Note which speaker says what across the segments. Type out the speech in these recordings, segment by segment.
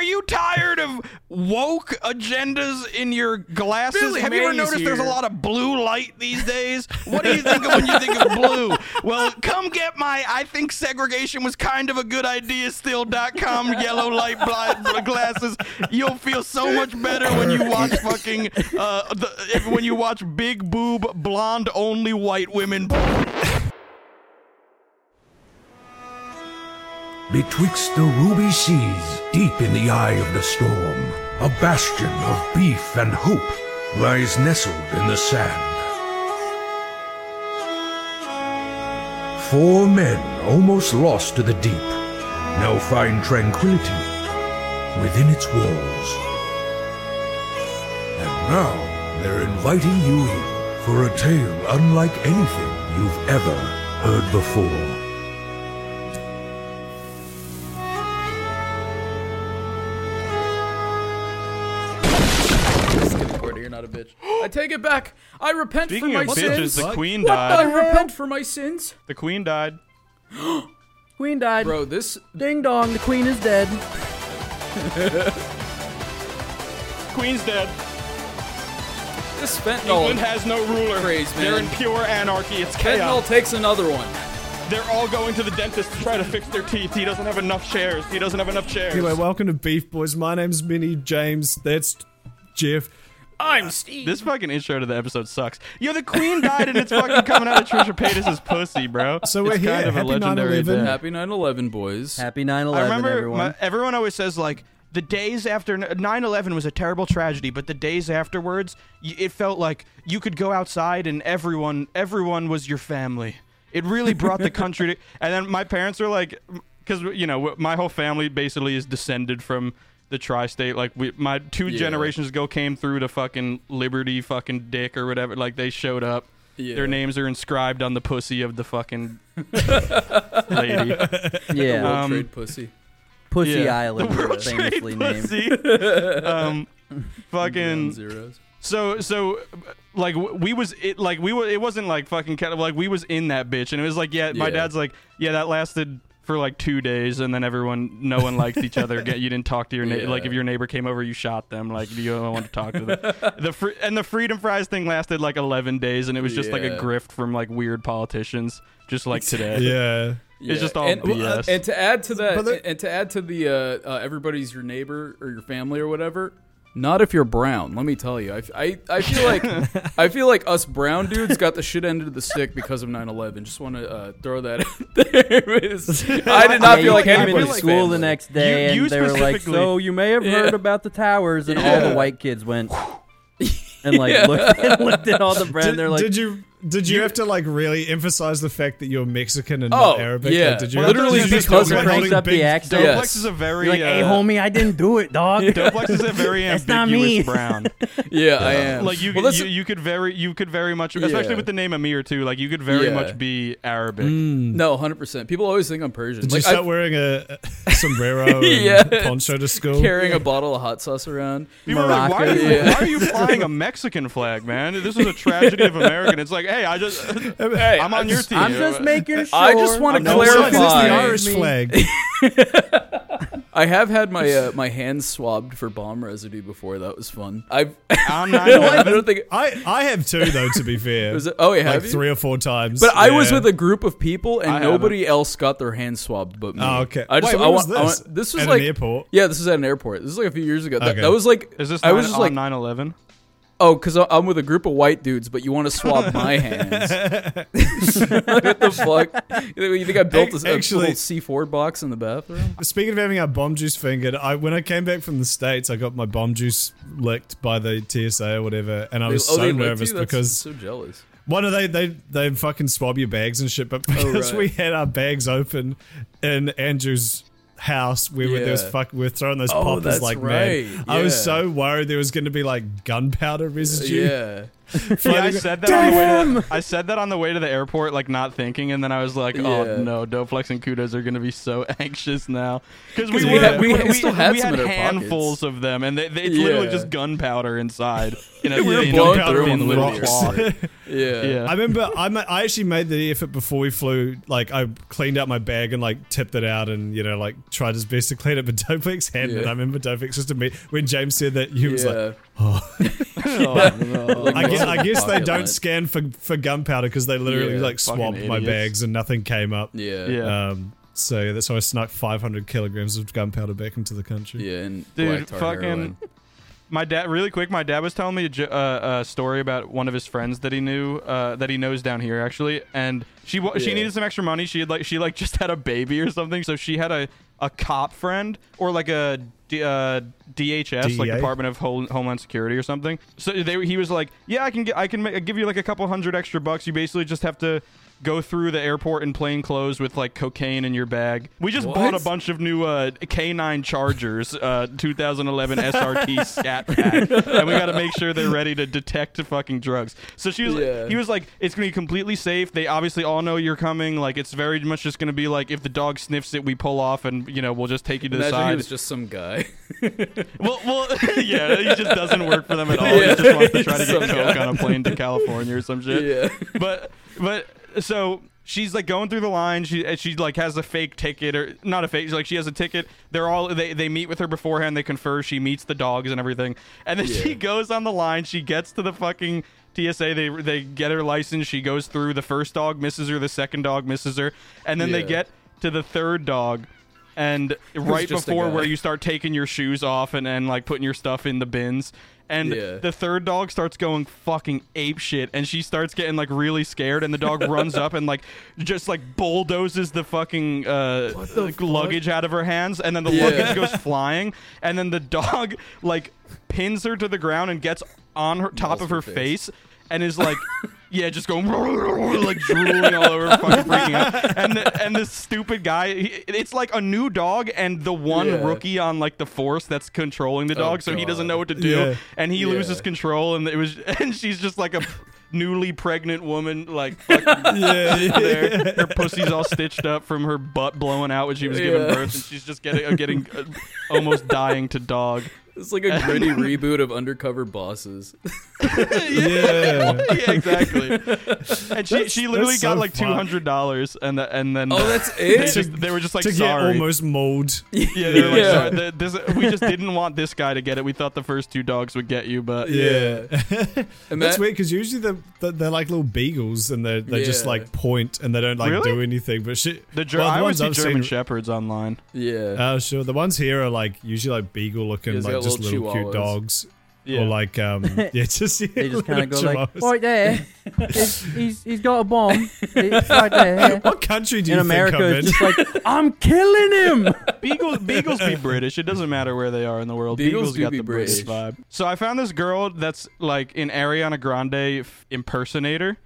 Speaker 1: you tired of woke agendas in your glasses?
Speaker 2: Billy
Speaker 1: Have you ever
Speaker 2: Mays
Speaker 1: noticed there's a
Speaker 2: here.
Speaker 1: lot of blue light these days? What do you think of when you think of blue? Well, come get my I think segregation was kind of a good idea still.com yellow light bli- glasses. You'll feel so much better when you watch fucking uh, the, if, when you watch big boob blonde only white women.
Speaker 3: Betwixt the ruby seas, deep in the eye of the storm, a bastion of beef and hope lies nestled in the sand. Four men almost lost to the deep now find tranquility within its walls. And now they're inviting you in for a tale unlike anything you've ever heard before.
Speaker 2: Cordy, you're not a bitch. I take it back. I repent
Speaker 4: Speaking
Speaker 2: for my
Speaker 4: of bitches,
Speaker 2: sins.
Speaker 4: the queen
Speaker 5: What
Speaker 2: I
Speaker 4: died.
Speaker 2: repent for my sins.
Speaker 4: The queen died.
Speaker 5: Queen died.
Speaker 2: Bro, this
Speaker 5: Ding dong, the queen is dead.
Speaker 4: Queen's dead.
Speaker 2: this fentanyl
Speaker 4: England has no ruler.
Speaker 2: Praise,
Speaker 4: They're
Speaker 2: man.
Speaker 4: in pure anarchy. It's
Speaker 2: fentanyl
Speaker 4: chaos.
Speaker 2: takes another one.
Speaker 4: They're all going to the dentist to try to fix their teeth. He doesn't have enough chairs. He doesn't have enough chairs.
Speaker 6: Anyway, welcome to Beef Boys. My name's Minnie James. That's Jeff.
Speaker 2: I'm Steve.
Speaker 4: This fucking intro to the episode sucks. Yo, the queen died and it's fucking coming out of Trisha Paytas' pussy, bro.
Speaker 6: So
Speaker 4: it's
Speaker 6: we're here.
Speaker 4: kind of
Speaker 6: Happy
Speaker 4: a legendary
Speaker 6: 9/11.
Speaker 4: day.
Speaker 2: Happy 9/11, boys.
Speaker 5: Happy 9
Speaker 4: I
Speaker 5: 11,
Speaker 4: remember
Speaker 5: everyone.
Speaker 4: my- everyone always says like the days after 9/11 was a terrible tragedy, but the days afterwards, y- it felt like you could go outside and everyone everyone was your family. It really brought the country to and then my parents are like cuz you know, my whole family basically is descended from the tri-state like we my two
Speaker 2: Yeah.
Speaker 4: generations ago came through to fucking liberty fucking dick or whatever like they showed up
Speaker 2: Yeah.
Speaker 4: their names are inscribed on the pussy of the fucking lady
Speaker 2: World
Speaker 5: yeah.
Speaker 4: um,
Speaker 2: trade pussy.
Speaker 5: Pussy
Speaker 4: yeah.
Speaker 5: Island,
Speaker 4: The
Speaker 5: we were
Speaker 4: World Trade
Speaker 5: famously named.
Speaker 4: Pussy. um,
Speaker 2: Ground
Speaker 4: fucking
Speaker 2: zeros.
Speaker 4: so so like w- we was it like we were it wasn't like fucking kind of like we was in that bitch and it was like yeah my
Speaker 2: Yeah.
Speaker 4: dad's like yeah that lasted for like two days and then everyone no one liked each other Get- you didn't talk to your neighbor
Speaker 2: Yeah.
Speaker 4: like if your neighbor came over you shot them like you don't want to talk to them the fr- and the freedom fries thing lasted like 11 days and it was just like a
Speaker 2: Yeah.
Speaker 4: grift from like weird politicians just like today
Speaker 6: Yeah.
Speaker 4: It's just all
Speaker 2: and, uh,
Speaker 4: BS.
Speaker 2: And to add to that,
Speaker 6: But the-
Speaker 2: and to add to the uh, uh, everybody's your neighbor or your family or whatever. Not if you're brown. Let me tell you, I, I, I feel like I feel like us brown dudes got the shit ended of the stick because of 9/11. Just want to uh, throw that out there. It was- I did
Speaker 5: Yeah,
Speaker 2: not feel
Speaker 5: you
Speaker 2: like
Speaker 5: came
Speaker 2: anybody's
Speaker 5: into
Speaker 4: like
Speaker 5: school
Speaker 2: family.
Speaker 5: the next day
Speaker 4: You- you
Speaker 5: and they were like,
Speaker 4: specifically-
Speaker 5: "So you may have heard
Speaker 2: Yeah.
Speaker 5: about the towers," and all
Speaker 2: Yeah.
Speaker 5: the white kids went and like
Speaker 2: Yeah.
Speaker 5: looked, and looked at all the bread.
Speaker 6: Did,
Speaker 5: and they're like,
Speaker 6: did you did you, have to like really emphasize the fact that you're Mexican and
Speaker 2: Oh,
Speaker 6: not Arabic?
Speaker 2: yeah.
Speaker 6: Like, did you
Speaker 2: Well,
Speaker 6: have
Speaker 2: literally
Speaker 6: to just
Speaker 2: because
Speaker 6: like
Speaker 2: it
Speaker 6: holding
Speaker 5: cranks up the
Speaker 6: big-
Speaker 5: accent.
Speaker 4: Doplex
Speaker 2: Yes.
Speaker 4: is a very
Speaker 5: You're like, "Hey,
Speaker 4: uh,
Speaker 5: homie, I didn't do it, dog."
Speaker 4: Doplex is a very
Speaker 5: That's not me.
Speaker 4: ambiguous brown
Speaker 2: Yeah, I am.
Speaker 4: like you,
Speaker 2: Well, that's-
Speaker 4: you, you could very you could very much especially
Speaker 2: Yeah.
Speaker 4: with the name Amir too like you could very
Speaker 2: Yeah. Mm,
Speaker 4: much be Arabic
Speaker 2: no, hundred percent. People always think I'm Persian.
Speaker 6: Did you
Speaker 2: like,
Speaker 6: start
Speaker 2: I've-
Speaker 6: wearing a, a sombrero and
Speaker 2: Yeah.
Speaker 6: poncho to school? Oh,
Speaker 2: carrying a bottle of hot sauce around.
Speaker 4: People were like, why, are you,
Speaker 2: Morocco, yeah.
Speaker 4: why are you flying a Mexican flag man this is a tragedy of America and it's like hey I just
Speaker 2: Hey,
Speaker 4: I'm on your team
Speaker 5: I'm just making sure.
Speaker 2: I just wanna
Speaker 5: I'm
Speaker 6: No,
Speaker 5: not
Speaker 6: it's not-
Speaker 2: clarify.
Speaker 6: it's just the
Speaker 5: saying
Speaker 6: Irish
Speaker 5: me.
Speaker 6: flag.
Speaker 2: I have had my uh, my hands swabbed for bomb residue before. That was fun. I've
Speaker 4: I'm
Speaker 2: I
Speaker 4: 9/11.
Speaker 2: don't think.
Speaker 6: I, I have two though. To be fair,
Speaker 2: Was it- oh, yeah,
Speaker 6: like
Speaker 2: have you?
Speaker 6: three or four times.
Speaker 2: But I was
Speaker 6: Yeah.
Speaker 2: with a group of people, and
Speaker 4: I
Speaker 2: nobody else got their hands swabbed but me.
Speaker 6: Oh, okay.
Speaker 2: I just,
Speaker 6: Wait,
Speaker 2: I,
Speaker 6: when was
Speaker 2: wa- I wa-
Speaker 6: this?
Speaker 2: this was
Speaker 6: At an
Speaker 2: like
Speaker 6: airport?
Speaker 2: Yeah, this was at an airport. This was like a few years ago. That,
Speaker 6: Okay.
Speaker 2: that was like
Speaker 4: is this
Speaker 2: I
Speaker 4: nine,
Speaker 2: was just like,
Speaker 4: on 9/11
Speaker 2: oh, because I'm with a group of white dudes, but you want to swab my hands? what the fuck? You think I built this a
Speaker 6: Actually-
Speaker 2: little C4 box in the bathroom?
Speaker 6: Speaking of having our bomb juice fingered, I when I came back from the states, I got my bomb juice licked by the TSA or whatever, and I was
Speaker 2: oh,
Speaker 6: so
Speaker 2: they liked
Speaker 6: nervous
Speaker 2: you? That's-
Speaker 6: because
Speaker 2: so jealous.
Speaker 6: Why do they they they fucking swab your bags and shit? But because
Speaker 2: Oh, right.
Speaker 6: we had our bags open in Andrew's house, we were there was
Speaker 2: Yeah.
Speaker 6: fuck we were throwing those
Speaker 2: Oh,
Speaker 6: poppers
Speaker 2: that's
Speaker 6: like
Speaker 2: right.
Speaker 6: mad. I was
Speaker 2: Yeah.
Speaker 6: so worried there was going to be like gunpowder residue.
Speaker 2: Yeah.
Speaker 4: Yeah, I
Speaker 6: Fighting-
Speaker 4: said that on the way. To, I said that on the way to the airport, like not thinking, and then I was like, "Oh
Speaker 2: Yeah.
Speaker 4: no, Doflex and Kudos are gonna be so anxious now because
Speaker 2: 'Cause
Speaker 4: we,
Speaker 2: we
Speaker 4: were-
Speaker 2: had-
Speaker 4: we,
Speaker 2: we had- still had some in our
Speaker 4: handfuls
Speaker 2: pockets.
Speaker 4: of them, and they, they, it's literally
Speaker 2: Yeah.
Speaker 4: just gunpowder inside. In a
Speaker 2: We were
Speaker 4: thin
Speaker 2: blowing
Speaker 4: cup
Speaker 2: through
Speaker 4: in
Speaker 2: them
Speaker 4: the
Speaker 2: with
Speaker 4: little
Speaker 2: beers.
Speaker 4: claw.
Speaker 2: Yeah.
Speaker 4: Yeah.
Speaker 6: I remember I, ma- I actually made the effort before we flew. Like I cleaned out my bag and like tipped it out and you know like tried his best to clean it, but Dofix hadn't.
Speaker 2: Yeah.
Speaker 6: And I remember Dofix just admit when James said that he was like, "Oh."
Speaker 2: Yeah. Oh, Like,
Speaker 6: I guess,
Speaker 2: what's
Speaker 6: I
Speaker 2: in
Speaker 6: guess
Speaker 2: the
Speaker 6: they
Speaker 2: pocket
Speaker 6: don't
Speaker 2: line?
Speaker 6: scan for for gunpowder because they literally
Speaker 2: Yeah,
Speaker 6: like
Speaker 4: fucking
Speaker 6: swabbed my
Speaker 4: idiots.
Speaker 6: bags and nothing came up.
Speaker 2: Yeah.
Speaker 4: Yeah.
Speaker 6: Um. So yeah, that's how I snuck 500 kilograms of gunpowder back into the country.
Speaker 2: Yeah, and
Speaker 4: Dude,
Speaker 2: black tar
Speaker 4: fucking-
Speaker 2: heroin.
Speaker 4: My dad, really quick, my dad was telling me a, jo- uh, a story about one of his friends that he knew, uh, that he knows down here actually, and she wa- she
Speaker 2: Yeah.
Speaker 4: needed some extra money. She had like she like just had a baby or something, so she had a, a cop friend or like a D, uh, DHS, like
Speaker 6: DEA?
Speaker 4: Department of Hol- Homeland Security or something. So they, he was like, yeah, I can get, I can ma- give you like a couple hundred extra bucks. You basically just have to go through the airport in plain clothes with like cocaine in your bag. We just bought a
Speaker 2: What?
Speaker 4: bunch of new uh, K9 Chargers, uh, 2011 SRT Scat Pack, and we got to make sure they're ready to detect fucking drugs. So she was,
Speaker 2: Yeah.
Speaker 4: he was like, it's gonna be completely safe. They obviously all know you're coming. Like it's very much just gonna be like if the dog sniffs it, we pull off, and you know we'll just take you to the
Speaker 2: Imagine
Speaker 4: side.
Speaker 2: he was just some guy.
Speaker 4: well, well, yeah, he just doesn't work for them at all. He
Speaker 2: Yeah.
Speaker 4: just wants to try to get
Speaker 2: Some
Speaker 4: coke on a plane to California or some shit
Speaker 2: yeah.
Speaker 4: but but so she's like going through the line. She and she like has a fake ticket or not a fake. Like she has a ticket. They're all they they meet with her beforehand. They confer. She meets the dogs and everything. And then she goes on the line. She gets to the fucking. TSA, they they get her license. She goes through the first dog, misses her. The second dog misses her, and then they
Speaker 2: Yeah.
Speaker 4: get to the third dog, and right
Speaker 2: just a
Speaker 4: before
Speaker 2: guy.
Speaker 4: where you start taking your shoes off and and like putting your stuff in the bins, and
Speaker 2: Yeah.
Speaker 4: the third dog starts going fucking ape shit and she starts getting like really scared and the dog runs up and like just like bulldozes the fucking uh like, luggage out of her hands and then the
Speaker 2: Yeah.
Speaker 4: luggage goes flying and then the dog like pins her to the ground and gets on her top
Speaker 2: Nails
Speaker 4: of
Speaker 2: her
Speaker 4: her face.
Speaker 2: face.
Speaker 4: and is like yeah just going like drooling all over fucking freaking out and the, and this stupid guy he, it's like a new dog and the one
Speaker 2: Yeah. Oh,
Speaker 4: rookie on like the force that's controlling the dog so he doesn't
Speaker 2: God.
Speaker 4: know what to do
Speaker 6: Yeah.
Speaker 4: and he
Speaker 2: Yeah.
Speaker 4: loses control and it was and she's just like a newly pregnant woman like fucking there her pussy's all stitched up from her butt blowing out when she was giving
Speaker 2: Yeah.
Speaker 4: birth and she's just getting uh, getting uh, almost dying to dog
Speaker 2: It's like a gritty reboot of Undercover Bosses.
Speaker 6: Yeah.
Speaker 4: yeah exactly and she, she literally
Speaker 6: that's
Speaker 4: got
Speaker 6: so
Speaker 4: like
Speaker 6: fun.
Speaker 4: $200 and the, and then
Speaker 2: Oh, that's
Speaker 4: they,
Speaker 2: it.
Speaker 4: just, they were just like
Speaker 6: to get
Speaker 4: sorry
Speaker 6: almost mauled.
Speaker 4: yeah, they were like,
Speaker 2: Yeah.
Speaker 4: sorry, th- this, we just didn't want this guy to get it we thought the first two dogs would get you but
Speaker 6: Yeah.
Speaker 2: And
Speaker 6: That's
Speaker 2: that-
Speaker 6: weird because usually they're, they're, they're like little beagles and they they just
Speaker 2: Yeah.
Speaker 6: like point and they don't like
Speaker 4: Really?
Speaker 6: do anything. But shit,
Speaker 4: the ger-
Speaker 6: well,
Speaker 4: I always see
Speaker 6: I've
Speaker 4: German
Speaker 6: seen-
Speaker 4: shepherds online.
Speaker 2: Yeah.
Speaker 6: Oh, sure. The ones here are like usually like beagle looking,
Speaker 2: Yeah, they got
Speaker 6: like just
Speaker 2: little
Speaker 6: little, cute
Speaker 2: chihuahwas.
Speaker 6: dogs.
Speaker 4: Yeah.
Speaker 6: Or like, um, yeah, just, yeah,
Speaker 5: They just kind of go
Speaker 6: little
Speaker 5: like,
Speaker 6: chihuahuas.
Speaker 5: right there. He's, he's, he's got a bomb. It's right there.
Speaker 6: What country do you
Speaker 5: In America,
Speaker 6: think I'm in?
Speaker 5: it's just like, I'm killing him.
Speaker 4: Beagles, beagles be British. It doesn't matter where they are in the world. Beagles,
Speaker 2: Beagles do
Speaker 4: got
Speaker 2: be
Speaker 4: the British.
Speaker 2: British.
Speaker 4: vibe. So I found this girl that's like an Ariana Grande f- impersonator,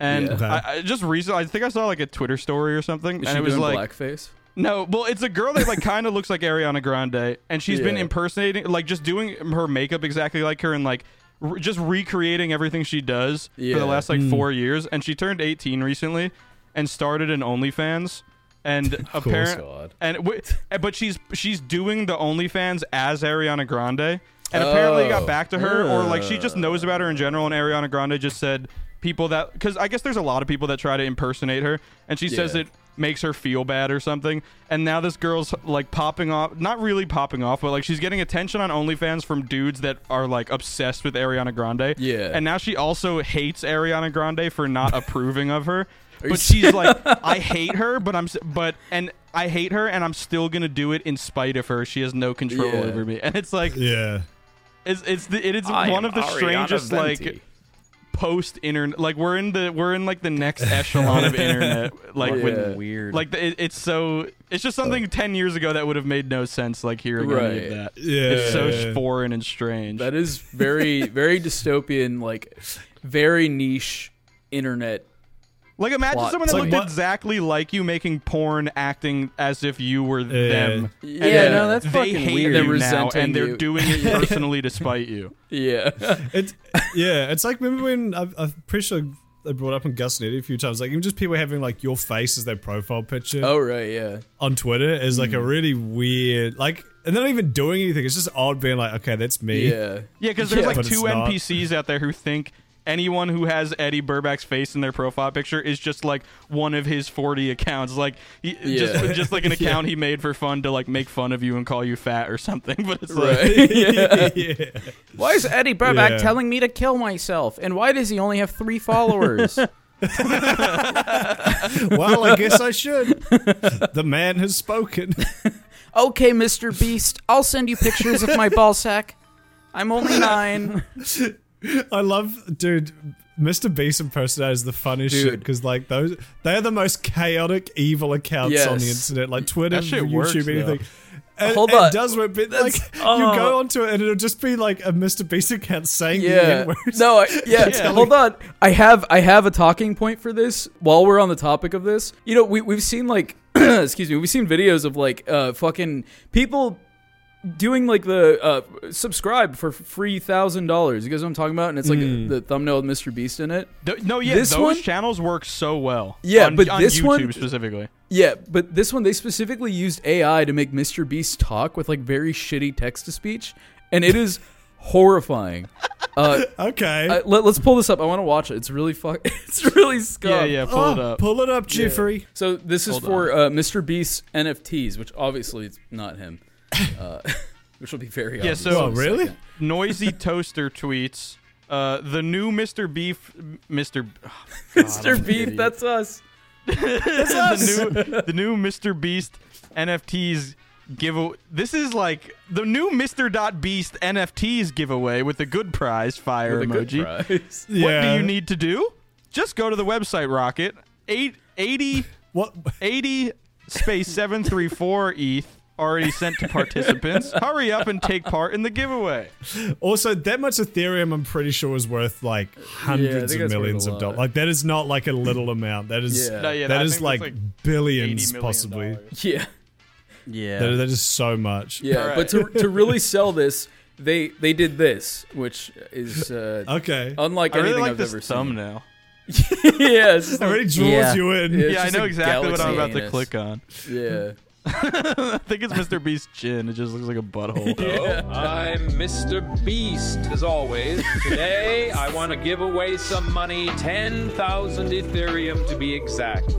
Speaker 4: and
Speaker 2: Yeah.
Speaker 6: Okay.
Speaker 4: I, I just recently, I think I saw like a Twitter story or something,
Speaker 2: Is
Speaker 4: and
Speaker 2: she
Speaker 4: it was
Speaker 2: doing
Speaker 4: like,
Speaker 2: blackface?
Speaker 4: no, well, it's a girl that like kind of looks like Ariana Grande, and she's been
Speaker 2: Yeah.
Speaker 4: impersonating, like just doing her makeup exactly like her, and like. r just recreating everything she does for
Speaker 2: Yeah.
Speaker 4: the last like four years, and she turned 18 recently, and started an OnlyFans, and apparent
Speaker 2: God.
Speaker 4: and w- but she's she's doing the OnlyFans as Ariana Grande, and apparently it got
Speaker 2: Oh.
Speaker 4: back to her, or like she just knows about her in general. And Ariana Grande just said people that because I guess there's a lot of people that try to impersonate her, and she says
Speaker 2: Yeah.
Speaker 4: it makes her feel bad or something. And now this girl's like popping off, not really popping off, but like she's getting attention on OnlyFans from dudes that are like obsessed with Ariana Grande.
Speaker 2: Yeah.
Speaker 4: and now she also hates Ariana Grande for not approving of her. But she's like, I hate her, but I'm, s- but and I hate her, and I'm still gonna do it in spite of her. She has no control
Speaker 2: Yeah.
Speaker 4: over me, and it's like,
Speaker 6: yeah.
Speaker 4: it's it's the, it is one of the strangest like post internet. Like we're in the we're in like the next echelon of internet. Like
Speaker 5: Oh,
Speaker 2: Yeah. Uh.
Speaker 4: with
Speaker 5: Weird.
Speaker 4: like the, it, it's so it's just something ten years ago that would have made no sense. Like hearing any
Speaker 2: Right.
Speaker 4: of that,
Speaker 6: Yeah.
Speaker 4: it's so foreign and strange.
Speaker 2: That is very, very dystopian, like very niche internet
Speaker 4: Like imagine
Speaker 2: Plot
Speaker 4: someone that
Speaker 2: point.
Speaker 4: looked exactly like you making porn acting as if you were them.
Speaker 2: Yeah,
Speaker 5: Yeah, no, that's
Speaker 4: they
Speaker 5: fucking
Speaker 4: hate
Speaker 5: weird.
Speaker 2: They're
Speaker 4: you now,
Speaker 2: resenting
Speaker 4: and they're
Speaker 2: you.
Speaker 4: doing it personally to spite you.
Speaker 2: yeah.
Speaker 6: It's yeah, it's like remember when I, I'm pretty sure they brought up in Gus Netty a few times, like even just people having like your face as their profile picture
Speaker 2: oh right, yeah.
Speaker 6: on Twitter is like a really weird, like, and they're not even doing anything. It's just odd being like, okay, that's me.
Speaker 2: Yeah.
Speaker 4: Yeah, because there's
Speaker 6: Yeah,
Speaker 4: like
Speaker 6: but it's
Speaker 4: two
Speaker 6: not.
Speaker 4: NPCs out there who think anyone who has Eddie Burback's face in their profile picture is just like one of his 40 accounts, like he,
Speaker 2: Yeah.
Speaker 4: just just like an account he made for fun to like make fun of you and call you fat or something. But it's like
Speaker 2: Right. yeah.
Speaker 6: yeah.
Speaker 2: Why is Eddie Burback
Speaker 6: Yeah.
Speaker 2: telling me to kill myself? And why does he only have three followers?
Speaker 6: Well, I guess I should. The man has spoken.
Speaker 2: okay, Mr. Beast, I'll send you pictures of my ball sack. I'm only nine.
Speaker 6: I love, dude. Mr. Beast impersonator is the funniest shit
Speaker 2: Dude.
Speaker 6: because like those they are the most chaotic evil accounts on the
Speaker 2: Yes.
Speaker 6: internet, like Twitter,
Speaker 4: That shit
Speaker 6: YouTube,
Speaker 4: works,
Speaker 6: anything. And,
Speaker 2: Hold
Speaker 6: and
Speaker 2: on.
Speaker 6: it does work, but like
Speaker 2: That's-
Speaker 6: you
Speaker 2: oh.
Speaker 6: go onto it and it'll just be like a Mr. Beast account saying the
Speaker 2: Yeah.
Speaker 6: N words.
Speaker 2: No. I, yeah. Hold on. I have I have a talking point for this. While we're on the topic of this, you know, we we've seen like excuse me, we've seen videos of like uh fucking people doing like the uh subscribe for free thousand dollars. You guys know what I'm talking about? And it's like
Speaker 4: Hmm.
Speaker 2: the thumbnail with Mr. Beast in it.
Speaker 4: Th- no, yeah,
Speaker 2: This
Speaker 4: those
Speaker 2: one-
Speaker 4: channels work so well.
Speaker 2: Yeah,
Speaker 4: on,
Speaker 2: but
Speaker 4: on
Speaker 2: this
Speaker 4: YouTube
Speaker 2: one-
Speaker 4: specifically.
Speaker 2: Yeah, but this one they specifically used AI to make Mr. Beast talk with like very shitty text to speech, and it is horrifying. Uh,
Speaker 6: Okay.
Speaker 2: I, let, us pull this up. I want to watch it. It's really fuck. It's really scum.
Speaker 4: Yeah, yeah, pull
Speaker 6: Oh,
Speaker 4: it up.
Speaker 6: Pull it up, Jeffrey.
Speaker 2: So this is
Speaker 4: Hold
Speaker 2: for uh, Mr. Beast's NFTs, which obviously it's not him, uh, which will be very
Speaker 4: Yeah,
Speaker 2: obvious.
Speaker 4: so-
Speaker 2: in
Speaker 6: Oh,
Speaker 2: a
Speaker 6: really?
Speaker 2: second.
Speaker 4: Noisy Toaster tweets. Uh, the new Mr. Beef, oh, Mr.
Speaker 2: Mr. Beast, that's us.
Speaker 4: the new the new Mr. Beast NFTs giveaway. This is like the new Mr. Dot Beast NFTs giveaway with the good prize fire
Speaker 2: With a good
Speaker 4: emoji.
Speaker 2: prize.
Speaker 6: Yeah.
Speaker 4: What do you need to do? Just go to the website Rocket. Eight, 80,
Speaker 6: What?
Speaker 4: 80 space 734 ETH E already sent to participants. Hurry up and take part in the giveaway.
Speaker 6: Also, that much Ethereum, I'm pretty sure, is worth like
Speaker 2: I think
Speaker 6: hundreds
Speaker 2: it's
Speaker 6: of
Speaker 2: worth a
Speaker 6: millions of
Speaker 2: lot.
Speaker 6: dollars. Like that is not like a little amount. That is
Speaker 2: Yeah.
Speaker 4: No, yeah,
Speaker 6: that
Speaker 4: I
Speaker 6: is
Speaker 4: think that's
Speaker 6: like,
Speaker 4: like
Speaker 6: billions,
Speaker 4: 80 million
Speaker 6: possibly.
Speaker 4: dollars.
Speaker 2: Yeah.
Speaker 6: That, that is so much.
Speaker 2: Yeah, but to, to really sell this, they they did this, which is uh,
Speaker 6: Okay.
Speaker 2: unlike
Speaker 4: I really
Speaker 2: anything
Speaker 4: like
Speaker 2: I've
Speaker 4: this
Speaker 2: ever
Speaker 4: thumbnail.
Speaker 2: seen. yeah, it's just
Speaker 6: It
Speaker 2: like-
Speaker 6: already draws
Speaker 5: Yeah.
Speaker 6: you in.
Speaker 2: Yeah. It's
Speaker 4: yeah, I
Speaker 2: just
Speaker 4: know
Speaker 2: a
Speaker 4: exactly what I'm about to
Speaker 2: galaxy anus.
Speaker 4: click on.
Speaker 2: yeah.
Speaker 4: I think it's Mr. Beast's chin. It just looks like a butthole.
Speaker 7: I'm Mr. Beast, as always. Today, I want to give away some money 10,000 Ethereum to be exact.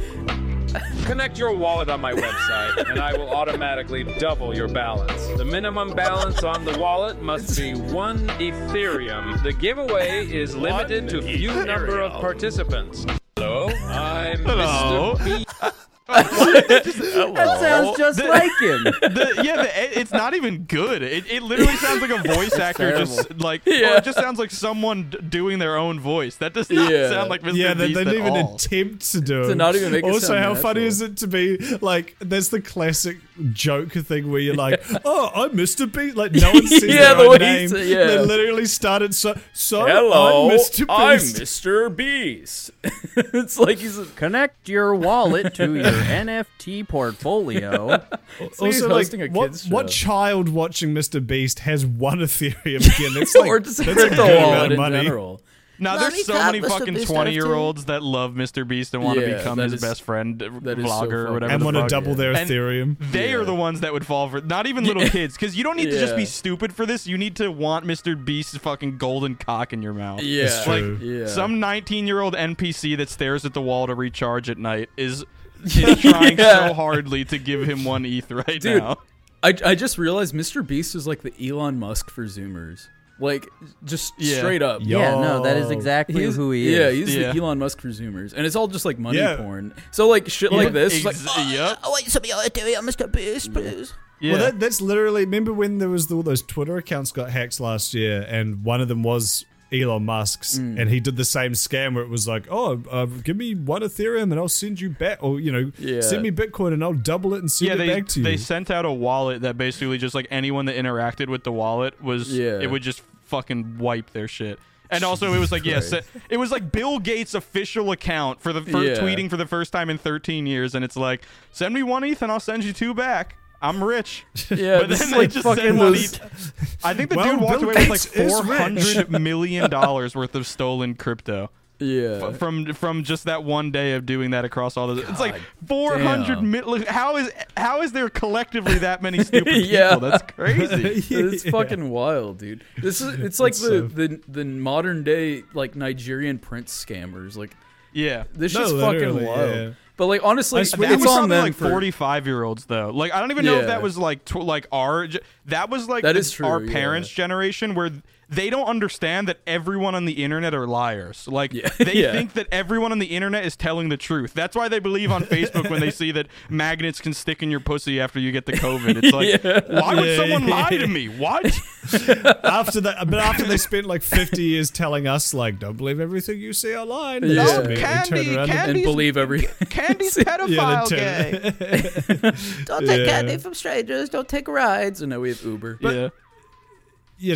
Speaker 7: Connect your wallet on my website, and I will automatically double your balance. The minimum balance on the wallet must be one Ethereum. The giveaway is limited to few number of participants. Hello, I'm
Speaker 4: Hello.
Speaker 7: Mr. Beast.
Speaker 5: That sounds just like him.
Speaker 4: the, yeah, the, it's not even good. It, it literally sounds like a voice actor just like or
Speaker 2: Yeah.
Speaker 4: it just sounds like someone d- doing their own voice. That does not
Speaker 2: Yeah.
Speaker 4: sound like Mr.
Speaker 6: Yeah, they,
Speaker 4: Beast
Speaker 6: they
Speaker 4: at
Speaker 6: didn't even
Speaker 4: all.
Speaker 6: attempt to do it.
Speaker 2: To not even make it
Speaker 6: Also,
Speaker 2: sound
Speaker 6: how funny
Speaker 2: natural.
Speaker 6: is it to be like that's the classic joke thing where you're like, "Oh, I'm Mr. Beast." Like no one says
Speaker 2: Yeah,
Speaker 6: their
Speaker 2: the
Speaker 6: own
Speaker 2: way he
Speaker 6: name.
Speaker 2: said- yeah.
Speaker 6: They literally started so. So I'm Mr. Beast.
Speaker 2: Mr. Beast. it's like he's a,
Speaker 5: Connect your wallet to your NFT portfolio.
Speaker 2: he's
Speaker 6: also, like,
Speaker 2: hosting a
Speaker 6: what,
Speaker 2: kids'
Speaker 6: what
Speaker 2: show.
Speaker 6: child watching Mr. Beast has one Ethereum again? That's like
Speaker 2: or just
Speaker 6: that's a
Speaker 2: crypto
Speaker 6: good amount
Speaker 2: wallet
Speaker 6: of
Speaker 2: in
Speaker 6: money.
Speaker 2: general.
Speaker 4: Now
Speaker 8: Mommy,
Speaker 4: there's so
Speaker 8: Dad,
Speaker 4: many
Speaker 8: Mr.
Speaker 4: fucking
Speaker 8: Beast
Speaker 4: twenty year olds that love Mr. Beast and want to
Speaker 2: Yeah,
Speaker 4: become
Speaker 2: that
Speaker 4: his
Speaker 2: is-
Speaker 4: best friend uh,
Speaker 2: that is so
Speaker 4: vlogger
Speaker 2: fucked.
Speaker 4: or whatever.
Speaker 6: And
Speaker 4: the
Speaker 6: want to
Speaker 4: fuck.
Speaker 6: double their
Speaker 4: And-
Speaker 6: Ethereum.
Speaker 4: They
Speaker 2: Yeah.
Speaker 4: are the ones that would fall for not even little kids because you don't need to just be
Speaker 2: Yeah.
Speaker 4: stupid for this. You need to want Mr. Beast's fucking golden cock in your mouth.
Speaker 2: Yeah,
Speaker 6: It's
Speaker 2: like
Speaker 6: true.
Speaker 2: yeah.
Speaker 4: Some 19 year old NPC that stares at the wall to recharge at night is, is trying
Speaker 2: Yeah.
Speaker 4: so hardly to give him one ETH right
Speaker 2: Dude.
Speaker 4: now.
Speaker 2: I I just realized Mr. Beast is like the Elon Musk for Zoomers. Like just
Speaker 4: Yeah.
Speaker 2: straight up.
Speaker 5: yeah, no, that is
Speaker 6: Yo.
Speaker 5: exactly
Speaker 2: He's-
Speaker 5: who he is.
Speaker 2: Yeah, he's
Speaker 4: Yeah.
Speaker 2: the Elon Musk for Zoomers, and it's all just like money
Speaker 6: Yeah.
Speaker 2: porn. So like shit like this, it's like
Speaker 4: Ex- yep.
Speaker 8: I want some of your Ethereum, Mr. Beast, please.
Speaker 4: Yeah.
Speaker 6: Well, that, that's literally. Remember when there was the, all those Twitter accounts got hacked last year, and one of them was Elon Musk's, and he did the same scam where it was like, "Oh, uh, give me one Ethereum, and I'll send you back," or you know,
Speaker 2: Yeah.
Speaker 6: send me Bitcoin, and I'll double it and send
Speaker 4: yeah,
Speaker 6: it
Speaker 4: they
Speaker 6: back to you.
Speaker 4: they sent out a wallet that basically just like anyone that interacted with the wallet was
Speaker 2: Yeah.
Speaker 4: it would just fucking wipe their shit. And also, it was like yes, it was like Bill Gates' official account for the for
Speaker 2: Yeah.
Speaker 4: tweeting for the first time in 13 years, and it's like send me one ETH and I'll send you two back. I'm rich.
Speaker 2: Yeah,
Speaker 4: but
Speaker 2: this
Speaker 4: then
Speaker 2: is
Speaker 4: they
Speaker 2: like
Speaker 4: just
Speaker 2: fucking
Speaker 4: send one
Speaker 2: those-
Speaker 4: ETH. I think the
Speaker 6: Well,
Speaker 4: dude walked
Speaker 6: Bill
Speaker 4: away with like
Speaker 6: Gates is
Speaker 4: four hundred million dollars worth of stolen crypto
Speaker 2: Yeah.
Speaker 4: f- from from just that one day of doing that across all those. It's like 400
Speaker 2: damn.
Speaker 4: mil- how is how is there collectively that many stupid
Speaker 2: Yeah.
Speaker 4: people? That's crazy.
Speaker 2: it's fucking wild, dude. This is it's like the, the the modern day like Nigerian prince scammers. Like
Speaker 4: Yeah.
Speaker 2: this
Speaker 6: No,
Speaker 2: shit's fucking
Speaker 6: literally,
Speaker 2: wild.
Speaker 6: yeah.
Speaker 2: But like honestly,
Speaker 6: I
Speaker 2: it's
Speaker 6: swear-
Speaker 4: That was
Speaker 2: on
Speaker 4: probably
Speaker 2: them
Speaker 4: like
Speaker 2: for-
Speaker 4: 45 year olds though. Like I don't even know if
Speaker 2: Yeah.
Speaker 4: that was like tw- like our ge- that was like
Speaker 2: That
Speaker 4: the-
Speaker 2: is true,
Speaker 4: our
Speaker 2: yeah.
Speaker 4: parents generation where they don't understand that everyone on the internet are liars. Like
Speaker 2: Yeah.
Speaker 4: they
Speaker 2: Yeah.
Speaker 4: think that everyone on the internet is telling the truth. That's why they believe on Facebook when they see that magnets can stick in your pussy after you get the COVID. It's like why would
Speaker 6: Yeah,
Speaker 4: someone
Speaker 6: yeah,
Speaker 4: lie to me? What?
Speaker 6: after that, but after they spent like 50 years telling us, like, don't believe everything you see online.
Speaker 2: Yeah.
Speaker 6: Just
Speaker 2: No,
Speaker 6: immediately
Speaker 4: candy,
Speaker 6: turn around
Speaker 4: candy.
Speaker 6: and-
Speaker 2: and
Speaker 4: Andy's-
Speaker 2: believe every.
Speaker 4: Candy's
Speaker 6: Yeah,
Speaker 4: pedophile
Speaker 6: they turn-
Speaker 4: gay.
Speaker 8: Don't
Speaker 6: Yeah.
Speaker 8: take candy from strangers. Don't take rides.
Speaker 2: So now we have Uber.
Speaker 4: Yeah.
Speaker 6: you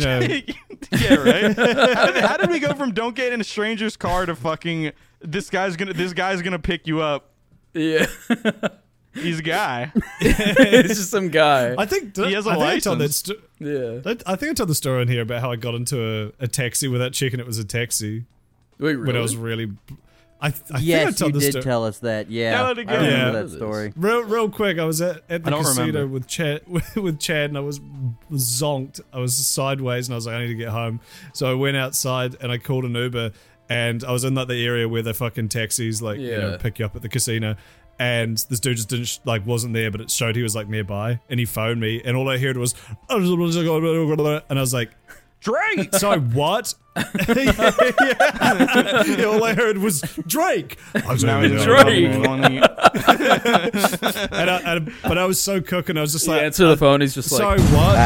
Speaker 6: know,
Speaker 4: yeah, right. how, did, how did we go from don't get in a stranger's car to fucking this guy's gonna this guy's gonna pick you up?
Speaker 2: yeah,
Speaker 4: He's a guy.
Speaker 2: it's just some guy.
Speaker 6: I think
Speaker 4: He has a
Speaker 6: I think I told that
Speaker 4: license.
Speaker 6: sto-
Speaker 2: Yeah.
Speaker 6: I I think I told the story on here about how I got into a, a taxi without checking it was a taxi
Speaker 2: Wait,
Speaker 6: when I
Speaker 2: really?
Speaker 6: was really. I, I think I
Speaker 9: yes, you
Speaker 6: told this
Speaker 9: did
Speaker 6: story.
Speaker 9: tell us that. Yeah,
Speaker 4: Tell it again.
Speaker 9: I remember
Speaker 6: Yeah.
Speaker 9: that story.
Speaker 6: Real, real quick, I was at, at the
Speaker 4: don't
Speaker 6: casino
Speaker 4: remember.
Speaker 6: with Chad with, Chad, and I was zonked. I was sideways, and I was like, I need to get home. So I went outside and I called an Uber, and I was in like the area where the fucking taxis like you know
Speaker 2: Yeah.
Speaker 6: pick you up at the casino. And this dude just didn't sh- like wasn't there, but it showed he was like nearby, and he phoned me, and all I heard was, and I was like,
Speaker 4: Drake.
Speaker 6: so what? yeah, All I heard was Drake. I was like, "No, no, no, no." And I, and, but I was so cooking. I was just
Speaker 2: Yeah,
Speaker 6: like,
Speaker 2: answer the phone. He's just
Speaker 6: so
Speaker 2: like,
Speaker 6: what?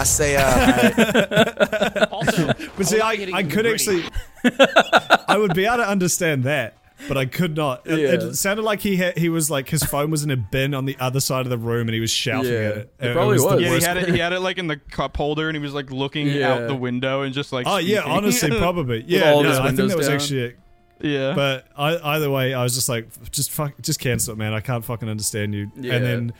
Speaker 10: I say, uh,
Speaker 11: Also,
Speaker 6: But see,
Speaker 11: not
Speaker 6: I,
Speaker 11: getting
Speaker 6: I
Speaker 11: into
Speaker 6: could
Speaker 11: the
Speaker 6: actually, I would be able to understand that, but I could not. It, it
Speaker 2: Yeah.
Speaker 6: sounded like he had, he was like his phone was in a bin on the other side of the room, and he was shouting
Speaker 2: Yeah.
Speaker 6: at it.
Speaker 2: It
Speaker 6: And
Speaker 2: probably
Speaker 6: the
Speaker 2: was.
Speaker 4: Yeah, he
Speaker 6: worst-
Speaker 4: had it. He had it like in the cup holder, and he was like looking
Speaker 2: Yeah.
Speaker 4: out the window and just like.
Speaker 6: Oh yeah,
Speaker 4: speaking.
Speaker 6: honestly, probably. Yeah,
Speaker 2: all of
Speaker 6: no,
Speaker 2: his
Speaker 6: I think
Speaker 2: windows
Speaker 6: that was
Speaker 2: down.
Speaker 6: actually it.
Speaker 4: yeah.
Speaker 6: But I, either way, I was just like, just fuck, just cancel it, man. I can't fucking understand you.
Speaker 2: Yeah.
Speaker 6: And then,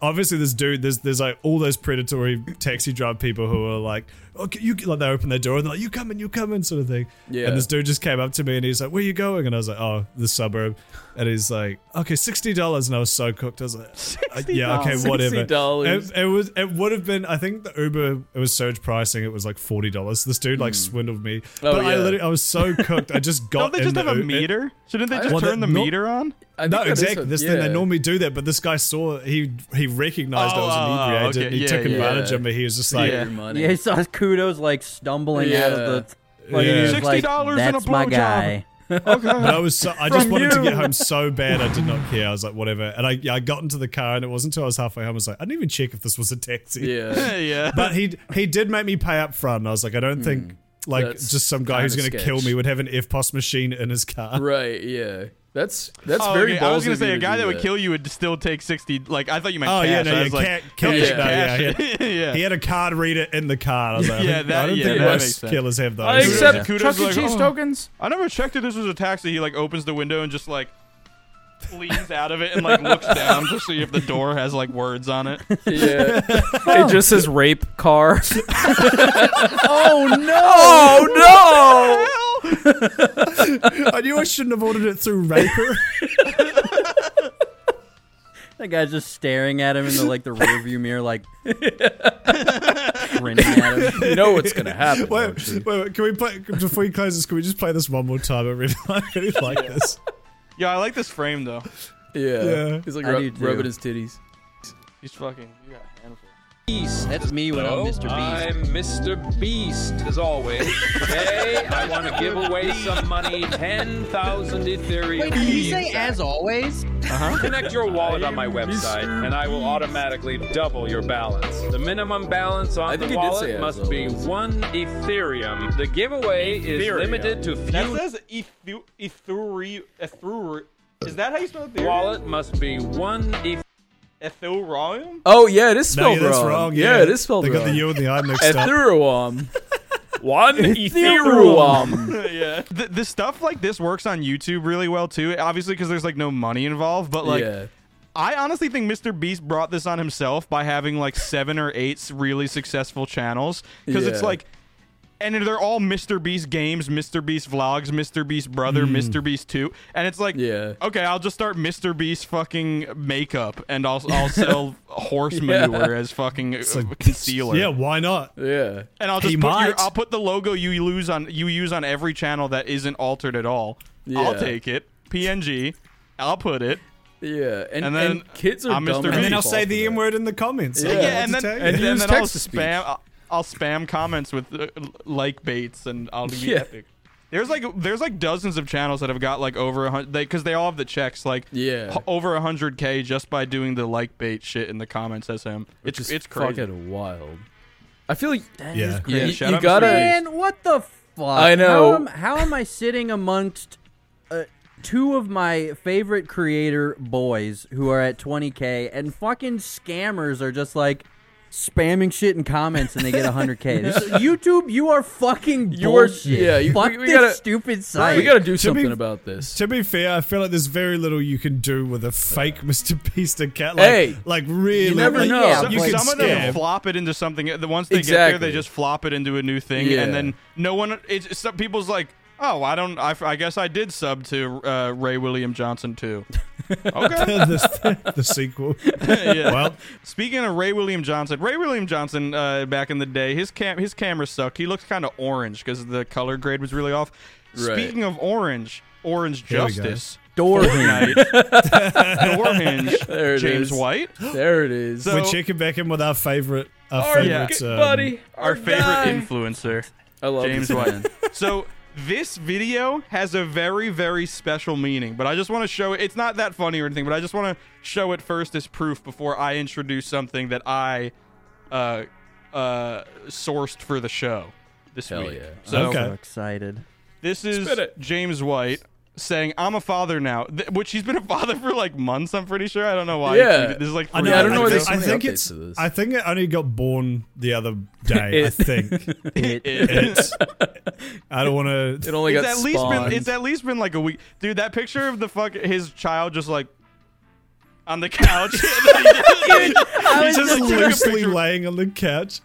Speaker 6: obviously, this dude, there's there's like all those predatory taxi drive people who are like, okay, you like they open their door and they're like, you coming, you coming, sort of thing.
Speaker 2: Yeah.
Speaker 6: And this dude just came up to me and he's like, where you going? And I was like, oh, the suburb. And he's like, okay, sixty dollars. And I was so cooked. I was like, uh, yeah, okay, whatever.
Speaker 2: $60.
Speaker 6: It, it was it would have been. I think the Uber it was surge pricing. It was like forty dollars. This dude like swindled me.
Speaker 2: Oh,
Speaker 6: but I
Speaker 2: yeah.
Speaker 6: literally I was so cooked. I just got.
Speaker 4: Don't they
Speaker 6: in
Speaker 4: just
Speaker 6: the
Speaker 4: have a
Speaker 6: U-
Speaker 4: meter? Shouldn't they just
Speaker 6: Well,
Speaker 4: turn the
Speaker 6: that- no-
Speaker 4: meter on?
Speaker 2: I
Speaker 6: no,
Speaker 2: think that is
Speaker 6: exactly.
Speaker 2: what-
Speaker 6: This thing they
Speaker 2: yeah.
Speaker 6: normally do that, but this guy saw he he recognized I
Speaker 4: Oh, oh,
Speaker 6: was
Speaker 4: oh,
Speaker 6: inebriated.
Speaker 4: okay.
Speaker 6: and He
Speaker 4: Yeah,
Speaker 6: took
Speaker 4: yeah.
Speaker 6: advantage of me. He was just like,
Speaker 2: Your
Speaker 6: yeah,
Speaker 2: money.
Speaker 9: Yeah, he saw his kudos like stumbling out of the. Like, he was
Speaker 6: Yeah.
Speaker 9: like,
Speaker 4: $60 and a
Speaker 9: That's my
Speaker 4: blowjob."
Speaker 9: guy.
Speaker 6: but I was so, I just
Speaker 9: From
Speaker 6: wanted to
Speaker 9: you.
Speaker 6: get home so bad I did not care. I was like, whatever. And I yeah, I got into the car and it wasn't until I was halfway home I was like, I didn't even check if this was a taxi.
Speaker 2: Yeah.
Speaker 4: Yeah.
Speaker 6: But he he did make me pay up front. And I was like, I
Speaker 4: Hmm.
Speaker 6: don't think like
Speaker 2: That's
Speaker 6: just some guy who's
Speaker 2: kinda
Speaker 6: going to kill
Speaker 2: sketch.
Speaker 6: me would have an FPOS machine in his car.
Speaker 2: Right. Yeah. That's that's
Speaker 4: Oh,
Speaker 2: very.
Speaker 4: okay. I was
Speaker 2: ballsy
Speaker 4: gonna
Speaker 2: of you
Speaker 4: say a
Speaker 2: to
Speaker 4: guy
Speaker 2: do
Speaker 4: that would kill you would still take sixty. Like I thought you meant.
Speaker 6: Oh, yeah,
Speaker 4: cash.
Speaker 6: no,
Speaker 4: I
Speaker 6: yeah,
Speaker 4: was like,
Speaker 6: ca- cash,
Speaker 2: yeah,
Speaker 6: no, yeah, yeah.
Speaker 4: yeah.
Speaker 6: He had a card reader in the car. and I was like,
Speaker 4: Yeah,
Speaker 6: I think-
Speaker 4: that-
Speaker 6: I don't
Speaker 4: yeah,
Speaker 6: think
Speaker 4: that makes
Speaker 6: most
Speaker 4: sense.
Speaker 6: killers have those.
Speaker 2: I accept
Speaker 4: Kudos
Speaker 2: Chuck
Speaker 4: was
Speaker 2: E.
Speaker 4: like,
Speaker 2: Cheese
Speaker 4: oh.
Speaker 2: tokens.
Speaker 4: I never checked if this was a taxi. He like opens the window and just like leans out of it and like looks down to see if the door has like words on it.
Speaker 2: Yeah. it just says rape car.
Speaker 5: Oh no!
Speaker 2: oh
Speaker 6: I knew I shouldn't have ordered it through Raper.
Speaker 9: That guy's just staring at him in the like the rearview mirror, like grinning at him.
Speaker 2: no! You know what's gonna happen.
Speaker 6: wait, wait, wait, can we play before you close this? Can we just play this one more time? I really, I really like this.
Speaker 4: Yeah, I like this frame though.
Speaker 2: Yeah.
Speaker 6: Yeah.
Speaker 2: He's like
Speaker 9: I
Speaker 2: rub-
Speaker 9: do too.
Speaker 2: rubbing his titties.
Speaker 4: He's fucking. You got a handful.
Speaker 7: Beast.
Speaker 11: That's me when I'm
Speaker 7: Hello,
Speaker 11: Mr. Beast.
Speaker 7: I'm Mr. Beast, as always. Today, I want to give away some money 10,000 Ethereum.
Speaker 11: Wait,
Speaker 7: to
Speaker 11: did
Speaker 7: be
Speaker 11: you say
Speaker 7: exact.
Speaker 11: as always?
Speaker 7: Connect your wallet on my website, and I will automatically double your balance. The minimum balance on
Speaker 2: I
Speaker 7: the
Speaker 2: think it did say
Speaker 7: wallet
Speaker 2: as
Speaker 7: must be
Speaker 2: always.
Speaker 7: one Ethereum. The giveaway is limited to
Speaker 4: That
Speaker 7: few.
Speaker 4: says ethu ethuri ethuri. Is that how you spell it?
Speaker 7: Wallet must be one Ethereum.
Speaker 4: Ethurium?
Speaker 2: Oh yeah, it is
Speaker 6: No,
Speaker 2: spelled
Speaker 6: yeah, that's
Speaker 2: wrong.
Speaker 6: wrong.
Speaker 2: Yeah, it is spelled
Speaker 6: They
Speaker 2: wrong.
Speaker 6: got the U and the I mixed up.
Speaker 2: Ethereum. One Ethereum.
Speaker 4: yeah. The, the stuff like this works on YouTube really well too. Obviously, because there's like no money involved, but like.
Speaker 2: Yeah.
Speaker 4: I honestly think Mr. Beast brought this on himself by having like seven or eight really successful channels. Because it's
Speaker 2: Yeah.
Speaker 4: like, and they're all Mr. Beast games, Mr. Beast vlogs, Mr. Beast brother, Mr. Beast 2. And it's like,
Speaker 2: Yeah.
Speaker 4: okay, I'll just start Mr. Beast fucking makeup and I'll, I'll sell horse manure as fucking uh, concealer.
Speaker 6: Yeah, why not?
Speaker 2: Yeah.
Speaker 4: And I'll just
Speaker 6: He
Speaker 4: put your,
Speaker 6: might.
Speaker 4: I'll put the logo you lose on you use on every channel that isn't altered at all. I'll
Speaker 2: Yeah.
Speaker 4: take it. PNG. I'll put it.
Speaker 2: Yeah,
Speaker 4: And
Speaker 2: and, and,
Speaker 4: then
Speaker 2: kids are
Speaker 4: I'm
Speaker 2: dumb
Speaker 4: Mr.
Speaker 2: as
Speaker 4: Beast.
Speaker 6: And then I'll
Speaker 2: fuck
Speaker 6: say
Speaker 2: for
Speaker 6: the
Speaker 2: that.
Speaker 6: M word in the comments. I
Speaker 4: Yeah, and then
Speaker 6: don't know what to tell you.
Speaker 4: and,
Speaker 2: use
Speaker 4: then I'll
Speaker 2: text-to-speech.
Speaker 4: spam I'll, I'll spam comments with uh, l- like baits and I'll be
Speaker 2: Yeah.
Speaker 4: epic. There's like there's like dozens of channels that have got like over a hundred because they, all have the checks like
Speaker 2: Yeah.
Speaker 4: h- over a hundred k just by doing the like bait shit in the comments SM. It's
Speaker 2: Just
Speaker 4: it's crazy.
Speaker 2: fucking wild. I feel like
Speaker 9: That
Speaker 6: Yeah.
Speaker 9: is
Speaker 6: Yeah,
Speaker 2: you,
Speaker 9: crazy.
Speaker 4: shout
Speaker 2: you
Speaker 4: out Mr.
Speaker 2: gotta.
Speaker 9: Man, what the fuck?
Speaker 2: I know.
Speaker 9: How am, how am I sitting amongst uh, two of my favorite creator boys who are at 20k and fucking scammers are just like spamming shit in comments and they get 100k? This- YouTube, you are fucking
Speaker 2: You are-
Speaker 9: bullshit.
Speaker 2: yeah, you-
Speaker 9: Fuck
Speaker 2: we- we
Speaker 9: this
Speaker 2: gotta-
Speaker 9: stupid site.
Speaker 2: We gotta do
Speaker 6: To be-
Speaker 2: something about this.
Speaker 6: To be fair, I feel like there's very little you can do with a fake Mr. Beast account. Like,
Speaker 2: Hey,
Speaker 6: like really,
Speaker 2: never
Speaker 6: like,
Speaker 2: know.
Speaker 6: You
Speaker 4: some
Speaker 6: can
Speaker 4: some of them
Speaker 6: scam.
Speaker 4: flop it into something. The once they get there,
Speaker 2: Exactly.
Speaker 4: they just flop it into a new thing,
Speaker 2: Yeah.
Speaker 4: and then no one. It's, it's- some people's like, oh, I don't. I, I guess I did sub to uh, Ray William Johnson too. Okay.
Speaker 6: the, the sequel.
Speaker 4: Yeah.
Speaker 6: Well,
Speaker 4: Speaking of Ray William Johnson, Ray William Johnson uh, back in the day, his cam his camera sucked. He looked kind of orange because the color grade was really off.
Speaker 2: Right.
Speaker 4: Speaking of orange, Orange
Speaker 6: Here we go.
Speaker 4: Justice,
Speaker 9: door
Speaker 4: Fortnite,
Speaker 2: There it
Speaker 4: Doorhinge, James
Speaker 2: is. Oh
Speaker 4: White.
Speaker 2: There it is.
Speaker 4: So-
Speaker 6: we're checking back in with our favorite. Our
Speaker 4: yeah.
Speaker 6: favorite, um,
Speaker 4: our favorite influencer.
Speaker 2: I love
Speaker 4: James
Speaker 2: this
Speaker 4: White.
Speaker 2: man.
Speaker 4: So this video has a very, very special meaning, but I just want to show it. It's not that funny or anything, but I just want to show it first as proof before I introduce something that I uh, uh, sourced for the show this
Speaker 2: Hell
Speaker 4: week.
Speaker 2: yeah.
Speaker 4: So
Speaker 6: Okay.
Speaker 9: excited.
Speaker 4: this is
Speaker 2: Spit it.
Speaker 4: James White saying, "I'm a father now," th- which he's been a father for like months. I'm pretty sure. I don't know why.
Speaker 2: Yeah.
Speaker 4: This is like
Speaker 6: I,
Speaker 4: three
Speaker 2: know, I don't
Speaker 4: months
Speaker 2: know where
Speaker 4: ago.
Speaker 2: there's so
Speaker 6: I
Speaker 2: many
Speaker 6: think
Speaker 2: updates
Speaker 6: it's.
Speaker 2: to this.
Speaker 6: I think it only got born the other day. I think
Speaker 9: It-
Speaker 6: it's. I don't want
Speaker 2: It
Speaker 6: to.
Speaker 2: only got
Speaker 4: it's at least
Speaker 2: spawned.
Speaker 4: been it's at least been like a week, dude. That picture of the fuck his child just like on the couch.
Speaker 6: He's just
Speaker 4: just took a
Speaker 6: loosely
Speaker 4: picture.
Speaker 6: laying on the couch.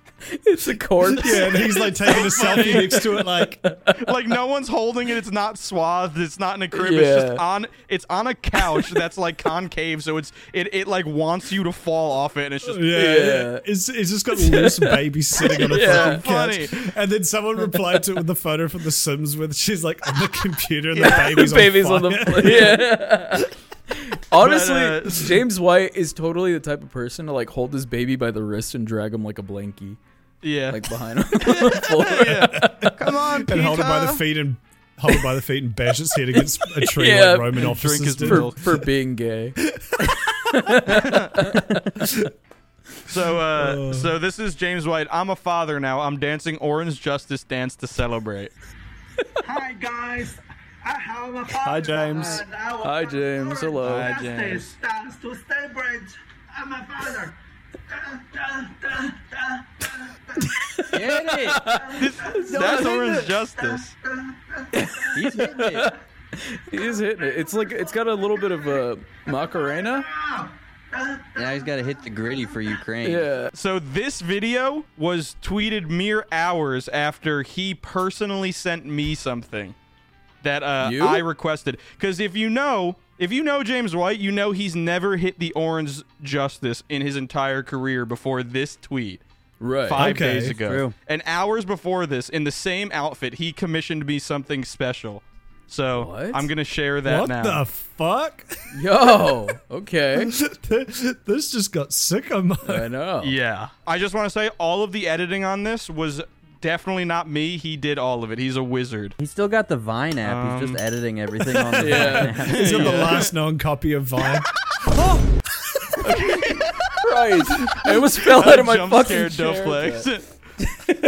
Speaker 2: It's a corpse.
Speaker 6: Yeah, and he's like taking a selfie next to it, like
Speaker 4: like no one's holding it. It's not swathed. It's not in a crib. It's
Speaker 2: Yeah.
Speaker 4: just on. It's on a couch that's like concave, so it's it it like wants you to fall off it, and it's just
Speaker 6: Yeah,
Speaker 2: Yeah.
Speaker 6: It's, it's just got loose baby sitting on a
Speaker 2: Yeah.
Speaker 6: fucking couch.
Speaker 4: Funny.
Speaker 6: And then someone replied to it with the photo from The Sims with she's like on the computer and the
Speaker 2: the
Speaker 6: baby's,
Speaker 2: baby's
Speaker 6: on,
Speaker 2: on the
Speaker 6: fire.
Speaker 2: floor. Yeah. Honestly,
Speaker 4: But, uh,
Speaker 2: James White is totally the type of person to like hold his baby by the wrist and drag him like a blankie,
Speaker 4: yeah.
Speaker 2: like behind him. on the floor.
Speaker 4: Come on,
Speaker 6: and hold it by the
Speaker 4: Peter.
Speaker 6: feet and hold it by the feet and bash its head against a tree
Speaker 2: Yeah.
Speaker 6: like Roman
Speaker 4: Drink
Speaker 6: officers
Speaker 4: his
Speaker 6: did.
Speaker 2: for, for being gay.
Speaker 4: So uh, so this is James White. I'm a father now. I'm dancing Orange Justice dance to celebrate.
Speaker 12: Hi guys, I'm a father.
Speaker 6: Hi, James.
Speaker 12: and I will
Speaker 2: Hi,
Speaker 12: have
Speaker 2: James.
Speaker 12: learned
Speaker 2: Hello.
Speaker 4: Hi,
Speaker 12: justice
Speaker 4: James.
Speaker 12: Stands to celebrate. I'm a father. Da, da, da, da,
Speaker 9: Get it.
Speaker 4: That's Orange Justice.
Speaker 9: He's hitting it.
Speaker 2: He is hitting it. It's like it's got a little bit of a Macarena.
Speaker 9: Now he's got to hit the gritty for Ukraine.
Speaker 2: Yeah.
Speaker 4: So this video was tweeted mere hours after he personally sent me something that uh,
Speaker 2: You?
Speaker 4: I requested. Because if you know, if you know James White, you know he's never hit the Orange Justice in his entire career before this tweet
Speaker 2: Right.
Speaker 4: five
Speaker 6: Okay.
Speaker 4: days ago.
Speaker 9: True.
Speaker 4: And hours before this, in the same outfit, he commissioned me something special. So
Speaker 2: What?
Speaker 4: I'm gonna share that
Speaker 6: What
Speaker 4: now.
Speaker 6: the fuck?
Speaker 2: Yo. Okay.
Speaker 6: this just got sick of
Speaker 2: I
Speaker 6: my
Speaker 2: know.
Speaker 4: Yeah. I just want to say all of the editing on this was definitely not me. He did all of it. He's a wizard.
Speaker 9: He's still got the Vine app. he's just editing everything on the
Speaker 2: Um, Yeah.
Speaker 9: Vine app.
Speaker 6: Is it the last known copy of Vine?
Speaker 2: Christ. I almost fell out of my
Speaker 4: Jump
Speaker 2: fucking
Speaker 4: scared,
Speaker 2: chair.
Speaker 4: no flex.
Speaker 2: God
Speaker 6: It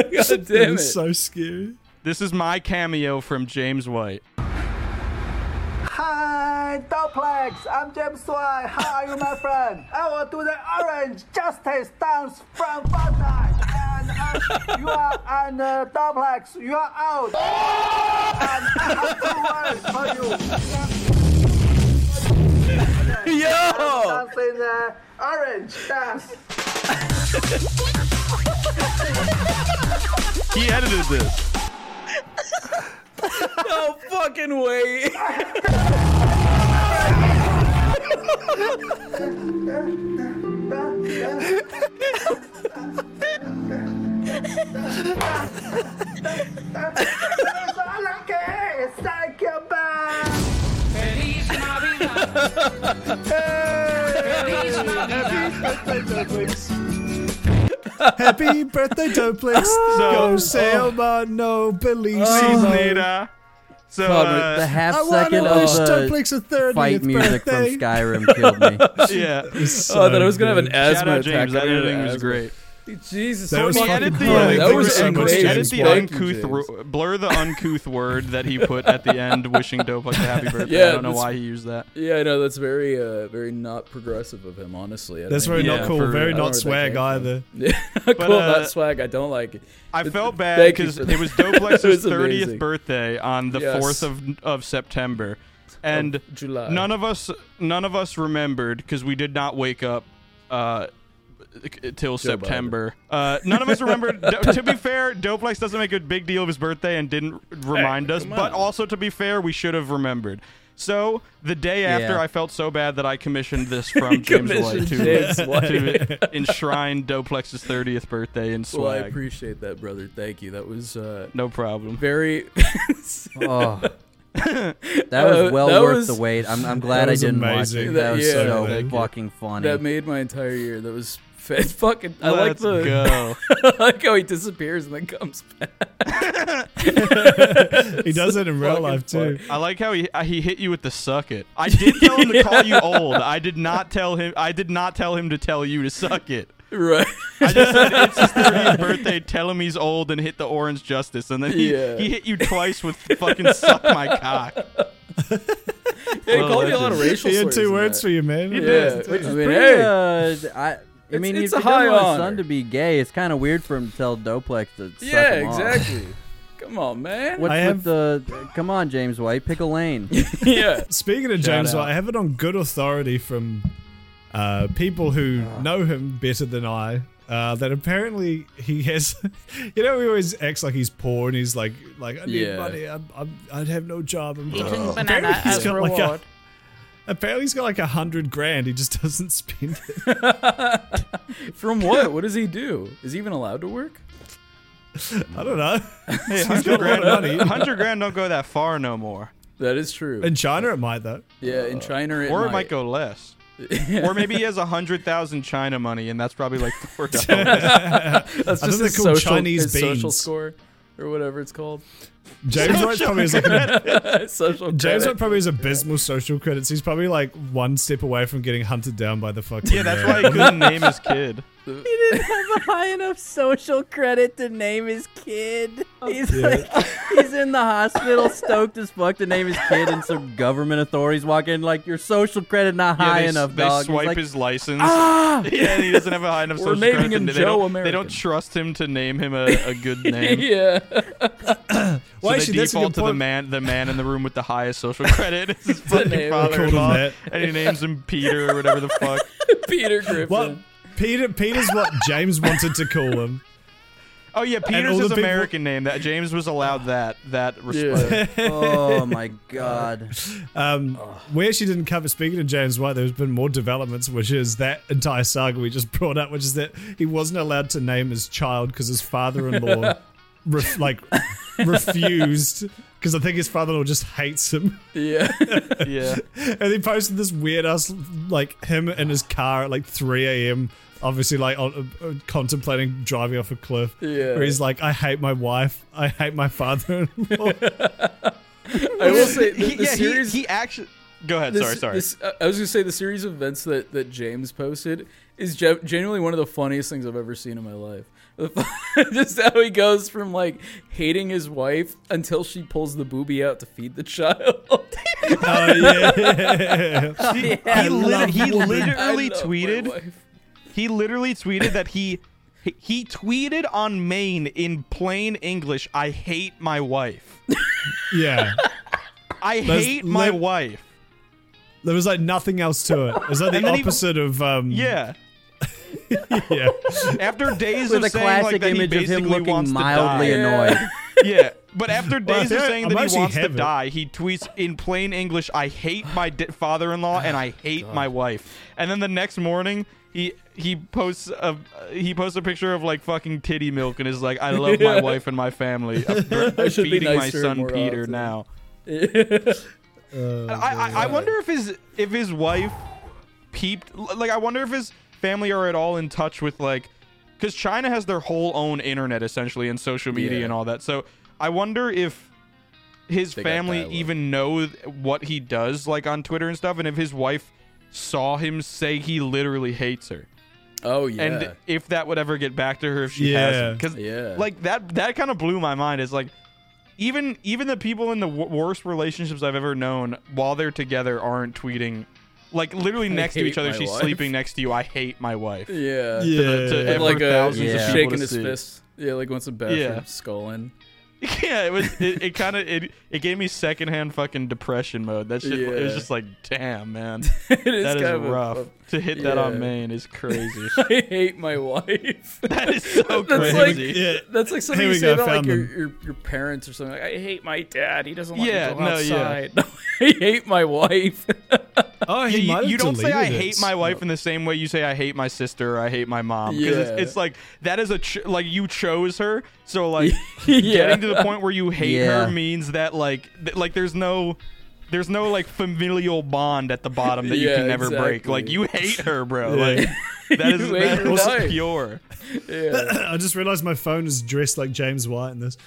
Speaker 2: damn it.
Speaker 6: is so scary.
Speaker 4: This is my cameo from James White.
Speaker 12: Hi, Doplex. I'm James White. How are you, my friend? I will do the Orange Justice dance from Fortnite, and I'm you are an uh, duplex. You are out. and I have two words for you.
Speaker 8: Yo!
Speaker 12: That's in uh, orange. Yes.
Speaker 4: He edited this.
Speaker 8: no fucking way.
Speaker 6: Happy birthday, Doplex. Go Selma, no
Speaker 2: Oh.
Speaker 6: Bellissimo.
Speaker 4: So
Speaker 5: God,
Speaker 4: uh,
Speaker 5: the half
Speaker 6: I wanna
Speaker 5: second
Speaker 6: wish
Speaker 5: of the
Speaker 6: Doplex a 30th
Speaker 5: fight music
Speaker 6: birthday.
Speaker 5: from Skyrim killed me.
Speaker 4: yeah.
Speaker 2: oh, I thought I was gonna have an
Speaker 4: Shout
Speaker 2: asthma
Speaker 4: out
Speaker 2: attack.
Speaker 4: James. That editing was great.
Speaker 2: Jesus, oh
Speaker 4: That was
Speaker 2: fucking
Speaker 4: edit the,
Speaker 2: funny.
Speaker 4: uh,
Speaker 2: that was
Speaker 4: edit
Speaker 2: amazing.
Speaker 4: the
Speaker 2: Thank you,
Speaker 4: uncouth
Speaker 2: James.
Speaker 4: ro- blur the uncouth word that he put at the end, wishing Dope like a happy birthday. I don't know
Speaker 2: that's-
Speaker 4: why he used that.
Speaker 2: Yeah, I know that's very, uh, very not progressive of him. Honestly, I
Speaker 6: That's
Speaker 2: think-
Speaker 6: very not
Speaker 2: yeah,
Speaker 6: cool.
Speaker 2: for-
Speaker 6: very
Speaker 2: I don't
Speaker 6: not
Speaker 2: know
Speaker 6: swag
Speaker 2: where
Speaker 6: either.
Speaker 2: that came from.
Speaker 4: But,
Speaker 2: cool,
Speaker 4: uh,
Speaker 2: not swag. I don't like it.
Speaker 4: I
Speaker 2: It-
Speaker 4: felt
Speaker 2: thank
Speaker 4: bad
Speaker 2: you
Speaker 4: because
Speaker 2: for
Speaker 4: it
Speaker 2: that.
Speaker 4: was
Speaker 2: It
Speaker 4: Doplex's
Speaker 2: was amazing.
Speaker 4: thirtieth birthday on the
Speaker 2: Yes.
Speaker 4: fourth of of September, and
Speaker 2: July.
Speaker 4: None of us, none of us remembered because we did not wake up uh, till
Speaker 2: Joe Biden.
Speaker 4: September. Uh, none of us remembered. Do- to be fair, Doplex doesn't make a big deal of his birthday and didn't remind us. But also, to be fair, we should have remembered. So the day after,
Speaker 2: Yeah.
Speaker 4: I felt so bad that I commissioned this from James White
Speaker 2: Commissioned
Speaker 4: to,
Speaker 2: James White.
Speaker 4: to enshrine Doplex's thirtieth birthday in swag.
Speaker 2: Well, I appreciate that, brother. Thank you. That was uh,
Speaker 4: no problem.
Speaker 2: Very.
Speaker 5: Oh. That was
Speaker 2: Uh,
Speaker 5: well worth the wait. I'm- I'm glad That I was didn't watch it. amazing. That was so
Speaker 2: thank you.
Speaker 5: fucking funny.
Speaker 2: That made my entire year. That was fa- fucking. I like
Speaker 4: Let's
Speaker 2: the.
Speaker 4: go.
Speaker 2: I like how he disappears and then comes back.
Speaker 6: He does it in real life too.
Speaker 4: I like how he uh, he hit you with the suck it. I did tell him to call you old. I did not tell him. I did not tell him to tell you to suck it.
Speaker 2: Right.
Speaker 4: I just said it's his 30th birthday. Tell him he's old and hit the orange justice, and then he,
Speaker 2: Yeah.
Speaker 4: he hit you twice with fucking suck my cock.
Speaker 2: Hey,
Speaker 4: Well,
Speaker 2: called you a lot of
Speaker 4: legend.
Speaker 2: racial
Speaker 6: He had
Speaker 2: slurs
Speaker 6: two
Speaker 2: in
Speaker 6: words
Speaker 2: that.
Speaker 6: for you, man. He
Speaker 2: yeah,
Speaker 6: did.
Speaker 2: which is
Speaker 5: I mean,
Speaker 2: pretty,
Speaker 5: hey,
Speaker 2: uh,
Speaker 5: uh, I, I
Speaker 2: it's-
Speaker 5: mean,
Speaker 2: it's
Speaker 5: if
Speaker 2: a
Speaker 5: you
Speaker 2: high
Speaker 5: don't want his
Speaker 2: honor.
Speaker 5: son to be gay, it's kind of weird for him to tell Doplex to suck him
Speaker 2: yeah,
Speaker 5: off.
Speaker 2: exactly. Come on, man.
Speaker 5: What's with the? Come on, James White, pick a lane.
Speaker 2: yeah.
Speaker 6: Speaking of
Speaker 5: Shout
Speaker 6: James
Speaker 5: out.
Speaker 6: White, I have it on good authority from uh, people who know him better than I. Uh, that apparently he has, you know, he always acts like he's poor and he's like, like I need
Speaker 2: Yeah.
Speaker 6: money. I'm, I'm, I'd have no job. I'm
Speaker 8: Eating
Speaker 6: done."
Speaker 8: banana
Speaker 6: Apparently he's
Speaker 8: as
Speaker 6: got
Speaker 8: reward.
Speaker 6: Like a, apparently he's got like a hundred grand. He just doesn't spend it.
Speaker 2: From what? What does he do? Is he even allowed to work?
Speaker 6: I don't know.
Speaker 4: Hey,
Speaker 6: He's
Speaker 4: hundred
Speaker 6: got a lot
Speaker 4: grand,
Speaker 6: of money.
Speaker 4: hundred grand don't go that far no more.
Speaker 2: That is true.
Speaker 6: In China, it might though.
Speaker 2: yeah, in China, it
Speaker 4: or
Speaker 2: might.
Speaker 4: it might go less. or maybe he has a hundred thousand China money, and that's probably like four dollars.
Speaker 2: That's
Speaker 6: I
Speaker 2: just
Speaker 6: think
Speaker 2: his
Speaker 6: they call 'em
Speaker 2: social,
Speaker 6: Chinese
Speaker 2: his social
Speaker 6: beans.
Speaker 2: score or whatever it's called.
Speaker 6: James White's probably is like a
Speaker 2: social
Speaker 6: James White
Speaker 2: credit.
Speaker 6: probably has abysmal social credits. He's probably like one step away from getting hunted down by the fucking.
Speaker 4: yeah, that's
Speaker 6: uh,
Speaker 4: why he couldn't name his kid.
Speaker 8: He didn't have a high enough social credit to name his kid.
Speaker 9: Oh,
Speaker 5: He's like, he's in the hospital, stoked as fuck to name his kid, and some government authorities walk in like, your social credit not
Speaker 4: Yeah,
Speaker 5: high
Speaker 4: they, s-
Speaker 5: enough,
Speaker 4: they
Speaker 5: dog. He's
Speaker 4: swipe
Speaker 5: like,
Speaker 4: his license.
Speaker 5: "Ah!"
Speaker 4: Yeah, and he doesn't have a high enough
Speaker 2: We're
Speaker 4: social
Speaker 2: naming
Speaker 4: credit.
Speaker 2: him
Speaker 4: they,
Speaker 2: Joe
Speaker 4: don't, they
Speaker 2: American.
Speaker 4: don't trust him to name him a, a good name.
Speaker 2: yeah.
Speaker 4: So
Speaker 6: Well,
Speaker 4: they
Speaker 6: actually, that's a
Speaker 4: default
Speaker 6: good
Speaker 4: to the
Speaker 6: point.
Speaker 4: man, the man in the room with the highest social credit. It's his fucking
Speaker 2: name. We called
Speaker 6: him
Speaker 4: father-in-law,
Speaker 6: that.
Speaker 4: and he names him Peter or whatever the fuck.
Speaker 2: Peter Griffin.
Speaker 6: Well, Peter Peter's what James wanted to call him.
Speaker 4: Oh yeah, Peter's
Speaker 6: all the
Speaker 4: his
Speaker 6: people-
Speaker 4: American name. That James was allowed that that respect.
Speaker 5: oh my god.
Speaker 6: Um, we actually didn't cover. Speaking of James White, there's been more developments, which is that entire saga we just brought up, which is that he wasn't allowed to name his child because his father-in-law, ref, like, refused. Because I think his father-in-law just hates him.
Speaker 2: yeah.
Speaker 4: Yeah,
Speaker 6: and he posted this weird ass like him in his car at like 3 a.m obviously like on, uh, uh, contemplating driving off a cliff
Speaker 2: Yeah.
Speaker 6: where he's like i hate my wife i hate my father-in-law
Speaker 2: I will say the,
Speaker 4: He-
Speaker 2: the
Speaker 4: yeah, he,
Speaker 2: series.
Speaker 4: he actually. Go ahead.
Speaker 2: the
Speaker 4: sorry,
Speaker 2: s-
Speaker 4: sorry.
Speaker 2: the s- I- I was gonna say the series of events that, that James posted is ge- genuinely one of the funniest things I've ever seen in my life. The fu- Just how he goes from like hating his wife until she pulls the booby out to feed the child.
Speaker 6: oh yeah
Speaker 4: he, lit- he
Speaker 2: I love
Speaker 4: literally
Speaker 2: my
Speaker 4: tweeted.
Speaker 2: wife.
Speaker 4: He literally tweeted that he He, he tweeted on Maine in plain English, "I hate my wife."
Speaker 6: Yeah.
Speaker 4: I
Speaker 6: There's
Speaker 4: hate my
Speaker 6: lit-
Speaker 4: wife.
Speaker 6: There was like nothing else to it. It was like
Speaker 4: And
Speaker 6: the
Speaker 4: then he-
Speaker 6: opposite of um
Speaker 4: Yeah.
Speaker 6: yeah.
Speaker 4: After days
Speaker 9: With
Speaker 4: of
Speaker 9: a
Speaker 4: saying
Speaker 9: classic
Speaker 4: like that,
Speaker 9: image
Speaker 4: he
Speaker 9: of him
Speaker 4: basically
Speaker 9: looking
Speaker 4: wants
Speaker 9: mildly
Speaker 4: to die.
Speaker 9: annoyed.
Speaker 4: yeah, but after
Speaker 6: Well, I
Speaker 4: days
Speaker 6: think
Speaker 4: of
Speaker 6: I-
Speaker 4: saying
Speaker 6: I
Speaker 4: that he
Speaker 6: mostly
Speaker 4: wants to
Speaker 6: have it.
Speaker 4: die, he tweets in plain English, "I hate my di- father-in-law and I hate my wife." And then the next morning, he he posts a he posts a picture of like fucking titty milk and is like, "I love my
Speaker 2: Yeah.
Speaker 4: wife and my family. I'm,
Speaker 2: I should be
Speaker 4: feeding my
Speaker 2: nicer
Speaker 4: son
Speaker 2: more
Speaker 4: Peter
Speaker 2: often."
Speaker 4: now."
Speaker 6: Uh,
Speaker 4: I, I, I wonder if his if his wife peeped. Like, I wonder if his family are at all in touch with like, because China has their whole own internet essentially and social media
Speaker 2: Yeah.
Speaker 4: and all that. So I wonder if his
Speaker 2: They got
Speaker 4: family
Speaker 2: dial-up.
Speaker 4: even know th- what he does like on Twitter and stuff, and if his wife saw him say he literally hates her.
Speaker 2: Oh yeah.
Speaker 4: And if that would ever get back to her if she
Speaker 6: Yeah.
Speaker 4: hasn't, because
Speaker 2: Yeah.
Speaker 4: like that that kind of blew my mind. Is like even even the people in the w- worst relationships I've ever known, while they're together, aren't tweeting. Like literally
Speaker 2: I
Speaker 4: next to
Speaker 2: hate
Speaker 4: each other,
Speaker 2: my
Speaker 4: she's
Speaker 2: wife.
Speaker 4: sleeping next to you. I hate my wife.
Speaker 2: yeah.
Speaker 6: Yeah.
Speaker 4: To, to
Speaker 6: With
Speaker 4: ever
Speaker 2: like a
Speaker 4: thousands of
Speaker 9: yeah.
Speaker 4: people
Speaker 2: shaking
Speaker 4: to
Speaker 2: his
Speaker 4: see.
Speaker 2: fist. Yeah, like wants a bathroom
Speaker 4: Yeah.
Speaker 2: skulling.
Speaker 4: Yeah, it was. It, it kind of it, it gave me secondhand fucking depression mode. That shit. It was
Speaker 2: Yeah.
Speaker 4: just like, damn, man,
Speaker 2: It is
Speaker 4: that is
Speaker 2: kind of a-
Speaker 4: rough. to hit that
Speaker 2: yeah.
Speaker 4: on Maine is crazy.
Speaker 2: I hate my wife.
Speaker 4: that is so
Speaker 2: that's
Speaker 4: crazy.
Speaker 2: like
Speaker 6: Yeah.
Speaker 2: that's like something
Speaker 6: Here
Speaker 2: you
Speaker 6: we
Speaker 2: say
Speaker 6: go,
Speaker 2: about like
Speaker 6: found
Speaker 2: your,
Speaker 6: them.
Speaker 2: your your parents or something. Like I hate my dad. He doesn't let
Speaker 4: Yeah,
Speaker 2: me go
Speaker 4: no, yeah.
Speaker 2: outside. I hate my wife.
Speaker 6: Oh,
Speaker 4: Yeah,
Speaker 6: he might
Speaker 4: you,
Speaker 6: have
Speaker 4: you don't say I
Speaker 6: deleted it.
Speaker 4: hate my wife in the same way you say I hate my sister or I hate my mom. Because it's,
Speaker 2: Yeah.
Speaker 4: it's like that is a ch- like you chose her, so like
Speaker 2: Yeah.
Speaker 4: getting to the point where you hate
Speaker 9: Yeah.
Speaker 4: her means that like th- like there's no there's no like familial bond at the bottom that you
Speaker 2: Yeah,
Speaker 4: can never break.
Speaker 2: exactly.
Speaker 4: Like you hate her, bro.
Speaker 6: Yeah.
Speaker 4: Like that is
Speaker 2: You hate
Speaker 4: that
Speaker 2: your
Speaker 4: is
Speaker 2: wife.
Speaker 4: pure.
Speaker 2: yeah.
Speaker 6: I just realized my phone is dressed like James White in this.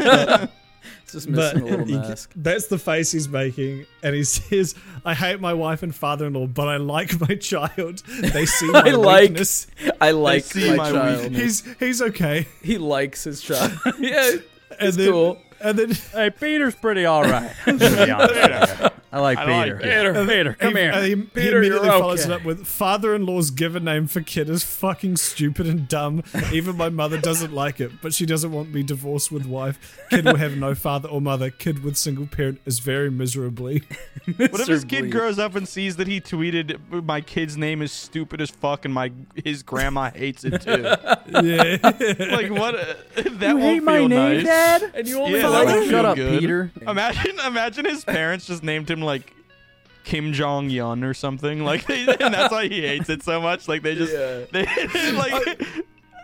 Speaker 2: It's just
Speaker 6: But
Speaker 2: missing a little
Speaker 6: he-
Speaker 2: mask.
Speaker 6: that's the face he's making, and he says, "I hate my wife and father-in-law, but I like my child. They see my
Speaker 2: I like-
Speaker 6: weakness.
Speaker 2: I like
Speaker 4: see
Speaker 2: my,
Speaker 4: my
Speaker 2: child.
Speaker 4: weakness.
Speaker 6: He's he's okay."
Speaker 2: He likes his child. yeah.
Speaker 6: And
Speaker 2: It's
Speaker 6: then,
Speaker 2: cool.
Speaker 6: and then
Speaker 9: Hey, Peter's pretty all right. to be honest. I like Peter.
Speaker 2: Peter, Peter, come
Speaker 6: he,
Speaker 2: here.
Speaker 6: uh, he- he
Speaker 2: Peter, you're
Speaker 6: immediately follows
Speaker 2: okay.
Speaker 6: it up with father-in-law's given name for kid is fucking stupid and dumb. Even my mother doesn't like it, but she doesn't want me divorced with wife. Kid will have no father or mother. Kid with single parent is very miserably.
Speaker 4: What if his kid
Speaker 2: Miserably.
Speaker 4: grows up and sees that he tweeted my kid's name is stupid as fuck and my his grandma hates it too?
Speaker 6: Yeah.
Speaker 4: like what? uh, that
Speaker 5: You
Speaker 4: won't
Speaker 5: hate my
Speaker 4: feel
Speaker 5: name,
Speaker 4: nice.
Speaker 5: Dad?
Speaker 2: And you only
Speaker 4: Yeah, that
Speaker 2: like
Speaker 4: would
Speaker 9: Father?
Speaker 4: feel
Speaker 9: Shut up,
Speaker 4: good.
Speaker 9: Peter.
Speaker 4: Imagine, imagine his parents just named him like Kim Jong Un or something. Like, they, and that's why he hates it so much. Like, they just
Speaker 2: Yeah.
Speaker 4: they like.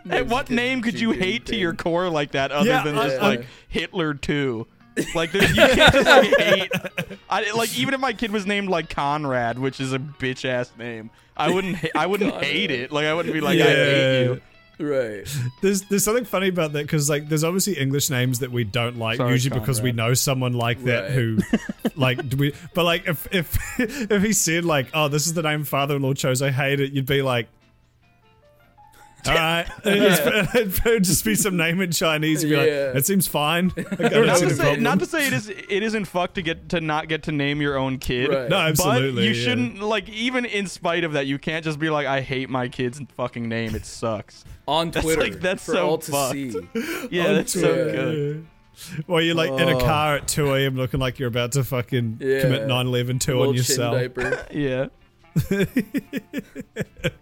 Speaker 4: Hey, what
Speaker 2: Kim
Speaker 4: name could you hate to
Speaker 2: Jinping.
Speaker 4: your core like that other
Speaker 6: Yeah,
Speaker 4: than
Speaker 6: I-
Speaker 4: just
Speaker 2: I-
Speaker 4: like Hitler too? Like there's you can't just like hate. I, like even if my kid was named like Conrad, which is a bitch ass name, I wouldn't ha- I wouldn't hate it. Like I wouldn't be like I hate you.
Speaker 2: Right.
Speaker 6: There's there's something funny about that because like there's obviously English names that we don't like
Speaker 4: Sorry,
Speaker 6: usually because we know someone like that
Speaker 2: Right.
Speaker 6: who like do we but like if if if he said like oh this is the name father-in-law chose I hate it you'd be like all right It's- it would just be some name in Chinese you'd be
Speaker 2: Yeah.
Speaker 6: like it seems fine I don't
Speaker 4: Not
Speaker 6: see
Speaker 4: to,
Speaker 6: the
Speaker 4: say,
Speaker 6: problem
Speaker 4: not to say it is it isn't fucked to get to not get to name your own kid.
Speaker 2: Right.
Speaker 6: no absolutely
Speaker 4: But you
Speaker 6: yeah.
Speaker 4: shouldn't like even in spite of that, you can't just be like, I hate my kid's fucking name. It sucks.
Speaker 2: On
Speaker 4: That's
Speaker 2: Twitter.
Speaker 4: like- that's
Speaker 2: for
Speaker 4: so
Speaker 2: all to
Speaker 4: fucked.
Speaker 2: see.
Speaker 4: Yeah,
Speaker 6: On
Speaker 4: that's so
Speaker 2: Twitter.
Speaker 4: good. Oh.
Speaker 6: Or you're like in a car at 2 a.m. looking like you're about to fucking
Speaker 2: Yeah.
Speaker 6: commit 9 11 2
Speaker 2: Little
Speaker 6: on
Speaker 2: chin
Speaker 6: yourself.
Speaker 2: diaper.
Speaker 4: Yeah.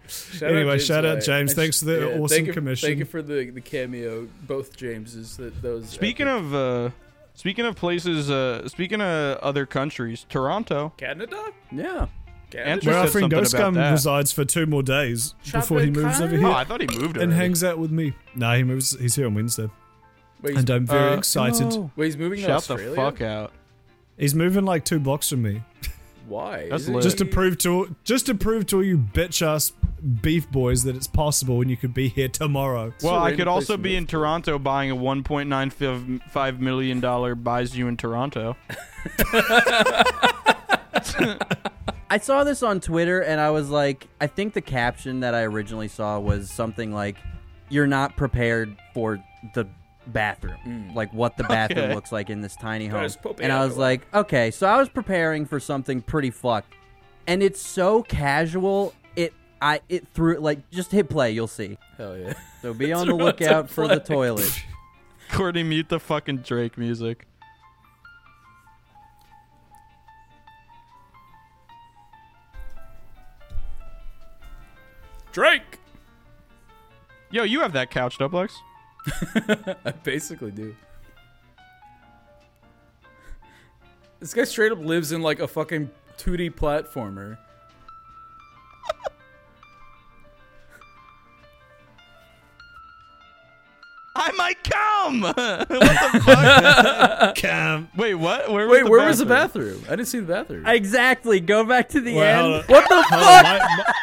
Speaker 2: Shout
Speaker 6: Anyway,
Speaker 2: James
Speaker 6: shout out,
Speaker 2: White.
Speaker 6: James.
Speaker 2: I
Speaker 6: Thanks for the
Speaker 2: thank
Speaker 6: awesome
Speaker 2: you-
Speaker 6: commission.
Speaker 2: Thank you for the, the cameo, both Jameses. That those.
Speaker 4: Speaking
Speaker 2: epic.
Speaker 4: of uh speaking of places uh speaking of other countries, Toronto.
Speaker 2: Canada,
Speaker 9: Yeah.
Speaker 4: Andrew
Speaker 6: Where our
Speaker 4: said
Speaker 6: friend
Speaker 4: something
Speaker 6: Ghost
Speaker 4: about
Speaker 6: Gum
Speaker 4: that.
Speaker 6: resides for two more days before he moves over here
Speaker 4: Oh, I thought he moved
Speaker 6: and
Speaker 4: already.
Speaker 6: hangs out with me. Nah, he moves. He's here on Wednesday,
Speaker 2: wait, he's,
Speaker 6: and I'm very
Speaker 4: Uh,
Speaker 6: excited.
Speaker 9: No.
Speaker 2: wait, he's moving to
Speaker 4: Shout the
Speaker 2: Australia.
Speaker 4: fuck out.
Speaker 6: He's moving like two blocks from me,
Speaker 2: Why?
Speaker 4: That's
Speaker 2: Isn't
Speaker 4: lit.
Speaker 6: just to
Speaker 2: he-
Speaker 6: prove to just to prove to all you bitch ass beef boys that it's possible and you could be here tomorrow.
Speaker 2: a
Speaker 4: Well, I
Speaker 2: random
Speaker 4: could
Speaker 2: place
Speaker 4: also
Speaker 2: to
Speaker 4: be
Speaker 2: move
Speaker 4: in
Speaker 2: to.
Speaker 4: Toronto buying a 1.95 million dollar buys you in Toronto.
Speaker 9: I saw this on Twitter and I was like, I think the caption that I originally saw was something like, You're not prepared for the bathroom. Like what the bathroom
Speaker 4: Okay.
Speaker 9: looks like in this tiny home.
Speaker 2: There's poopy
Speaker 9: And I was
Speaker 2: everywhere.
Speaker 9: like, Okay, so I was preparing for something pretty fucked. And it's so casual, it
Speaker 5: I it threw like just hit play, you'll see.
Speaker 2: Hell yeah.
Speaker 5: So be on the lookout for the toilet.
Speaker 4: Courtney, mute the fucking Drake music.
Speaker 2: Drake.
Speaker 4: Yo, you have that couch, Dublex.
Speaker 2: I basically do. This guy straight up lives in like a fucking 2D platformer.
Speaker 13: I might come. what the fuck?
Speaker 6: come.
Speaker 4: Wait, what? Where was
Speaker 2: Wait,
Speaker 4: the
Speaker 2: where
Speaker 4: bathroom?
Speaker 6: Oh,
Speaker 2: was the bathroom? I didn't see the bathroom.
Speaker 5: Exactly. Go back to the
Speaker 2: Wait, hold
Speaker 5: end.
Speaker 2: on.
Speaker 5: What the
Speaker 2: Hold on,
Speaker 5: fuck?
Speaker 2: my-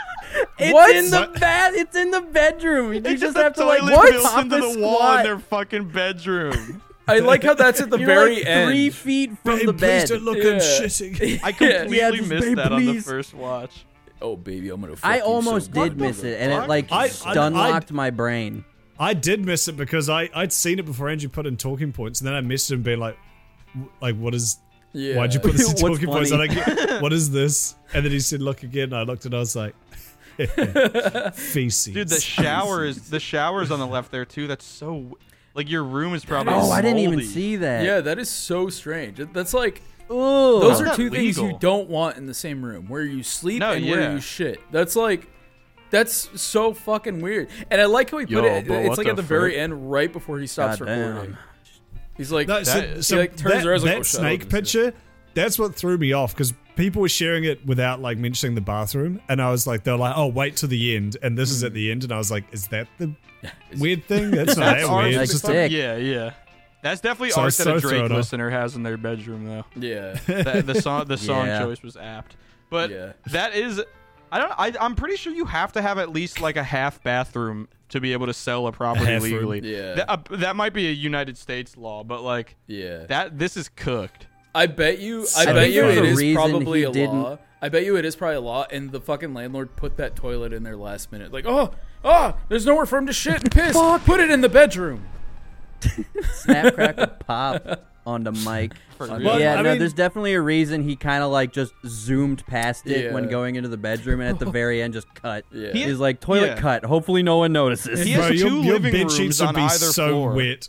Speaker 5: It's
Speaker 2: What?
Speaker 5: in the
Speaker 2: What?
Speaker 5: bath. It's in the bedroom. You just have to like
Speaker 4: toilet built
Speaker 5: pop
Speaker 4: into
Speaker 5: a
Speaker 4: the wall in
Speaker 5: squat.
Speaker 4: their fucking bedroom.
Speaker 2: I like how that's at the
Speaker 5: You're
Speaker 2: very
Speaker 5: like
Speaker 2: end.
Speaker 5: Three feet from
Speaker 6: Babe,
Speaker 5: the
Speaker 6: please
Speaker 5: bed.
Speaker 6: don't look, I'm
Speaker 2: Yeah.
Speaker 6: shitting.
Speaker 4: I completely
Speaker 5: Yeah, just,
Speaker 4: missed
Speaker 5: babe,
Speaker 4: that on the
Speaker 5: please.
Speaker 4: first watch.
Speaker 2: Oh baby, I'm gonna. Fuck
Speaker 5: I
Speaker 2: you so
Speaker 5: almost
Speaker 2: good.
Speaker 5: did miss it, and it like
Speaker 6: I- I-
Speaker 5: stunlocked my brain.
Speaker 6: I did miss it because I I'd seen it before Andrew put in talking points, and then I missed him being like, w- like what is?
Speaker 2: Yeah.
Speaker 6: Why'd you put this in
Speaker 5: What's
Speaker 6: talking points? And I
Speaker 5: funny?
Speaker 6: get, what is this? And then he said, look again. And I looked and I was like, feces.
Speaker 4: Dude, the shower is the shower's on the left there too. That's so w- like your room is probably.
Speaker 5: Oh, I didn't even
Speaker 4: moldy.
Speaker 5: see that.
Speaker 2: Yeah, that is so strange. It- That's like
Speaker 5: Ooh.
Speaker 2: those
Speaker 4: How's
Speaker 2: are
Speaker 4: that
Speaker 2: two things you
Speaker 4: legal?
Speaker 2: don't want in the same room, where you sleep
Speaker 4: No,
Speaker 2: and
Speaker 4: yeah.
Speaker 2: where you shit. That's like that's so fucking weird. And I like how he
Speaker 4: Yo,
Speaker 2: put it.
Speaker 4: bro,
Speaker 2: It's
Speaker 4: what
Speaker 2: like
Speaker 4: the
Speaker 2: at the very
Speaker 4: frick?
Speaker 2: end, right before he stops
Speaker 5: God damn.
Speaker 2: recording. He's like,
Speaker 6: No, so,
Speaker 2: he
Speaker 6: so
Speaker 2: like turns
Speaker 6: that,
Speaker 2: around, he's like, "Oh,
Speaker 6: that
Speaker 2: shit, I love
Speaker 6: snake
Speaker 2: this shit."
Speaker 6: picture, that's what threw me off because people were sharing it without like mentioning the bathroom, and I was like, they're like, oh, wait to the end, and this is at the end, and I was like, is that the weird thing? That's not
Speaker 4: That's
Speaker 6: that
Speaker 4: art
Speaker 6: weird.
Speaker 4: that
Speaker 6: It's just
Speaker 5: Like
Speaker 6: a-
Speaker 5: dick.
Speaker 4: Yeah, yeah. That's definitely
Speaker 6: So I
Speaker 4: art
Speaker 6: was
Speaker 4: that
Speaker 6: so
Speaker 4: a Drake
Speaker 6: thrown off.
Speaker 4: listener has in their bedroom though.
Speaker 2: Yeah.
Speaker 4: That, the song the song
Speaker 5: Yeah.
Speaker 4: choice was apt, but
Speaker 2: Yeah.
Speaker 4: that is. I don't. I, I'm pretty sure you have to have at least like a half bathroom to be able to sell a property
Speaker 6: half room.
Speaker 4: legally.
Speaker 2: Yeah.
Speaker 4: That, uh, that might be a United States law, but like
Speaker 2: Yeah.
Speaker 4: that. This is cooked.
Speaker 2: I bet you.
Speaker 6: So
Speaker 2: I bet
Speaker 6: think
Speaker 2: you
Speaker 6: there's
Speaker 2: it
Speaker 6: a
Speaker 2: is
Speaker 5: reason
Speaker 2: probably
Speaker 5: he
Speaker 2: a law.
Speaker 5: didn't-
Speaker 2: I bet you it is probably a law, and the fucking landlord put that toilet in there last minute. Like, oh, oh, there's nowhere for him to shit and piss. Put it in the bedroom.
Speaker 5: Snap, crackle, pop on the mic.
Speaker 6: real.
Speaker 5: yeah,
Speaker 6: Well, I
Speaker 5: no,
Speaker 6: mean-
Speaker 5: there's definitely a reason he kind of like just zoomed past it when
Speaker 2: Yeah.
Speaker 5: going into the bedroom, and at the very end just cut.
Speaker 2: Yeah.
Speaker 5: He's like toilet
Speaker 4: Yeah.
Speaker 5: cut. Hopefully, no one notices.
Speaker 4: He
Speaker 6: Bro,
Speaker 4: has
Speaker 6: your,
Speaker 4: two
Speaker 6: your
Speaker 4: living
Speaker 6: bed
Speaker 4: rooms
Speaker 6: sheets
Speaker 4: on
Speaker 6: would be
Speaker 4: either
Speaker 6: so
Speaker 4: floor.
Speaker 6: wet.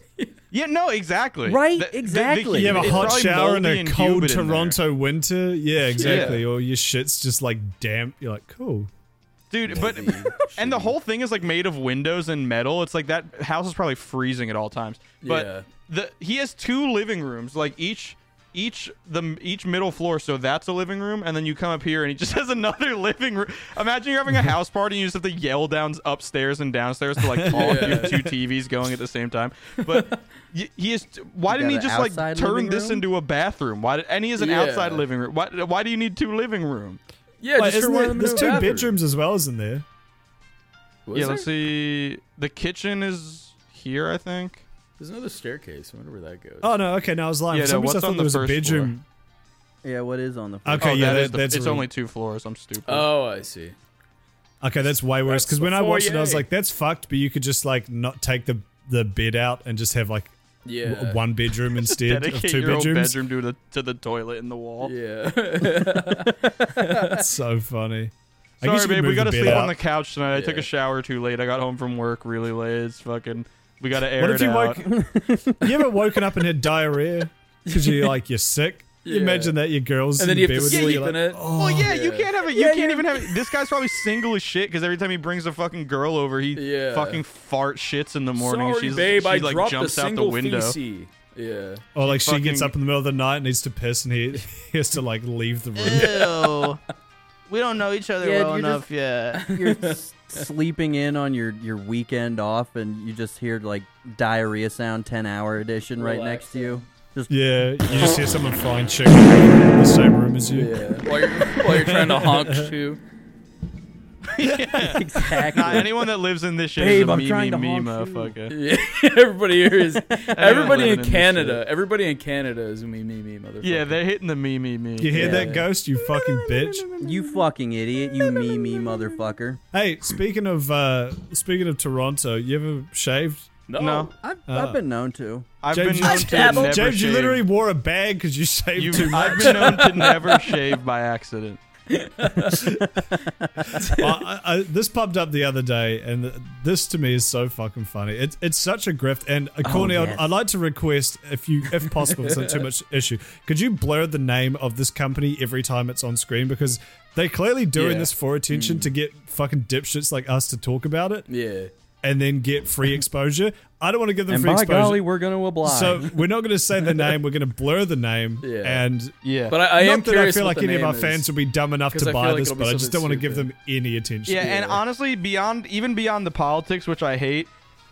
Speaker 4: Yeah, no, exactly.
Speaker 5: Right,
Speaker 4: The- the- the
Speaker 5: exactly.
Speaker 4: heat
Speaker 6: You have a
Speaker 4: is
Speaker 6: hot
Speaker 4: probably
Speaker 6: shower in
Speaker 4: moldy
Speaker 6: a
Speaker 4: and
Speaker 6: cold
Speaker 4: humid in there.
Speaker 6: Toronto winter. Yeah, exactly. Or your shit's just like damp. You're like, cool.
Speaker 4: dude. But and the whole thing is like made of windows and metal. It's like that house is probably freezing at all times. But
Speaker 2: Yeah.
Speaker 4: the he has two living rooms, like each each the each middle floor. So that's a living room, and then you come up here, and he just has another living room. Imagine you're having a house party, and you just have to yell down upstairs and downstairs to like all
Speaker 2: Yeah.
Speaker 4: your two TVs going at the same time. But. y- He is. Why didn't he
Speaker 5: got an
Speaker 4: just like
Speaker 5: outside
Speaker 4: turn
Speaker 5: living
Speaker 4: this
Speaker 5: room?
Speaker 4: into a bathroom? Why? Did, and he has an
Speaker 2: Yeah.
Speaker 4: outside living room. Why? Why do you need two living rooms?
Speaker 2: Yeah, just
Speaker 6: Wait,
Speaker 2: for one
Speaker 6: isn't there-
Speaker 2: of them
Speaker 6: there's
Speaker 2: in
Speaker 6: two
Speaker 2: the bathroom.
Speaker 6: bedrooms as well, isn't there?
Speaker 2: Was
Speaker 4: yeah,
Speaker 2: there?
Speaker 4: let's see. The kitchen is here, I think.
Speaker 2: There's another staircase. I wonder where that goes.
Speaker 6: Oh no, okay, no, I was lying.
Speaker 4: Yeah,
Speaker 6: For
Speaker 4: no,
Speaker 6: some
Speaker 4: what's
Speaker 6: reason, I
Speaker 4: on
Speaker 6: thought
Speaker 4: the
Speaker 6: there was a
Speaker 4: first
Speaker 6: bedroom.
Speaker 5: Yeah, what is on the?
Speaker 6: Okay,
Speaker 4: oh, that
Speaker 6: yeah, that,
Speaker 4: is the,
Speaker 6: that's
Speaker 4: it's
Speaker 6: real.
Speaker 4: only two floors. I'm stupid.
Speaker 2: Oh, I see.
Speaker 6: Okay, that's way
Speaker 2: That's
Speaker 6: worse. Because when
Speaker 2: the
Speaker 6: I watched it, I was
Speaker 2: foyer.
Speaker 6: like, that's fucked. But you could just like not take the the bed out and just have like
Speaker 2: Yeah.
Speaker 6: w- one bedroom instead of
Speaker 4: Dedicate
Speaker 6: two
Speaker 4: your own
Speaker 6: bedrooms.
Speaker 4: bedroom to the to the toilet in the wall.
Speaker 2: Yeah.
Speaker 6: That's so funny. I
Speaker 4: Sorry,
Speaker 6: guess you could
Speaker 4: babe. We
Speaker 6: move the
Speaker 4: gotta
Speaker 6: bed
Speaker 4: sleep
Speaker 6: out.
Speaker 4: on the couch tonight. I took
Speaker 2: Yeah.
Speaker 4: a shower too late. I got home from work really late. It's fucking. We gotta air
Speaker 6: What
Speaker 4: it
Speaker 6: if you
Speaker 4: out.
Speaker 6: woke? you ever woken up and had diarrhea because you like you're sick? You
Speaker 2: Yeah.
Speaker 6: imagine that your girls
Speaker 2: and then
Speaker 6: in
Speaker 2: you
Speaker 6: bed
Speaker 2: have to
Speaker 6: with oh. you,
Speaker 2: sleep
Speaker 6: you're
Speaker 2: in
Speaker 6: like,
Speaker 2: it.
Speaker 4: well, yeah, you
Speaker 2: Oh, Yeah.
Speaker 4: can't have it. You can't even have it. This guy's probably single as shit because every time he brings a fucking girl over, he
Speaker 2: Yeah.
Speaker 4: fucking fart shits in the morning. and
Speaker 2: Sorry,
Speaker 4: she's,
Speaker 2: babe.
Speaker 4: she,
Speaker 2: I
Speaker 4: like
Speaker 2: dropped
Speaker 4: jumps
Speaker 2: a
Speaker 4: out the
Speaker 2: single
Speaker 4: window.
Speaker 2: feces. Yeah.
Speaker 6: Or like she gets
Speaker 4: fucking-
Speaker 6: up in the middle of the night and needs to piss, and he, he has to like leave the room.
Speaker 14: Ew. we don't know each other
Speaker 5: Yeah,
Speaker 14: well
Speaker 5: you're
Speaker 14: enough
Speaker 5: just-
Speaker 14: yet.
Speaker 5: You're s- sleeping in on your your weekend off, and you just hear like diarrhea sound, ten hour edition, right next to you. Just
Speaker 6: Yeah, you just hear someone flying chicken in the same room as you.
Speaker 2: Yeah. while, you're, while you're trying to honk too.
Speaker 5: exactly.
Speaker 4: Nah, anyone that lives in this shit
Speaker 5: Babe,
Speaker 4: is a
Speaker 5: I'm
Speaker 4: me,
Speaker 5: trying
Speaker 4: me,
Speaker 5: to
Speaker 4: me,
Speaker 5: honk you.
Speaker 4: motherfucker.
Speaker 2: Yeah, everybody here is. Everybody
Speaker 4: living in
Speaker 2: in
Speaker 4: this
Speaker 2: Canada. Everybody in Canada is me, me, me, motherfucker.
Speaker 4: Yeah, they're hitting the me, me, me.
Speaker 6: You hear
Speaker 2: Yeah.
Speaker 6: that ghost, you fucking bitch.
Speaker 5: You fucking idiot, you me me motherfucker.
Speaker 6: Hey, speaking of uh speaking of Toronto, you ever shaved?
Speaker 2: no.
Speaker 4: No,
Speaker 5: I've,
Speaker 6: Ah.
Speaker 5: I've been known to.
Speaker 4: I've
Speaker 6: James,
Speaker 4: been known
Speaker 6: you-
Speaker 4: to never
Speaker 6: James, you
Speaker 4: shave.
Speaker 6: literally wore a bag because you shaved
Speaker 4: You-
Speaker 6: too much.
Speaker 4: I've been known to never shave by accident.
Speaker 6: well, I, I, this popped up the other day, and th- this to me is so fucking funny. It's it's such a grift. And uh,
Speaker 15: Oh,
Speaker 6: Corny,
Speaker 15: yes.
Speaker 6: I'd, I'd like to request, if you, if possible, it's not too much issue. Could you blur the name of this company every time it's on screen because they clearly doing
Speaker 2: Yeah. Mm.
Speaker 6: this for attention to get fucking dipshits like us to talk about it.
Speaker 2: Yeah.
Speaker 6: And then get free exposure. I don't want to give them
Speaker 2: And
Speaker 6: free
Speaker 2: by
Speaker 6: exposure.
Speaker 2: golly, we're gonna oblige.
Speaker 6: So we're not going to say the name. We're going to blur the name.
Speaker 2: Yeah.
Speaker 6: And
Speaker 2: Yeah. But I- I
Speaker 6: not
Speaker 2: am
Speaker 6: that
Speaker 2: curious
Speaker 6: I feel
Speaker 2: what
Speaker 6: like
Speaker 2: the
Speaker 6: any of
Speaker 2: name
Speaker 6: our
Speaker 2: is.
Speaker 6: fans would be dumb enough
Speaker 2: 'Cause I
Speaker 6: to
Speaker 2: feel
Speaker 6: buy
Speaker 2: like
Speaker 6: this,
Speaker 2: it'll be
Speaker 6: but I just
Speaker 2: something
Speaker 6: don't want to give them any attention.
Speaker 4: Yeah, and honestly, beyond even beyond the politics, which I hate,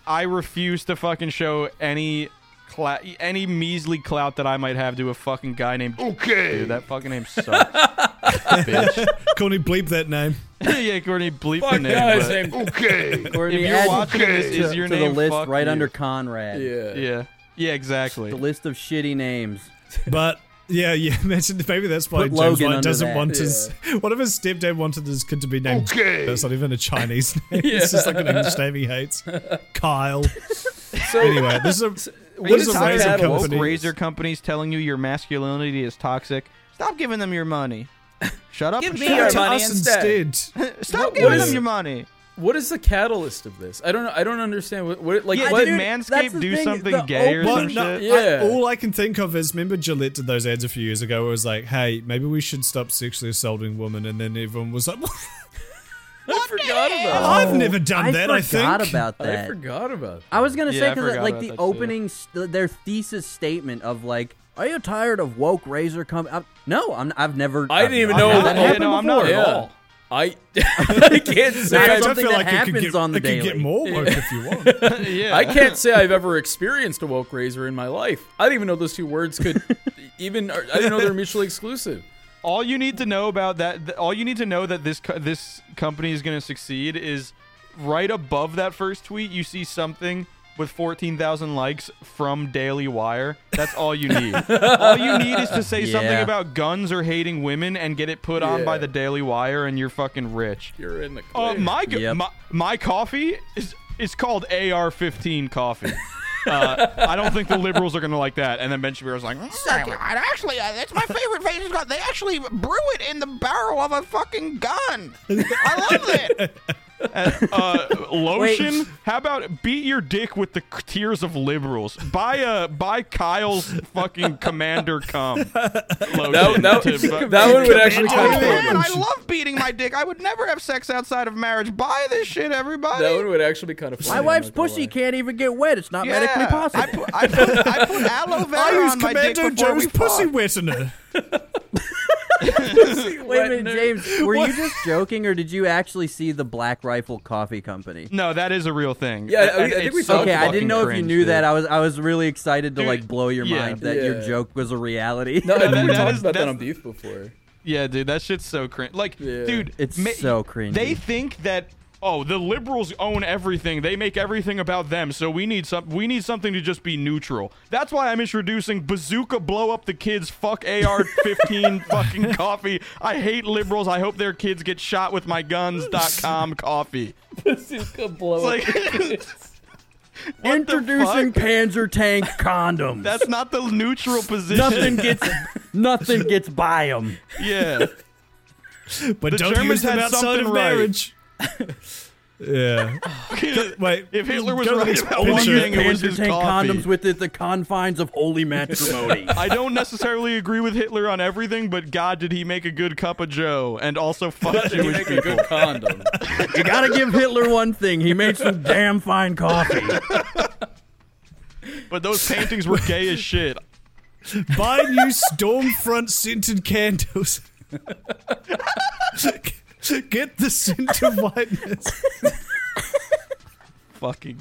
Speaker 4: I refuse to fucking show any cla- any measly clout that I might have to a fucking guy named.
Speaker 1: Okay.
Speaker 4: dude, that fucking name sucks. bitch.
Speaker 6: Corny, bleep that name.
Speaker 4: yeah, Courtney, bleep the
Speaker 6: Fuck
Speaker 4: name.
Speaker 6: that,
Speaker 4: but-
Speaker 6: his name-
Speaker 1: Okay.
Speaker 4: if
Speaker 9: Courtney,
Speaker 4: you're
Speaker 9: add
Speaker 4: watching
Speaker 9: okay.
Speaker 4: this, is
Speaker 9: to-
Speaker 4: your
Speaker 9: to the
Speaker 4: name
Speaker 9: list
Speaker 4: fuck
Speaker 9: right
Speaker 4: you.
Speaker 9: under Conrad. Yeah.
Speaker 4: Yeah. Yeah. Exactly.
Speaker 9: The list of shitty names.
Speaker 6: But yeah, you mentioned maybe that's why
Speaker 9: Put
Speaker 6: James
Speaker 9: Logan
Speaker 6: White
Speaker 9: under
Speaker 6: doesn't
Speaker 9: that.
Speaker 6: want his. What if his stepdad wanted his kid to be named?
Speaker 2: Okay.
Speaker 6: That's not even a Chinese name.
Speaker 2: Yeah.
Speaker 6: It's just like an English name he hates. Kyle.
Speaker 2: So-
Speaker 6: anyway, this is a
Speaker 4: Are
Speaker 6: this
Speaker 4: you
Speaker 6: is a
Speaker 4: tired
Speaker 6: razor
Speaker 4: of woke
Speaker 6: company.
Speaker 4: razor companies telling you your masculinity is toxic. Stop giving them your money. Shut up.
Speaker 2: Give
Speaker 4: and
Speaker 2: me
Speaker 4: shut
Speaker 2: your
Speaker 4: up.
Speaker 2: money Us instead.
Speaker 6: instead.
Speaker 4: Stop
Speaker 2: What-
Speaker 4: giving
Speaker 2: what
Speaker 4: them
Speaker 2: is-
Speaker 4: your money.
Speaker 2: What is the catalyst of this? I don't know. I don't understand. What, what like
Speaker 4: Yeah,
Speaker 2: what
Speaker 4: did Manscaped do something gay or some shit?
Speaker 6: I-
Speaker 2: yeah.
Speaker 6: all I can think of is remember Gillette did those ads a few years ago where it was like, hey, maybe we should stop sexually assaulting women. And then everyone was like,
Speaker 2: I forgot about.
Speaker 6: I've never done that, I think.
Speaker 9: forgot about
Speaker 2: I
Speaker 9: that.
Speaker 2: forgot about.
Speaker 9: I was gonna
Speaker 2: Yeah, I
Speaker 9: say because
Speaker 2: forgot
Speaker 9: like
Speaker 2: about
Speaker 9: the
Speaker 2: that, too.
Speaker 9: opening, st- their thesis statement of like, "Are you tired of woke razor company?" I'm, no, I'm. I've never.
Speaker 2: I
Speaker 9: I've
Speaker 2: didn't even
Speaker 9: not
Speaker 2: know.
Speaker 9: had
Speaker 2: what
Speaker 9: that
Speaker 2: happened
Speaker 9: happen before.
Speaker 2: before. Yeah. I I can't say
Speaker 9: Not
Speaker 2: I
Speaker 9: something that happens on the
Speaker 6: it could get
Speaker 9: daily.
Speaker 6: more woke if you want.
Speaker 2: yeah. I can't say I've ever experienced a woke razor in my life. I didn't even know those two words could even. I didn't know they're mutually exclusive.
Speaker 4: All you need to know about that, th- all you need to know that this co- this company is going to succeed is right above that first tweet. You see something with 14,000 likes from Daily Wire. That's all you need. all you need is to say something
Speaker 2: Yeah.
Speaker 4: about guns or hating women and get it put on by
Speaker 2: Yeah.
Speaker 4: the Daily Wire, and you're fucking rich.
Speaker 2: You're in the.
Speaker 4: Uh,
Speaker 2: clear.
Speaker 4: my, g- my my coffee is it's called AR15 coffee. uh, I don't think the liberals are going to like that. And then Ben Shapiro's like, "Mm,
Speaker 8: Suck it. And actually, uh, that's my favorite Razor gun. They actually brew it in the barrel of a fucking gun. I love it.
Speaker 4: uh, lotion. How about beat your dick with the c- tears of liberals? Buy a buy Kyle's fucking commander cum. lotion
Speaker 2: that-
Speaker 4: to bu-
Speaker 2: that one would actually
Speaker 8: Oh,
Speaker 2: kind of
Speaker 8: man, I love beating my dick. I would never have sex outside of marriage. Buy this shit, everybody.
Speaker 2: That one would actually be kind of. Funny,
Speaker 9: My
Speaker 2: I'm
Speaker 9: wife's
Speaker 2: not gonna
Speaker 9: pussy can't even get wet. It's not medically possible.
Speaker 8: I put aloe vera
Speaker 6: I use
Speaker 8: on my dick
Speaker 6: Commando
Speaker 8: before
Speaker 6: Joe's
Speaker 8: we
Speaker 6: pussy
Speaker 8: fuck.
Speaker 6: wettener.
Speaker 9: Wait a minute, James. Were you just joking, or did you actually see the Black Rifle Coffee Company?
Speaker 4: No, that is a real thing.
Speaker 2: Yeah, I- I
Speaker 4: And
Speaker 2: think
Speaker 4: it's
Speaker 2: we
Speaker 4: so
Speaker 2: talked
Speaker 9: Okay, I
Speaker 4: fucking
Speaker 9: didn't know if you
Speaker 4: cringe,
Speaker 9: knew
Speaker 4: dude.
Speaker 9: that. I was I was really excited to
Speaker 4: Dude,
Speaker 9: like blow your
Speaker 4: yeah.
Speaker 9: mind that your
Speaker 4: Yeah.
Speaker 9: joke was a reality.
Speaker 2: No, I think
Speaker 4: that-
Speaker 2: we
Speaker 4: that
Speaker 2: talked
Speaker 4: is-
Speaker 2: about that
Speaker 4: that's-
Speaker 2: on beef before.
Speaker 4: Yeah, dude, that shit's so cringe. Like, dude,
Speaker 9: It's so cringy.
Speaker 4: They think that oh, the liberals own everything. They make everything about them. So we need some. We need something to just be neutral. That's why I'm introducing bazooka blow up the kids. Fuck AR-15 fucking coffee. I hate liberals. I hope their kids get shot with my guns.com coffee.
Speaker 2: Bazooka blow.
Speaker 4: It's like-
Speaker 9: Introducing Panzer tank condoms.
Speaker 4: That's not the neutral position.
Speaker 9: nothing gets nothing gets by them.
Speaker 4: Yeah.
Speaker 6: But
Speaker 4: The
Speaker 6: don't
Speaker 4: Germans
Speaker 6: use them
Speaker 4: had
Speaker 6: outside
Speaker 4: something
Speaker 6: of
Speaker 4: right.
Speaker 6: marriage. yeah. Wait.
Speaker 4: If Hitler was
Speaker 6: go to
Speaker 4: right
Speaker 6: this
Speaker 4: about one
Speaker 6: picture.
Speaker 4: thing, it was his
Speaker 9: Panzer tank
Speaker 4: coffee.
Speaker 9: condoms within the confines of holy matrimony.
Speaker 4: I don't necessarily agree with Hitler on everything, but God, did he make a good cup of Joe? And also, fuck Jewish
Speaker 2: make a
Speaker 4: people.
Speaker 2: good condom.
Speaker 9: you gotta give Hitler one thing. He made some damn fine coffee.
Speaker 4: But those paintings were gay as shit.
Speaker 6: Buy new Stormfront scented candles. Get the scent of whiteness.
Speaker 4: Fucking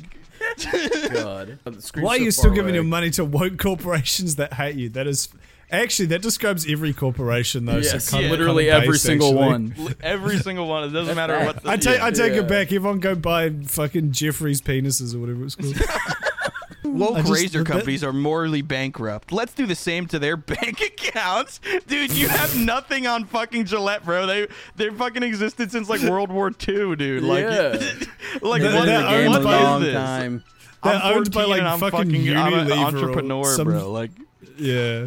Speaker 2: God. The screen's
Speaker 6: Why are
Speaker 2: so
Speaker 6: you still
Speaker 2: far
Speaker 6: giving
Speaker 2: away.
Speaker 6: your money to woke corporations that hate you? That is actually that describes every corporation though. so
Speaker 2: Yes,
Speaker 6: kind of-
Speaker 2: literally
Speaker 6: kind of
Speaker 2: every
Speaker 6: base,
Speaker 2: single
Speaker 6: actually.
Speaker 2: one.
Speaker 4: Li- Every single one. It doesn't matter what. The,
Speaker 6: I take
Speaker 4: yeah.
Speaker 6: I take it back. Everyone go buy fucking Jeffrey's penises or whatever it's called. I
Speaker 1: Woke
Speaker 6: just-
Speaker 1: razor
Speaker 6: that-
Speaker 1: companies are morally bankrupt. Let's do the same to their bank accounts,
Speaker 4: Dude, you have nothing on fucking Gillette, bro. They they fucking existed since like World War II, dude. Like,
Speaker 2: Yeah.
Speaker 4: like
Speaker 6: They've been
Speaker 4: what,
Speaker 6: in the game
Speaker 4: what
Speaker 6: a long
Speaker 4: is this?
Speaker 9: time.
Speaker 6: They're
Speaker 4: I'm
Speaker 6: owned by
Speaker 4: 14
Speaker 6: like
Speaker 4: and I'm
Speaker 6: fucking,
Speaker 4: fucking I'm an
Speaker 6: Unilever or
Speaker 4: entrepreneur,
Speaker 6: some-
Speaker 4: bro. Like,
Speaker 6: yeah.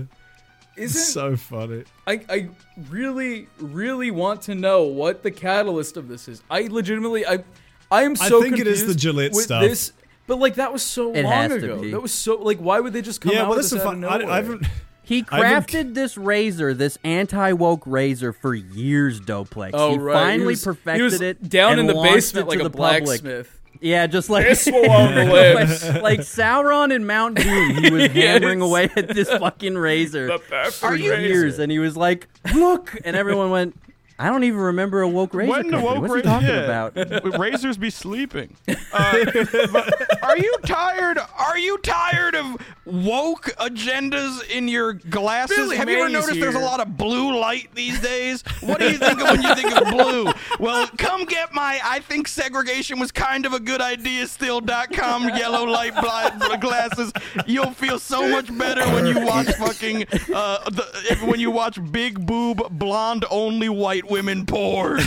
Speaker 2: Isn't
Speaker 6: so funny.
Speaker 2: I, I really, really want to know what the catalyst of this is. I legitimately, I, I am
Speaker 6: I
Speaker 2: so.
Speaker 6: think it is the
Speaker 2: confused
Speaker 6: Gillette
Speaker 2: with
Speaker 6: stuff.
Speaker 2: This, but like that was so
Speaker 9: It
Speaker 2: long
Speaker 9: has to
Speaker 2: ago.
Speaker 9: be.
Speaker 2: That was so like, why would they just come
Speaker 6: Yeah,
Speaker 2: out
Speaker 6: well,
Speaker 2: with
Speaker 6: this
Speaker 2: this
Speaker 6: is
Speaker 2: out of
Speaker 6: fun- I-
Speaker 2: nowhere?
Speaker 6: I haven't-
Speaker 9: He
Speaker 6: I've
Speaker 9: crafted this razor, this anti woke razor, for years, Doplex.
Speaker 2: Oh,
Speaker 9: he
Speaker 2: right. He
Speaker 9: finally
Speaker 2: was- he
Speaker 9: perfected
Speaker 2: was
Speaker 9: it.
Speaker 2: down
Speaker 9: and
Speaker 2: in the
Speaker 9: launched
Speaker 2: basement
Speaker 9: it
Speaker 2: like
Speaker 9: to
Speaker 2: a
Speaker 9: the public.
Speaker 2: blacksmith.
Speaker 9: Yeah, just like
Speaker 2: This will own the lips.
Speaker 9: like, like Sauron and Mount Doom, he was
Speaker 2: Yes.
Speaker 9: hammering away at this fucking razor
Speaker 2: The perfect
Speaker 9: for
Speaker 2: razor.
Speaker 9: years, and he was like, "Look!" And everyone went, "I don't even remember a woke razor."
Speaker 4: When the
Speaker 9: company.
Speaker 4: woke
Speaker 9: What's he
Speaker 4: ra-
Speaker 9: talking
Speaker 4: yeah.
Speaker 9: about?
Speaker 4: W- razors be sleeping. Uh, but are you tired? Are you tired of
Speaker 1: woke agendas in your glasses.
Speaker 4: Billy
Speaker 1: Have you ever
Speaker 4: Mays
Speaker 1: noticed there's a
Speaker 4: here.
Speaker 1: lot of blue light these days? What do you think of when you think of blue? Well, come get my I think segregation was kind of a good idea still.com yellow light blind glasses. You'll feel so much better when you watch fucking uh, the, if, when you watch big boob blonde only white women porn.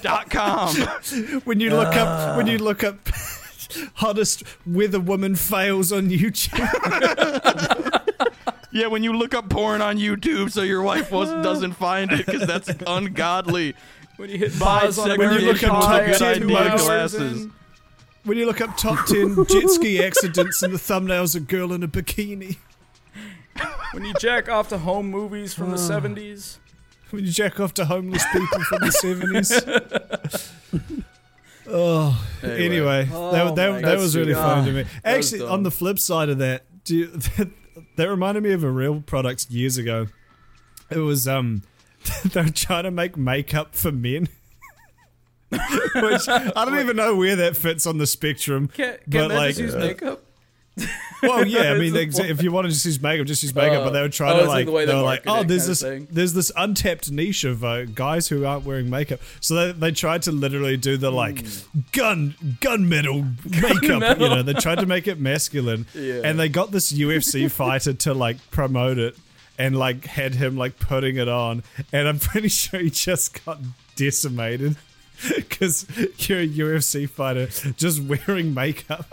Speaker 1: dot com.
Speaker 6: when you look
Speaker 2: Ah.
Speaker 6: up when you look up hottest whether woman fails on YouTube.
Speaker 1: Yeah, when you look up porn on YouTube so your wife was, doesn't find it because that's ungodly.
Speaker 2: When you hit
Speaker 1: Buy
Speaker 2: pause on a
Speaker 1: segregation
Speaker 6: when you look up
Speaker 1: was
Speaker 6: top
Speaker 1: a good
Speaker 6: 10
Speaker 1: idea
Speaker 6: most-
Speaker 1: glasses.
Speaker 6: when you look up top ten jet ski accidents and the thumbnail's a girl in a bikini.
Speaker 2: when you jack off to home movies from the seventies.
Speaker 6: When you jack off to homeless people from the seventies. Oh,
Speaker 2: Anyway.
Speaker 6: anyway,
Speaker 2: Oh
Speaker 6: that, that,
Speaker 2: my
Speaker 6: that was
Speaker 2: God.
Speaker 6: really funny to me.
Speaker 2: That was
Speaker 6: Actually,
Speaker 2: dumb.
Speaker 6: on the flip side of that, do you, that, reminded me of a real product years ago. It was um, they were trying to make makeup for men. Which I don't even know where that fits on the spectrum.
Speaker 2: Can, can
Speaker 6: but
Speaker 2: men
Speaker 6: like,
Speaker 2: just use
Speaker 6: uh,
Speaker 2: makeup?
Speaker 6: well, yeah, I
Speaker 2: It's
Speaker 6: mean,
Speaker 2: a
Speaker 6: they,
Speaker 2: point.
Speaker 6: if you want to just use makeup, just use makeup.
Speaker 2: Uh,
Speaker 6: but they were
Speaker 2: oh,
Speaker 6: trying
Speaker 2: it's
Speaker 6: to
Speaker 2: like
Speaker 6: like,
Speaker 2: the way
Speaker 6: they
Speaker 2: they
Speaker 6: were like,
Speaker 2: market
Speaker 6: oh,
Speaker 2: it
Speaker 6: there's
Speaker 2: kind of
Speaker 6: this,
Speaker 2: thing.
Speaker 6: there's this untapped niche of uh, guys who aren't wearing makeup. So they, they tried to literally do the like
Speaker 2: Hmm.
Speaker 6: gun gunmetal makeup. You know, they tried to make it masculine,
Speaker 2: Yeah.
Speaker 6: and they got this UFC fighter to like promote it, and like had him like putting it on, and I'm pretty sure he just got decimated. Because you're a UFC fighter just wearing makeup.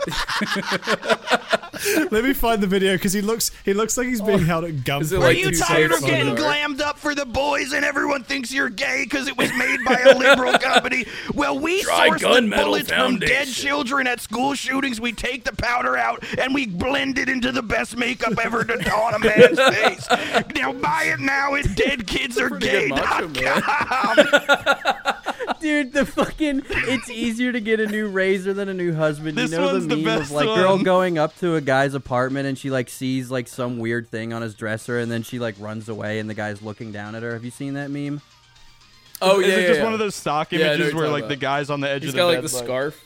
Speaker 6: Let me find the video because he looks he looks like he's being held at gunpoint.
Speaker 2: Oh. it like
Speaker 1: Are
Speaker 2: the
Speaker 1: you
Speaker 2: two
Speaker 1: tired of
Speaker 2: sides of
Speaker 1: getting
Speaker 2: it?
Speaker 1: glammed up for the boys and everyone thinks you're gay because it was made by a liberal company? Well, we
Speaker 2: Try
Speaker 1: source the
Speaker 2: Gunmetal
Speaker 1: bullets from dead
Speaker 2: Foundation.
Speaker 1: children at school shootings. We take the powder out and we blend it into the best makeup ever to, on a man's face. Now buy it now at
Speaker 2: Pretty good macho man.
Speaker 1: deadkidsargay.com.
Speaker 5: Dude, the fucking it's easier to get a new razor than a new husband.
Speaker 1: This
Speaker 5: you know
Speaker 1: one's
Speaker 5: the
Speaker 1: the
Speaker 5: meme
Speaker 1: best
Speaker 5: of like girl
Speaker 1: one.
Speaker 5: going up to a guy's apartment and she like sees like some weird thing on his dresser and then she like runs away and the guy's looking down at her. Have you seen that meme?
Speaker 2: Oh yeah,
Speaker 4: Is it just
Speaker 2: yeah,
Speaker 4: one of those stock
Speaker 2: Yeah, I know
Speaker 4: images
Speaker 2: what you're
Speaker 4: where
Speaker 2: talking
Speaker 4: like the
Speaker 2: about.
Speaker 4: guy's on the edge
Speaker 2: He's
Speaker 4: of
Speaker 2: got
Speaker 4: the
Speaker 2: like
Speaker 4: bed,
Speaker 2: the scarf,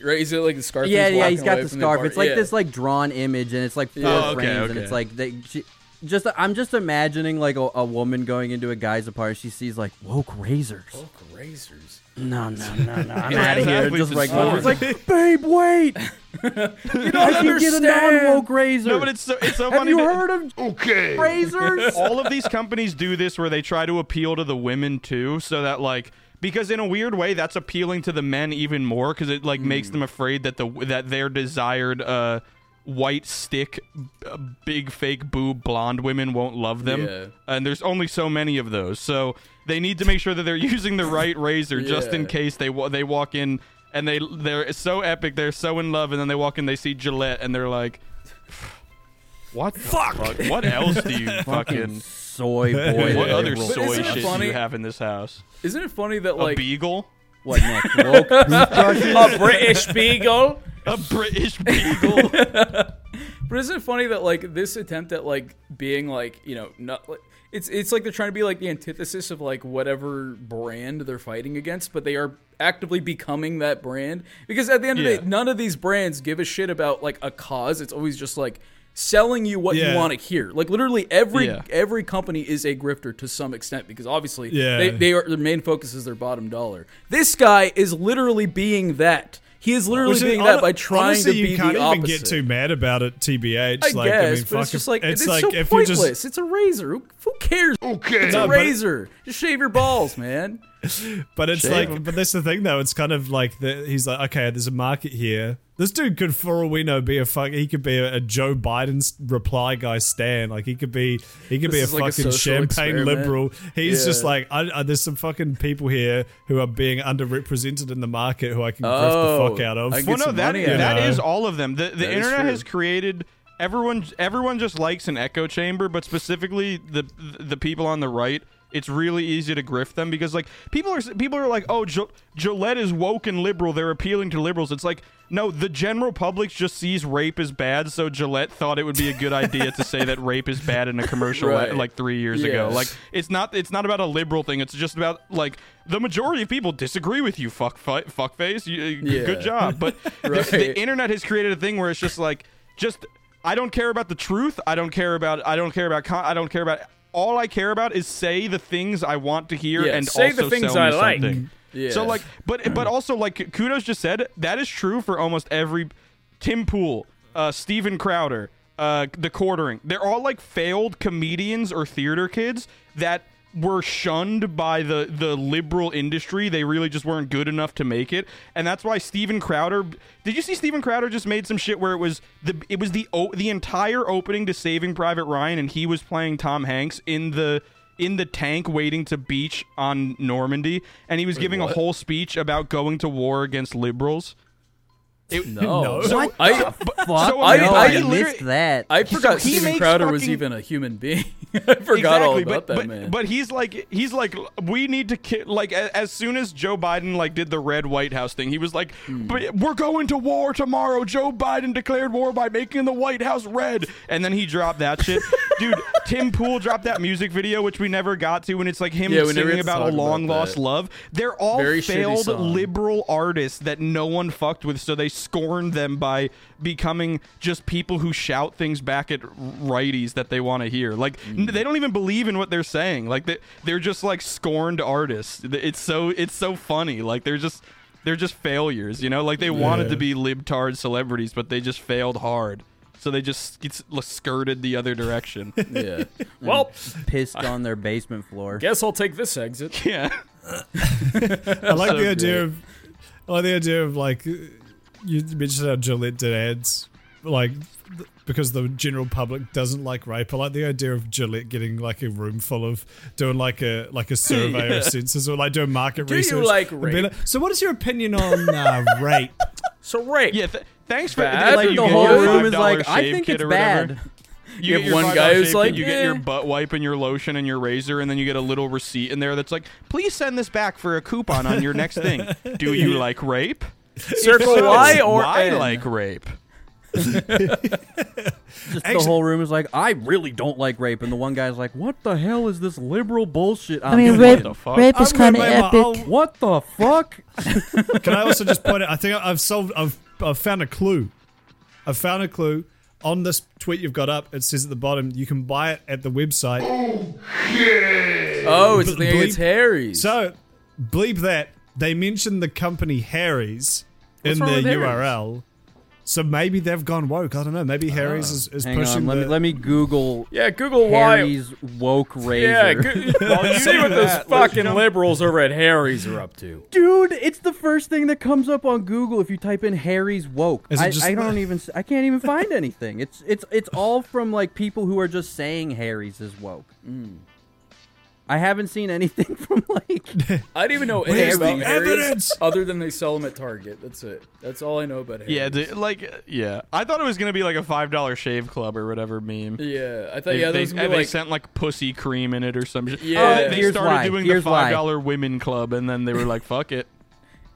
Speaker 2: right? Is it like the scarf?
Speaker 5: yeah,
Speaker 2: he's
Speaker 5: yeah,
Speaker 2: walking
Speaker 5: he's got
Speaker 2: away
Speaker 5: the
Speaker 2: from
Speaker 5: scarf.
Speaker 2: apart-
Speaker 5: it's like
Speaker 2: yeah.
Speaker 5: this like drawn image, and it's like four
Speaker 4: Oh, okay,
Speaker 5: frames, and
Speaker 4: okay.
Speaker 5: it's like they. She, just I'm just imagining like a, a woman going into a guy's apartment. She sees like woke razors.
Speaker 2: Fuck razors.
Speaker 5: No, no, no, no. I'm
Speaker 2: Yeah,
Speaker 5: out of here.
Speaker 4: exactly,
Speaker 5: Just
Speaker 4: just
Speaker 5: like
Speaker 4: porn.
Speaker 5: it's like, babe, wait.
Speaker 2: You don't
Speaker 5: I can get a non-woke razor.
Speaker 4: No, but it's so it's so
Speaker 5: Have
Speaker 4: funny.
Speaker 5: you
Speaker 4: to-
Speaker 5: heard of
Speaker 1: Okay.
Speaker 5: razors?
Speaker 4: all of these companies do this where they try to appeal to the women too, so that like because in a weird way that's appealing to the men even more because it like makes them afraid that the that their desired uh white stick uh, big fake boob blonde women won't love them
Speaker 2: Yeah.
Speaker 4: and there's only so many of those so they need to make sure that they're using the right razor just in
Speaker 2: Yeah.
Speaker 4: case they wa- they walk in and they they're so epic they're so in love and then they walk in they see Gillette and they're like what the fuck? What else do you fucking
Speaker 5: soy boy.
Speaker 4: what
Speaker 2: Yeah.
Speaker 4: other
Speaker 2: But
Speaker 4: soy
Speaker 2: isn't it
Speaker 4: shit do
Speaker 2: funny-
Speaker 4: you have in this house?
Speaker 2: Isn't it funny that
Speaker 4: a
Speaker 2: like
Speaker 4: beagle?
Speaker 5: What next? Woke
Speaker 2: a British beagle?
Speaker 4: A British beagle?
Speaker 2: But isn't it funny that like this attempt at like being like you know not like it's it's like they're trying to be like the antithesis of like whatever brand they're fighting against, but they are actively becoming that brand because at the end
Speaker 4: Yeah.
Speaker 2: of the day, none of these brands give a shit about like a cause. It's always just like selling you what
Speaker 6: Yeah.
Speaker 2: you want to hear. Like literally every
Speaker 4: Yeah.
Speaker 2: every company is a grifter to some extent because obviously
Speaker 6: Yeah.
Speaker 2: they, they are their main focus is their bottom dollar. This guy is literally being that. He is literally
Speaker 6: Which is-
Speaker 2: being that
Speaker 6: hon-
Speaker 2: by trying
Speaker 6: honestly,
Speaker 2: to be
Speaker 6: you can't
Speaker 2: the
Speaker 6: even
Speaker 2: opposite.
Speaker 6: get too mad about it, tbh.
Speaker 2: I
Speaker 6: like,
Speaker 2: guess,
Speaker 6: I mean,
Speaker 2: but
Speaker 6: fuck
Speaker 2: it's just
Speaker 6: if-
Speaker 2: like it's,
Speaker 6: it's like
Speaker 2: so
Speaker 6: if you
Speaker 2: pointless.
Speaker 6: just
Speaker 2: it's a razor. Who, who cares?
Speaker 1: Okay.
Speaker 2: It's a
Speaker 6: No, but-
Speaker 2: razor. Just shave your balls, man.
Speaker 6: But it's
Speaker 4: Shame.
Speaker 6: like, but that's the thing though. It's kind of like the, he's like, okay, there's a market here. This dude could, for all we know, be a fuck. He could be a, a Joe Biden's reply guy Stan. Like he could be, he could
Speaker 2: This is
Speaker 6: be a
Speaker 2: like a
Speaker 6: fucking
Speaker 2: social
Speaker 6: champagne
Speaker 2: experiment.
Speaker 6: liberal. He's
Speaker 2: Yeah.
Speaker 6: just like, I, I, there's some fucking people here who are being underrepresented in the market who I can
Speaker 2: Oh,
Speaker 6: grift the fuck out of.
Speaker 2: I can
Speaker 4: Well,
Speaker 2: get
Speaker 4: no,
Speaker 2: some
Speaker 4: that
Speaker 2: money
Speaker 4: that
Speaker 6: out
Speaker 4: is
Speaker 6: of it.
Speaker 4: all of them. The, the
Speaker 2: That is
Speaker 4: internet
Speaker 2: true.
Speaker 4: has created everyone. Everyone just likes an echo chamber, but specifically the the people on the right. It's really easy to grift them because like people are people are like, oh, Gil- Gillette is woke and liberal. They're appealing to liberals. It's like no, the general public just sees rape as bad. So Gillette thought it would be a good idea to say that rape is bad in a commercial
Speaker 2: Right.
Speaker 4: like three years ago.
Speaker 2: Yes.
Speaker 4: Like it's not it's not about a liberal thing. It's just about like the majority of people disagree with you. Fuck fi- fuckface. You,
Speaker 2: Yeah.
Speaker 4: yeah. Good job. But the- the,
Speaker 2: Right.
Speaker 4: internet has created a thing where it's just like just I don't care about the truth. I don't care about I don't care about con- I don't care about all I care about is say the things I want to hear
Speaker 2: Yeah,
Speaker 4: and
Speaker 2: say
Speaker 4: also
Speaker 2: the things
Speaker 4: sell me
Speaker 2: I like.
Speaker 4: something.
Speaker 2: Yeah.
Speaker 4: So like but but also like kudos just said that is true for almost every Tim Pool, uh Steven Crowder, uh the quartering. They're all like failed comedians or theater kids that were shunned by the the liberal industry. They really just weren't good enough to make it. And that's why Steven Crowder Did you see Steven Crowder just made some shit where it was the it was the o- the entire opening to Saving Private Ryan and he was playing Tom Hanks in the in the tank waiting to beach on Normandy, and he was giving a whole speech about going to war against liberals. It-
Speaker 2: No.
Speaker 4: So-
Speaker 2: What I,
Speaker 4: so-
Speaker 2: but-
Speaker 4: so
Speaker 2: so
Speaker 4: I mean,
Speaker 2: I,
Speaker 4: he
Speaker 2: I
Speaker 4: literally-
Speaker 2: literally- I forgot
Speaker 4: So he
Speaker 2: Steven
Speaker 4: makes
Speaker 2: Crowder was
Speaker 4: fucking-
Speaker 2: even a human being. I forgot all
Speaker 4: Exactly, but,
Speaker 2: about that
Speaker 4: but,
Speaker 2: man.
Speaker 4: But he's like, he's like, we need to ki- like. a- As soon as Joe Biden like did the red White House thing, he was like,
Speaker 2: Hmm.
Speaker 4: "But we're going to war tomorrow." Joe Biden declared war by making the White House red, and then he dropped that shit, dude. Tim Pool dropped that music video, which we never got to, and it's like him
Speaker 2: Yeah, we never
Speaker 4: singing
Speaker 2: got
Speaker 4: about
Speaker 2: to talk
Speaker 4: a long
Speaker 2: about
Speaker 4: lost
Speaker 2: that.
Speaker 4: love. They're all
Speaker 2: Very shitty
Speaker 4: failed
Speaker 2: song.
Speaker 4: liberal artists that no one fucked with, so they scorned them by becoming just people who shout things back at righties that they want to hear. Like n-
Speaker 2: Mm.
Speaker 4: they don't even believe in what they're saying. Like they they're just like scorned artists. Th- It's so it's so funny. Like they're just they're just failures. You know, like they wanted
Speaker 6: Yeah.
Speaker 4: to be libtard celebrities, but they just failed hard. So they just sk- skirted the other direction.
Speaker 2: yeah. Well,
Speaker 5: pissed on their basement floor.
Speaker 2: guess I'll take this exit.
Speaker 4: Yeah.
Speaker 6: I like
Speaker 2: So
Speaker 6: the idea
Speaker 2: great.
Speaker 6: of, I like the idea of like, you mentioned how Gillette did ads, like th- because the general public doesn't like rape. I like the idea of Gillette getting like a room full of doing like a like a survey
Speaker 2: Yeah.
Speaker 6: of census or like doing market
Speaker 2: Do you
Speaker 6: research.
Speaker 2: like
Speaker 6: and be
Speaker 2: rape?
Speaker 6: like, so, what is your opinion on uh, rape?
Speaker 2: So right.
Speaker 4: Yeah. Th- thanks for
Speaker 2: Bad.
Speaker 4: like,
Speaker 2: The
Speaker 4: you get
Speaker 2: whole
Speaker 4: your
Speaker 2: room is
Speaker 4: $5
Speaker 2: like, I
Speaker 4: shave
Speaker 2: think
Speaker 4: kit
Speaker 2: it's
Speaker 4: or whatever.
Speaker 2: bad.
Speaker 4: You,
Speaker 2: You
Speaker 4: get
Speaker 2: have
Speaker 4: your
Speaker 2: one
Speaker 4: $5
Speaker 2: guy
Speaker 4: shave
Speaker 2: who's
Speaker 4: kit,
Speaker 2: like,
Speaker 4: you get your
Speaker 2: "Eh."
Speaker 4: butt wipe and your lotion and your razor, and then you get a little receipt in there that's like, please send this back for a coupon on your next thing. Do you like rape?
Speaker 2: Circle
Speaker 4: If so,
Speaker 2: Y or
Speaker 4: why
Speaker 2: N?
Speaker 4: like rape?
Speaker 5: Just
Speaker 6: Actually-
Speaker 5: the whole room is like, I really don't like rape, and the one guy's like, What the hell is this liberal bullshit? I'm
Speaker 16: I mean,
Speaker 5: doing?"
Speaker 16: rape,
Speaker 4: the fuck?
Speaker 16: rape is
Speaker 6: I'm gonna
Speaker 16: kind of
Speaker 6: make my
Speaker 16: epic.
Speaker 6: own-
Speaker 5: What the fuck?
Speaker 6: Can I also just point out? I think I- I've solved. I've I've found a clue. I've found a clue on this tweet you've got up. It says at the bottom you can buy it at the website.
Speaker 2: Oh, it's the
Speaker 6: Ble-
Speaker 2: thing. It's
Speaker 6: bleep.
Speaker 2: Harry's.
Speaker 6: So, bleep that. They mentioned the company Harry's
Speaker 2: What's
Speaker 6: in
Speaker 2: wrong
Speaker 6: their
Speaker 2: with Harry's?
Speaker 6: URL. So maybe they've gone woke. I don't know. Maybe Harry's is, is
Speaker 5: Hang
Speaker 6: pushing
Speaker 5: on, let
Speaker 6: the.
Speaker 5: me let me Google
Speaker 2: yeah, Google why.
Speaker 5: Harry's woke razor.
Speaker 2: Yeah, go- see what those fucking liberals over at Harry's are up to.
Speaker 5: Dude, it's the first thing that comes up on Google if you type in Harry's woke.
Speaker 6: Is it
Speaker 5: I,
Speaker 6: just-
Speaker 5: I don't even s- I can't even find anything. It's it's it's all from like people who are just saying Harry's is woke.
Speaker 2: Mm.
Speaker 5: I haven't seen anything from like
Speaker 2: I didn't even know anything about
Speaker 6: the
Speaker 2: Harry's
Speaker 6: evidence?
Speaker 2: other than they sell them at Target. That's it. That's all I know about Harry's.
Speaker 4: Yeah, dude, like, yeah. I thought it was going to be like a $5 shave club or whatever meme.
Speaker 2: yeah. I thought
Speaker 4: They,
Speaker 2: yeah,
Speaker 4: they,
Speaker 2: those would be
Speaker 4: they
Speaker 2: like
Speaker 4: sent like pussy cream in it or some shit.
Speaker 2: Yeah.
Speaker 4: They- they,
Speaker 5: Here's
Speaker 4: started
Speaker 5: why.
Speaker 4: doing
Speaker 5: Here's
Speaker 4: the
Speaker 5: why.
Speaker 4: $5 women club, and then they were like, fuck it.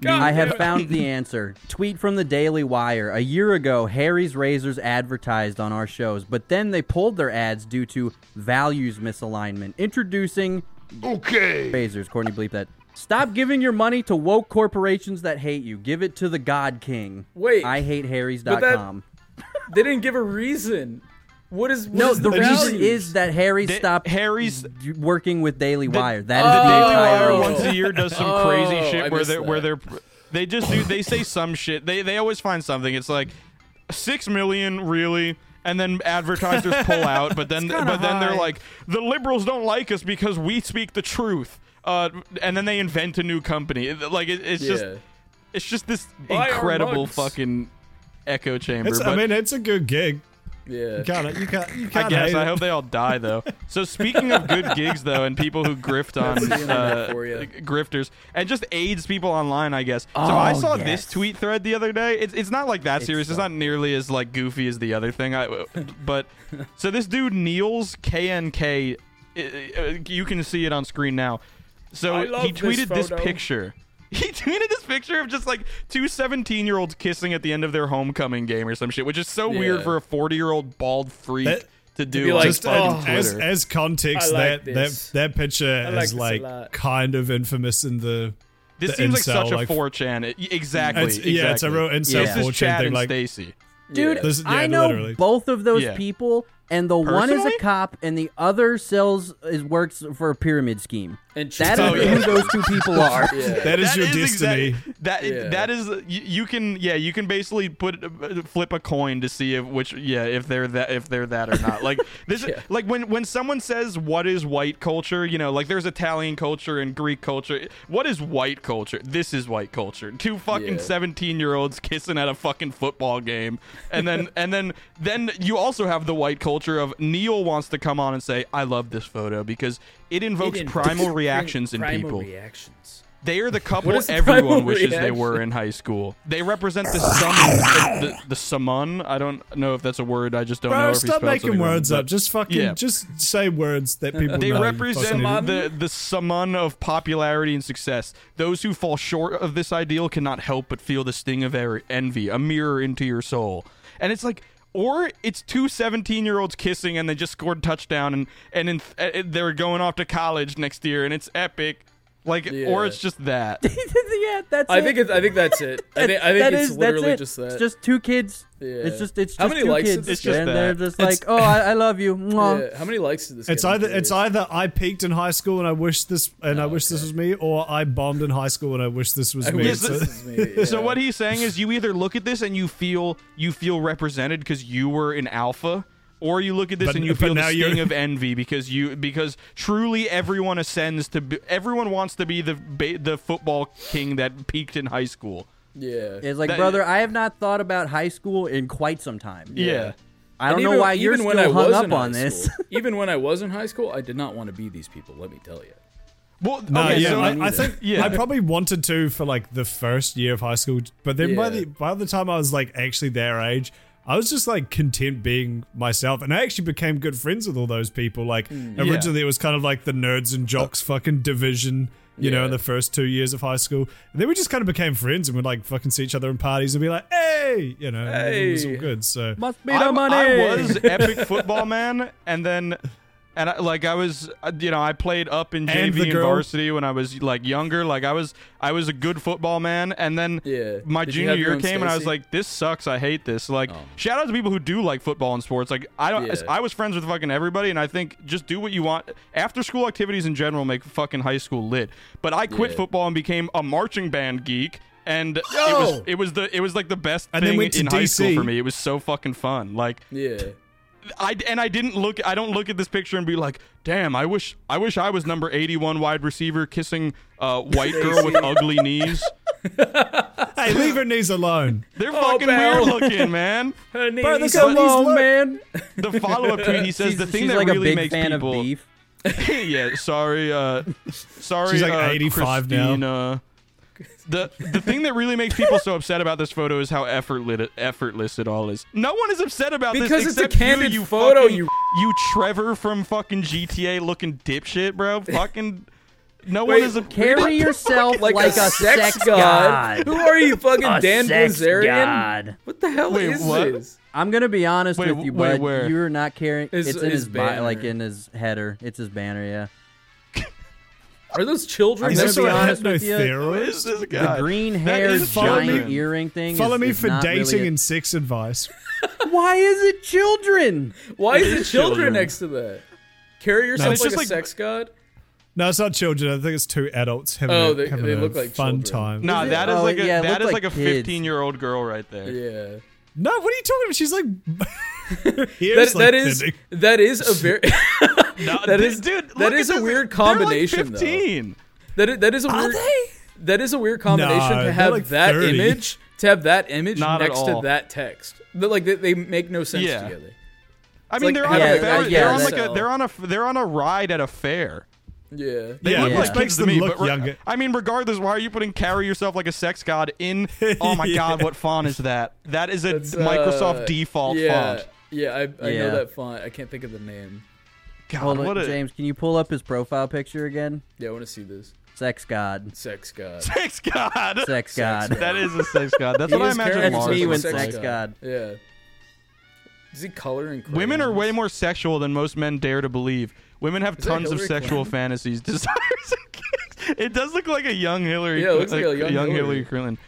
Speaker 5: I have found the answer. Tweet from the Daily Wire. A year ago, Harry's Razors advertised on our shows, but then they pulled their ads due to values misalignment. Introducing Okay Razors, Courtney bleep that. Stop giving your money to woke corporations that hate you. Give it to the God King.
Speaker 2: Wait,
Speaker 5: I hate Harry's.com.
Speaker 2: but that- they didn't give a reason. What is what
Speaker 5: no,
Speaker 2: is
Speaker 5: the
Speaker 2: reason
Speaker 5: reason is that Harry
Speaker 4: Da-
Speaker 5: stopped
Speaker 4: Harry's-
Speaker 5: d- working with Daily Wire. That
Speaker 4: the
Speaker 5: is the
Speaker 4: Daily
Speaker 5: entire
Speaker 4: Wire
Speaker 5: reason.
Speaker 4: Oh, once a year does some
Speaker 2: Oh,
Speaker 4: crazy
Speaker 2: I
Speaker 4: shit where
Speaker 2: missed
Speaker 4: they're where
Speaker 2: that.
Speaker 4: they're they just do they say some shit. They they always find something. It's like six million really. And then advertisers pull out, but then but then they're like, the liberals don't like us because we speak the truth. Uh, and then they invent a new company. It- Like it, it's just
Speaker 2: Yeah.
Speaker 4: it's just this
Speaker 2: Buy our
Speaker 4: incredible
Speaker 2: mugs.
Speaker 4: fucking echo chamber.
Speaker 6: It's,
Speaker 4: but
Speaker 6: I mean, it's a good gig.
Speaker 2: Yeah.
Speaker 6: You can't. You can't. You can't
Speaker 4: I guess
Speaker 6: hate
Speaker 4: I
Speaker 6: it.
Speaker 4: hope they all die though. So speaking of good gigs though, and people who grift on
Speaker 2: That's the internet
Speaker 4: uh,
Speaker 2: for ya.
Speaker 4: grifters and just aids people online, I guess. So
Speaker 2: Oh,
Speaker 4: I saw
Speaker 2: yes.
Speaker 4: this tweet thread the other day. It's, it's not like that
Speaker 2: It's
Speaker 4: serious. It's
Speaker 2: so-
Speaker 4: not nearly as like goofy as the other thing. I but so this dude Niels KNK, uh, uh, you can see it on screen now. So
Speaker 2: I love
Speaker 4: he
Speaker 2: this
Speaker 4: tweeted this,
Speaker 2: photo.
Speaker 4: picture. He tweeted this picture of just like two 17 year olds kissing at the end of their homecoming game or some shit, which is so weird
Speaker 2: Yeah.
Speaker 4: for a 40 year old bald freak
Speaker 6: That-
Speaker 4: to do
Speaker 2: be
Speaker 4: on
Speaker 2: like,
Speaker 6: Just
Speaker 4: fucking
Speaker 2: oh,
Speaker 6: as,
Speaker 4: Twitter.
Speaker 6: as
Speaker 2: I
Speaker 6: context,
Speaker 2: like
Speaker 6: that,
Speaker 2: this.
Speaker 6: that that picture
Speaker 2: I like
Speaker 6: is
Speaker 2: this a
Speaker 6: like
Speaker 2: lot.
Speaker 6: kind of infamous in the.
Speaker 4: this
Speaker 6: the
Speaker 4: seems like
Speaker 6: incel,
Speaker 4: such a
Speaker 6: like,
Speaker 4: 4chan. It- y- exactly.
Speaker 6: It's- yeah, it's a
Speaker 4: exactly.
Speaker 6: real incel
Speaker 4: This is
Speaker 6: 4chan
Speaker 4: Chad
Speaker 6: thing,
Speaker 4: and
Speaker 6: like-
Speaker 4: Stacy.
Speaker 5: Dude,
Speaker 6: This- yeah,
Speaker 5: I know
Speaker 6: literally.
Speaker 5: both of those
Speaker 4: Yeah.
Speaker 5: people, and the one is
Speaker 4: Personally?
Speaker 5: a cop, and the other sells is works for a pyramid scheme.
Speaker 2: And
Speaker 5: That
Speaker 2: cheats.
Speaker 5: is
Speaker 4: Oh, yeah.
Speaker 5: who those two people are.
Speaker 6: That is
Speaker 4: That
Speaker 6: your
Speaker 4: is
Speaker 6: destiny.
Speaker 4: exact- that
Speaker 2: Yeah.
Speaker 4: that is you, you can yeah you can basically put uh, flip a coin to see if which yeah if they're that if they're that or not like this
Speaker 2: Yeah.
Speaker 4: like when when someone says what is white culture you know like there's Italian culture and Greek culture what is white culture this is white culture two fucking
Speaker 2: Yeah.
Speaker 4: seventeen year olds kissing at a fucking football game and then and then then you also have the white culture of Neil wants to come on and say I love this photo because it invokes primal reactions in
Speaker 2: primal
Speaker 4: people.
Speaker 2: Reactions.
Speaker 4: They are the couple
Speaker 2: What is the primal
Speaker 4: everyone wishes they
Speaker 2: reaction?
Speaker 4: were in high school. They represent the summon, the, the, the summon. I don't know if that's a word. I just don't know
Speaker 6: Bro,
Speaker 4: if he
Speaker 6: stop
Speaker 4: spells
Speaker 6: making
Speaker 4: something wrong,
Speaker 6: words up.
Speaker 4: but
Speaker 6: Just fucking,
Speaker 4: Yeah.
Speaker 6: just say words that people
Speaker 4: They
Speaker 6: know.
Speaker 4: represent the the summon of popularity and success. Those who fall short of this ideal cannot help but feel the sting of er- envy, a mirror into your soul. And it's like. Or it's two 17 year olds kissing and they just scored a touchdown and, and in th- uh, they're going off to college next year and it's epic. Like,
Speaker 2: Yeah.
Speaker 4: or it's just that.
Speaker 5: yeah, that's
Speaker 2: I
Speaker 5: it.
Speaker 2: think it's, I think that's it. I think, I think
Speaker 5: That
Speaker 2: it's
Speaker 5: is- that's
Speaker 2: literally
Speaker 5: it.
Speaker 2: just that.
Speaker 5: It's just two kids.
Speaker 2: Yeah.
Speaker 5: It's just it's just
Speaker 2: How many
Speaker 5: two
Speaker 2: likes did
Speaker 5: kids,
Speaker 2: this
Speaker 4: get?
Speaker 5: and they're just
Speaker 6: It's-
Speaker 5: like, oh, I, I love you. Mwah.
Speaker 2: yeah. How many likes did this? Oh,
Speaker 6: It's
Speaker 2: get? I'm
Speaker 6: either it's
Speaker 2: curious.
Speaker 6: either I peaked in high school and I wish this and I wish this was me, or I bombed in high school and I wish this was
Speaker 2: I
Speaker 6: me.
Speaker 2: wish
Speaker 6: So-
Speaker 2: this is me. Yeah.
Speaker 4: So what he's saying is you either look at this and you feel you feel represented because you were an alpha or you look at this
Speaker 6: But-
Speaker 4: and you
Speaker 6: but
Speaker 4: feel
Speaker 6: now
Speaker 4: the
Speaker 6: you're-
Speaker 4: sting of envy because you because truly everyone ascends to be, everyone wants to be the ba- the football king that peaked in high school.
Speaker 2: Yeah.
Speaker 5: It's like,
Speaker 4: That-
Speaker 5: brother, I have not thought about high school in quite some time.
Speaker 4: Yeah.
Speaker 5: I don't
Speaker 2: And
Speaker 5: know
Speaker 2: even-
Speaker 5: why you're
Speaker 2: even
Speaker 5: still
Speaker 2: when I
Speaker 5: hung
Speaker 2: was
Speaker 5: up
Speaker 2: in
Speaker 5: on
Speaker 2: high
Speaker 5: this.
Speaker 2: school- even when I was in high school, I did not want to be these people. Let me tell you.
Speaker 4: Well,
Speaker 6: No,
Speaker 4: okay,
Speaker 6: uh, yeah,
Speaker 4: so
Speaker 6: I, I think
Speaker 4: Yeah.
Speaker 6: I probably wanted to for like the first year of high school, but then by
Speaker 2: Yeah.
Speaker 6: the by the time I was like actually their age, I was just like content being myself, and I actually became good friends with all those people. Like originally, it was kind of like the nerds and jocks fucking division, you know, in the first two years of high school, and then we just kind of became friends and would like fucking see each other in parties and be like, hey, you know, and it was all
Speaker 2: Hey.
Speaker 6: good. So
Speaker 5: Must be
Speaker 4: I,
Speaker 5: the money.
Speaker 4: I was epic football man, and then, and I, like I was, uh, you know, I played up in
Speaker 6: And
Speaker 4: JV
Speaker 6: the
Speaker 4: and
Speaker 6: girl.
Speaker 4: varsity when I was like younger. Like I was, I was a good football man, and then
Speaker 2: Yeah.
Speaker 4: my
Speaker 2: Did you
Speaker 4: junior
Speaker 2: have your
Speaker 4: year
Speaker 2: own
Speaker 4: came, and I was
Speaker 2: Stacy? Oh.
Speaker 4: like, this sucks. I hate this. Like shout out to people who do like football and sports. Like I don't,
Speaker 2: Yeah.
Speaker 4: I was friends with fucking everybody, and I think just do what you want. After school activities in general make fucking high school lit. But I quit
Speaker 2: Yeah.
Speaker 4: football and became a marching band geek. And it was
Speaker 6: Yo!
Speaker 4: it was the it was like the best
Speaker 6: And then
Speaker 4: thing
Speaker 6: went to
Speaker 4: in high school
Speaker 6: DC.
Speaker 4: for me. It was so fucking fun. Like
Speaker 2: Yeah.
Speaker 4: I and I didn't look. I don't look at this picture and be like, "Damn, I wish I wish I was number eighty-one wide receiver kissing a white girl with ugly knees."
Speaker 6: hey, leave her knees alone.
Speaker 4: They're
Speaker 2: Oh,
Speaker 4: fucking weird
Speaker 2: Belle.
Speaker 4: looking, man.
Speaker 2: Bro,
Speaker 6: this
Speaker 5: Come
Speaker 6: Please
Speaker 5: on,
Speaker 6: look.
Speaker 5: man.
Speaker 4: The follow-up tweet he says
Speaker 5: she's,
Speaker 4: the thing
Speaker 5: she's
Speaker 4: that
Speaker 5: like
Speaker 4: really
Speaker 5: a big
Speaker 4: makes
Speaker 5: fan
Speaker 4: people.
Speaker 5: of beef.
Speaker 4: yeah, sorry, uh, sorry.
Speaker 6: She's like
Speaker 4: uh,
Speaker 6: 85 now.
Speaker 4: Christina. The the thing that really makes people so upset about this photo is how effortless effortless it all is. No one is upset about this
Speaker 2: Because it's a
Speaker 4: except
Speaker 2: candid
Speaker 4: you, you
Speaker 2: photo,
Speaker 4: fucking-
Speaker 2: you-
Speaker 4: you Trevor from fucking GTA looking dipshit, bro. Fucking no
Speaker 2: Wait,
Speaker 4: one is a
Speaker 5: Carry yourself like, a sex,
Speaker 2: god.
Speaker 5: god.
Speaker 2: Who are you, fucking
Speaker 5: A
Speaker 2: Dan
Speaker 5: sex
Speaker 2: Blazarian?
Speaker 5: god.
Speaker 2: What the hell
Speaker 4: Wait,
Speaker 2: is
Speaker 4: what?
Speaker 2: this?
Speaker 5: I'm gonna be honest
Speaker 4: Wait,
Speaker 5: with you,
Speaker 4: wait,
Speaker 5: bud.
Speaker 4: where?
Speaker 5: You're not carrying.
Speaker 2: His-
Speaker 5: It's, in
Speaker 2: his
Speaker 5: his, bi- like
Speaker 2: banner.
Speaker 5: in his header. It's his banner. Yeah.
Speaker 2: Are those children?
Speaker 5: I'm
Speaker 6: Is
Speaker 5: gonna
Speaker 6: this
Speaker 5: be
Speaker 6: a
Speaker 5: honest with you.
Speaker 6: hypnotherapist?
Speaker 4: Is this
Speaker 5: The
Speaker 4: guy?
Speaker 5: green
Speaker 4: Uh, That
Speaker 5: hair,
Speaker 4: is follow me-
Speaker 5: giant earring thing. is-
Speaker 6: Follow me
Speaker 5: is
Speaker 6: for
Speaker 5: not really
Speaker 6: dating
Speaker 5: a-
Speaker 6: and sex advice.
Speaker 5: Why is it children?
Speaker 2: Why is
Speaker 4: children.
Speaker 2: the children next to that? Carry yourself
Speaker 6: it's
Speaker 2: like
Speaker 6: just
Speaker 2: a
Speaker 6: like-
Speaker 2: sex god.
Speaker 6: No, it's not children. I think it's two adults having,
Speaker 2: Oh,
Speaker 6: a,
Speaker 2: they-
Speaker 6: having
Speaker 2: they
Speaker 6: a
Speaker 2: look like
Speaker 6: fun
Speaker 2: children.
Speaker 6: time.
Speaker 4: Nah,
Speaker 5: Is it?
Speaker 4: that is
Speaker 5: Oh,
Speaker 4: like a
Speaker 5: yeah, it
Speaker 4: that
Speaker 5: looked
Speaker 4: is
Speaker 5: like
Speaker 4: like a
Speaker 5: kids.
Speaker 4: fifteen year old girl right there.
Speaker 2: Yeah.
Speaker 6: No, what are you talking about? She's like,
Speaker 2: That,
Speaker 6: Here's like
Speaker 2: that is
Speaker 6: thinning.
Speaker 2: that is a very
Speaker 4: No,
Speaker 2: That
Speaker 4: thi-
Speaker 2: is-
Speaker 4: dude.
Speaker 2: that
Speaker 4: look
Speaker 2: is
Speaker 4: at
Speaker 2: a
Speaker 4: this.
Speaker 2: weird
Speaker 4: They're like
Speaker 2: combination, though.
Speaker 4: Fifteen.
Speaker 2: that is, that is a weird that is a weird combination
Speaker 6: No,
Speaker 2: to
Speaker 6: they're
Speaker 2: have
Speaker 6: like
Speaker 2: that
Speaker 6: 30.
Speaker 2: image to have that image
Speaker 4: Not at
Speaker 2: next to
Speaker 4: all.
Speaker 2: that text. But, like they, they make no sense
Speaker 4: Yeah.
Speaker 2: together.
Speaker 4: I
Speaker 2: It's
Speaker 4: mean,
Speaker 2: like,
Speaker 4: they're on
Speaker 2: yeah,
Speaker 4: a fair,
Speaker 2: yeah,
Speaker 4: they're on
Speaker 2: that's
Speaker 4: like a
Speaker 2: all.
Speaker 4: they're on a they're on a ride at a fair.
Speaker 2: Yeah,
Speaker 4: They
Speaker 6: Yeah,
Speaker 4: look
Speaker 6: which
Speaker 4: like
Speaker 6: makes
Speaker 4: kids to
Speaker 6: them
Speaker 4: me.
Speaker 6: look
Speaker 4: But re-
Speaker 6: younger.
Speaker 4: I mean, regardless, why are you putting "carry yourself like a sex god" in? Oh my god, what font is that? That is a
Speaker 2: It's, uh,
Speaker 4: Microsoft default
Speaker 2: yeah,
Speaker 4: font.
Speaker 2: Yeah, I, I
Speaker 5: Yeah.
Speaker 2: know that font. I can't think of the name.
Speaker 4: God,
Speaker 5: Hold
Speaker 4: what
Speaker 5: on,
Speaker 4: a
Speaker 5: James, can you pull up his profile picture again?
Speaker 2: Yeah, I want to see this.
Speaker 5: Sex God.
Speaker 2: Sex God.
Speaker 4: sex god.
Speaker 5: Sex God.
Speaker 4: That is a sex god. That's
Speaker 2: He
Speaker 4: what I
Speaker 2: is
Speaker 4: imagine.
Speaker 2: carrying
Speaker 4: Mars
Speaker 5: That's me
Speaker 2: himself
Speaker 5: when
Speaker 2: like a
Speaker 5: sex god.
Speaker 2: Yeah. Is he coloring? Crayons?
Speaker 4: Women are way more sexual than most men dare to believe. Women have
Speaker 2: Is that
Speaker 4: tons of
Speaker 2: Hillary
Speaker 4: sexual
Speaker 2: Clinton?
Speaker 4: fantasies, desires, and kicks. It does look like a young Hillary.
Speaker 2: Yeah, it looks like a young
Speaker 4: Hillary
Speaker 2: Hillary.
Speaker 4: Clinton.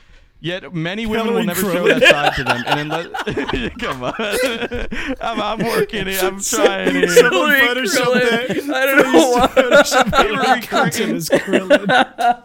Speaker 4: Yet many women
Speaker 6: Hillary
Speaker 4: will never show
Speaker 6: Clinton.
Speaker 4: that side to them. And unless, come on, I'm, I'm working it. I'm trying here.
Speaker 6: Someone
Speaker 2: Hillary
Speaker 6: photoshopped
Speaker 2: Clinton.
Speaker 6: that.
Speaker 2: I don't know why.
Speaker 6: Photoshop
Speaker 4: Hillary
Speaker 6: Hillary Clinton as Krillin.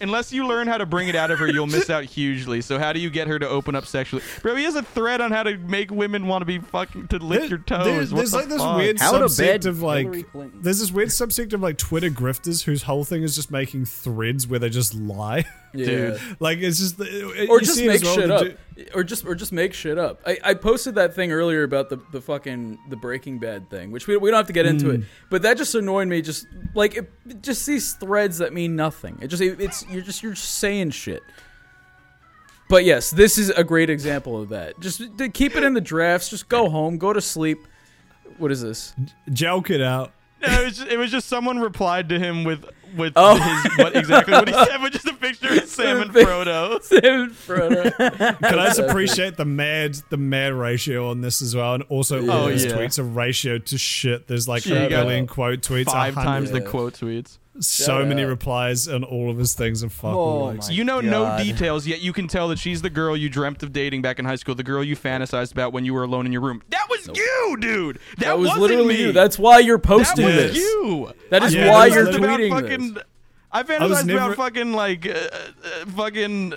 Speaker 4: Unless you learn how to bring it out of her, you'll miss out hugely. So how do you get her to open up sexually? Bro, he has a thread on how to make women want to be fucking to lick your toes.
Speaker 6: There's,
Speaker 4: What
Speaker 6: there's
Speaker 4: the
Speaker 6: like this
Speaker 4: fuck?
Speaker 6: weird
Speaker 5: How to
Speaker 6: subsect
Speaker 5: bed
Speaker 6: of
Speaker 5: Hillary
Speaker 6: like
Speaker 5: Clinton.
Speaker 6: there's this weird subsect of like Twitter grifters whose whole thing is just making threads where they just lie.
Speaker 2: Yeah.
Speaker 4: Dude.
Speaker 6: like it's just it,
Speaker 2: Or
Speaker 6: you
Speaker 2: just
Speaker 6: see it as
Speaker 2: make
Speaker 6: well,
Speaker 2: shit
Speaker 6: the
Speaker 2: up.
Speaker 6: du-
Speaker 2: Or just or just make shit up. I, I posted that thing earlier about the, the fucking the Breaking Bad thing, which we, we don't have to get into
Speaker 6: Mm.
Speaker 2: it. But that just annoyed me. Just like it, it just these threads that mean nothing. It just it, it's you're just you're just saying shit. But yes, this is a great example of that. Just to keep it in the drafts. Just go home, go to sleep. What is this?
Speaker 6: joke it out.
Speaker 4: No, it was just, it was just someone replied to him with with
Speaker 2: Oh.
Speaker 4: his, what exactly what he said, which is a picture of Sam and Frodo.
Speaker 2: Sam Frodo.
Speaker 6: Can I just appreciate the mad the mad ratio on this as well? And also all
Speaker 4: Oh,
Speaker 6: his
Speaker 4: yeah.
Speaker 6: tweets are ratioed to shit. There's like
Speaker 4: Yeah,
Speaker 6: a
Speaker 4: you got
Speaker 6: billion quote tweets,
Speaker 4: Five
Speaker 6: a hundred-
Speaker 4: times the
Speaker 2: Yeah.
Speaker 4: quote tweets.
Speaker 6: so
Speaker 2: Shout
Speaker 6: many
Speaker 2: out.
Speaker 6: replies on all of his things and fucking
Speaker 5: Oh
Speaker 6: likes.
Speaker 5: my
Speaker 4: You know
Speaker 5: God.
Speaker 4: no details, yet you can tell that she's the girl you dreamt of dating back in high school, the girl you fantasized about when you were alone in your room. That was you, dude. That,
Speaker 2: That was
Speaker 4: wasn't
Speaker 2: literally
Speaker 4: me.
Speaker 2: you. That's why you're
Speaker 4: that
Speaker 2: posting
Speaker 4: was
Speaker 2: this.
Speaker 4: you.
Speaker 2: That is
Speaker 4: I
Speaker 6: why
Speaker 4: fantasized
Speaker 6: you're
Speaker 4: about
Speaker 2: tweeting
Speaker 4: fucking,
Speaker 2: this.
Speaker 4: I
Speaker 6: was
Speaker 4: fantasized
Speaker 6: never-
Speaker 4: about fucking like uh, uh, fucking.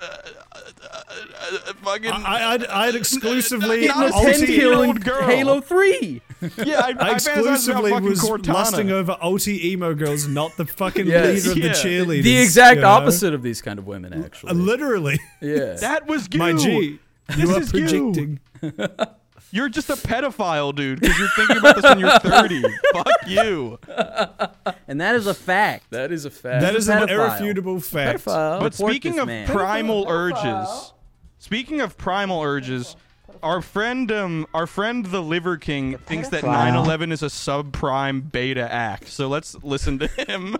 Speaker 4: Uh, uh, uh, fucking
Speaker 6: I, I'd, I'd exclusively
Speaker 4: Not a
Speaker 6: ulti-
Speaker 5: 10 kill in
Speaker 4: Old girl.
Speaker 5: Halo 3.
Speaker 4: yeah, I,
Speaker 6: I
Speaker 4: I fantasized about
Speaker 6: exclusively
Speaker 4: fucking
Speaker 6: was
Speaker 4: Cortana.
Speaker 6: lusting over ulti emo girls, not the fucking
Speaker 2: Yes.
Speaker 6: leader
Speaker 4: Yeah.
Speaker 6: of the cheerleaders.
Speaker 2: The exact
Speaker 6: you know?
Speaker 2: opposite of these kind of women,
Speaker 6: Uh,
Speaker 2: actually.
Speaker 6: Literally,
Speaker 2: Yeah.
Speaker 4: That was you.
Speaker 6: my G, you are
Speaker 4: is you.
Speaker 6: projecting.
Speaker 4: You're just a pedophile, dude, because you're thinking about this when you're 30. Fuck you.
Speaker 5: And that is a fact.
Speaker 2: that is a fact.
Speaker 6: That is
Speaker 5: a
Speaker 6: an
Speaker 5: pedophile.
Speaker 6: irrefutable fact.
Speaker 4: But
Speaker 5: Report
Speaker 4: speaking
Speaker 5: this
Speaker 4: of
Speaker 5: man.
Speaker 4: primal urges, speaking of primal urges, our friend, um, our friend the Liver King thinks that 9/11 is a subprime beta act. So let's listen to him.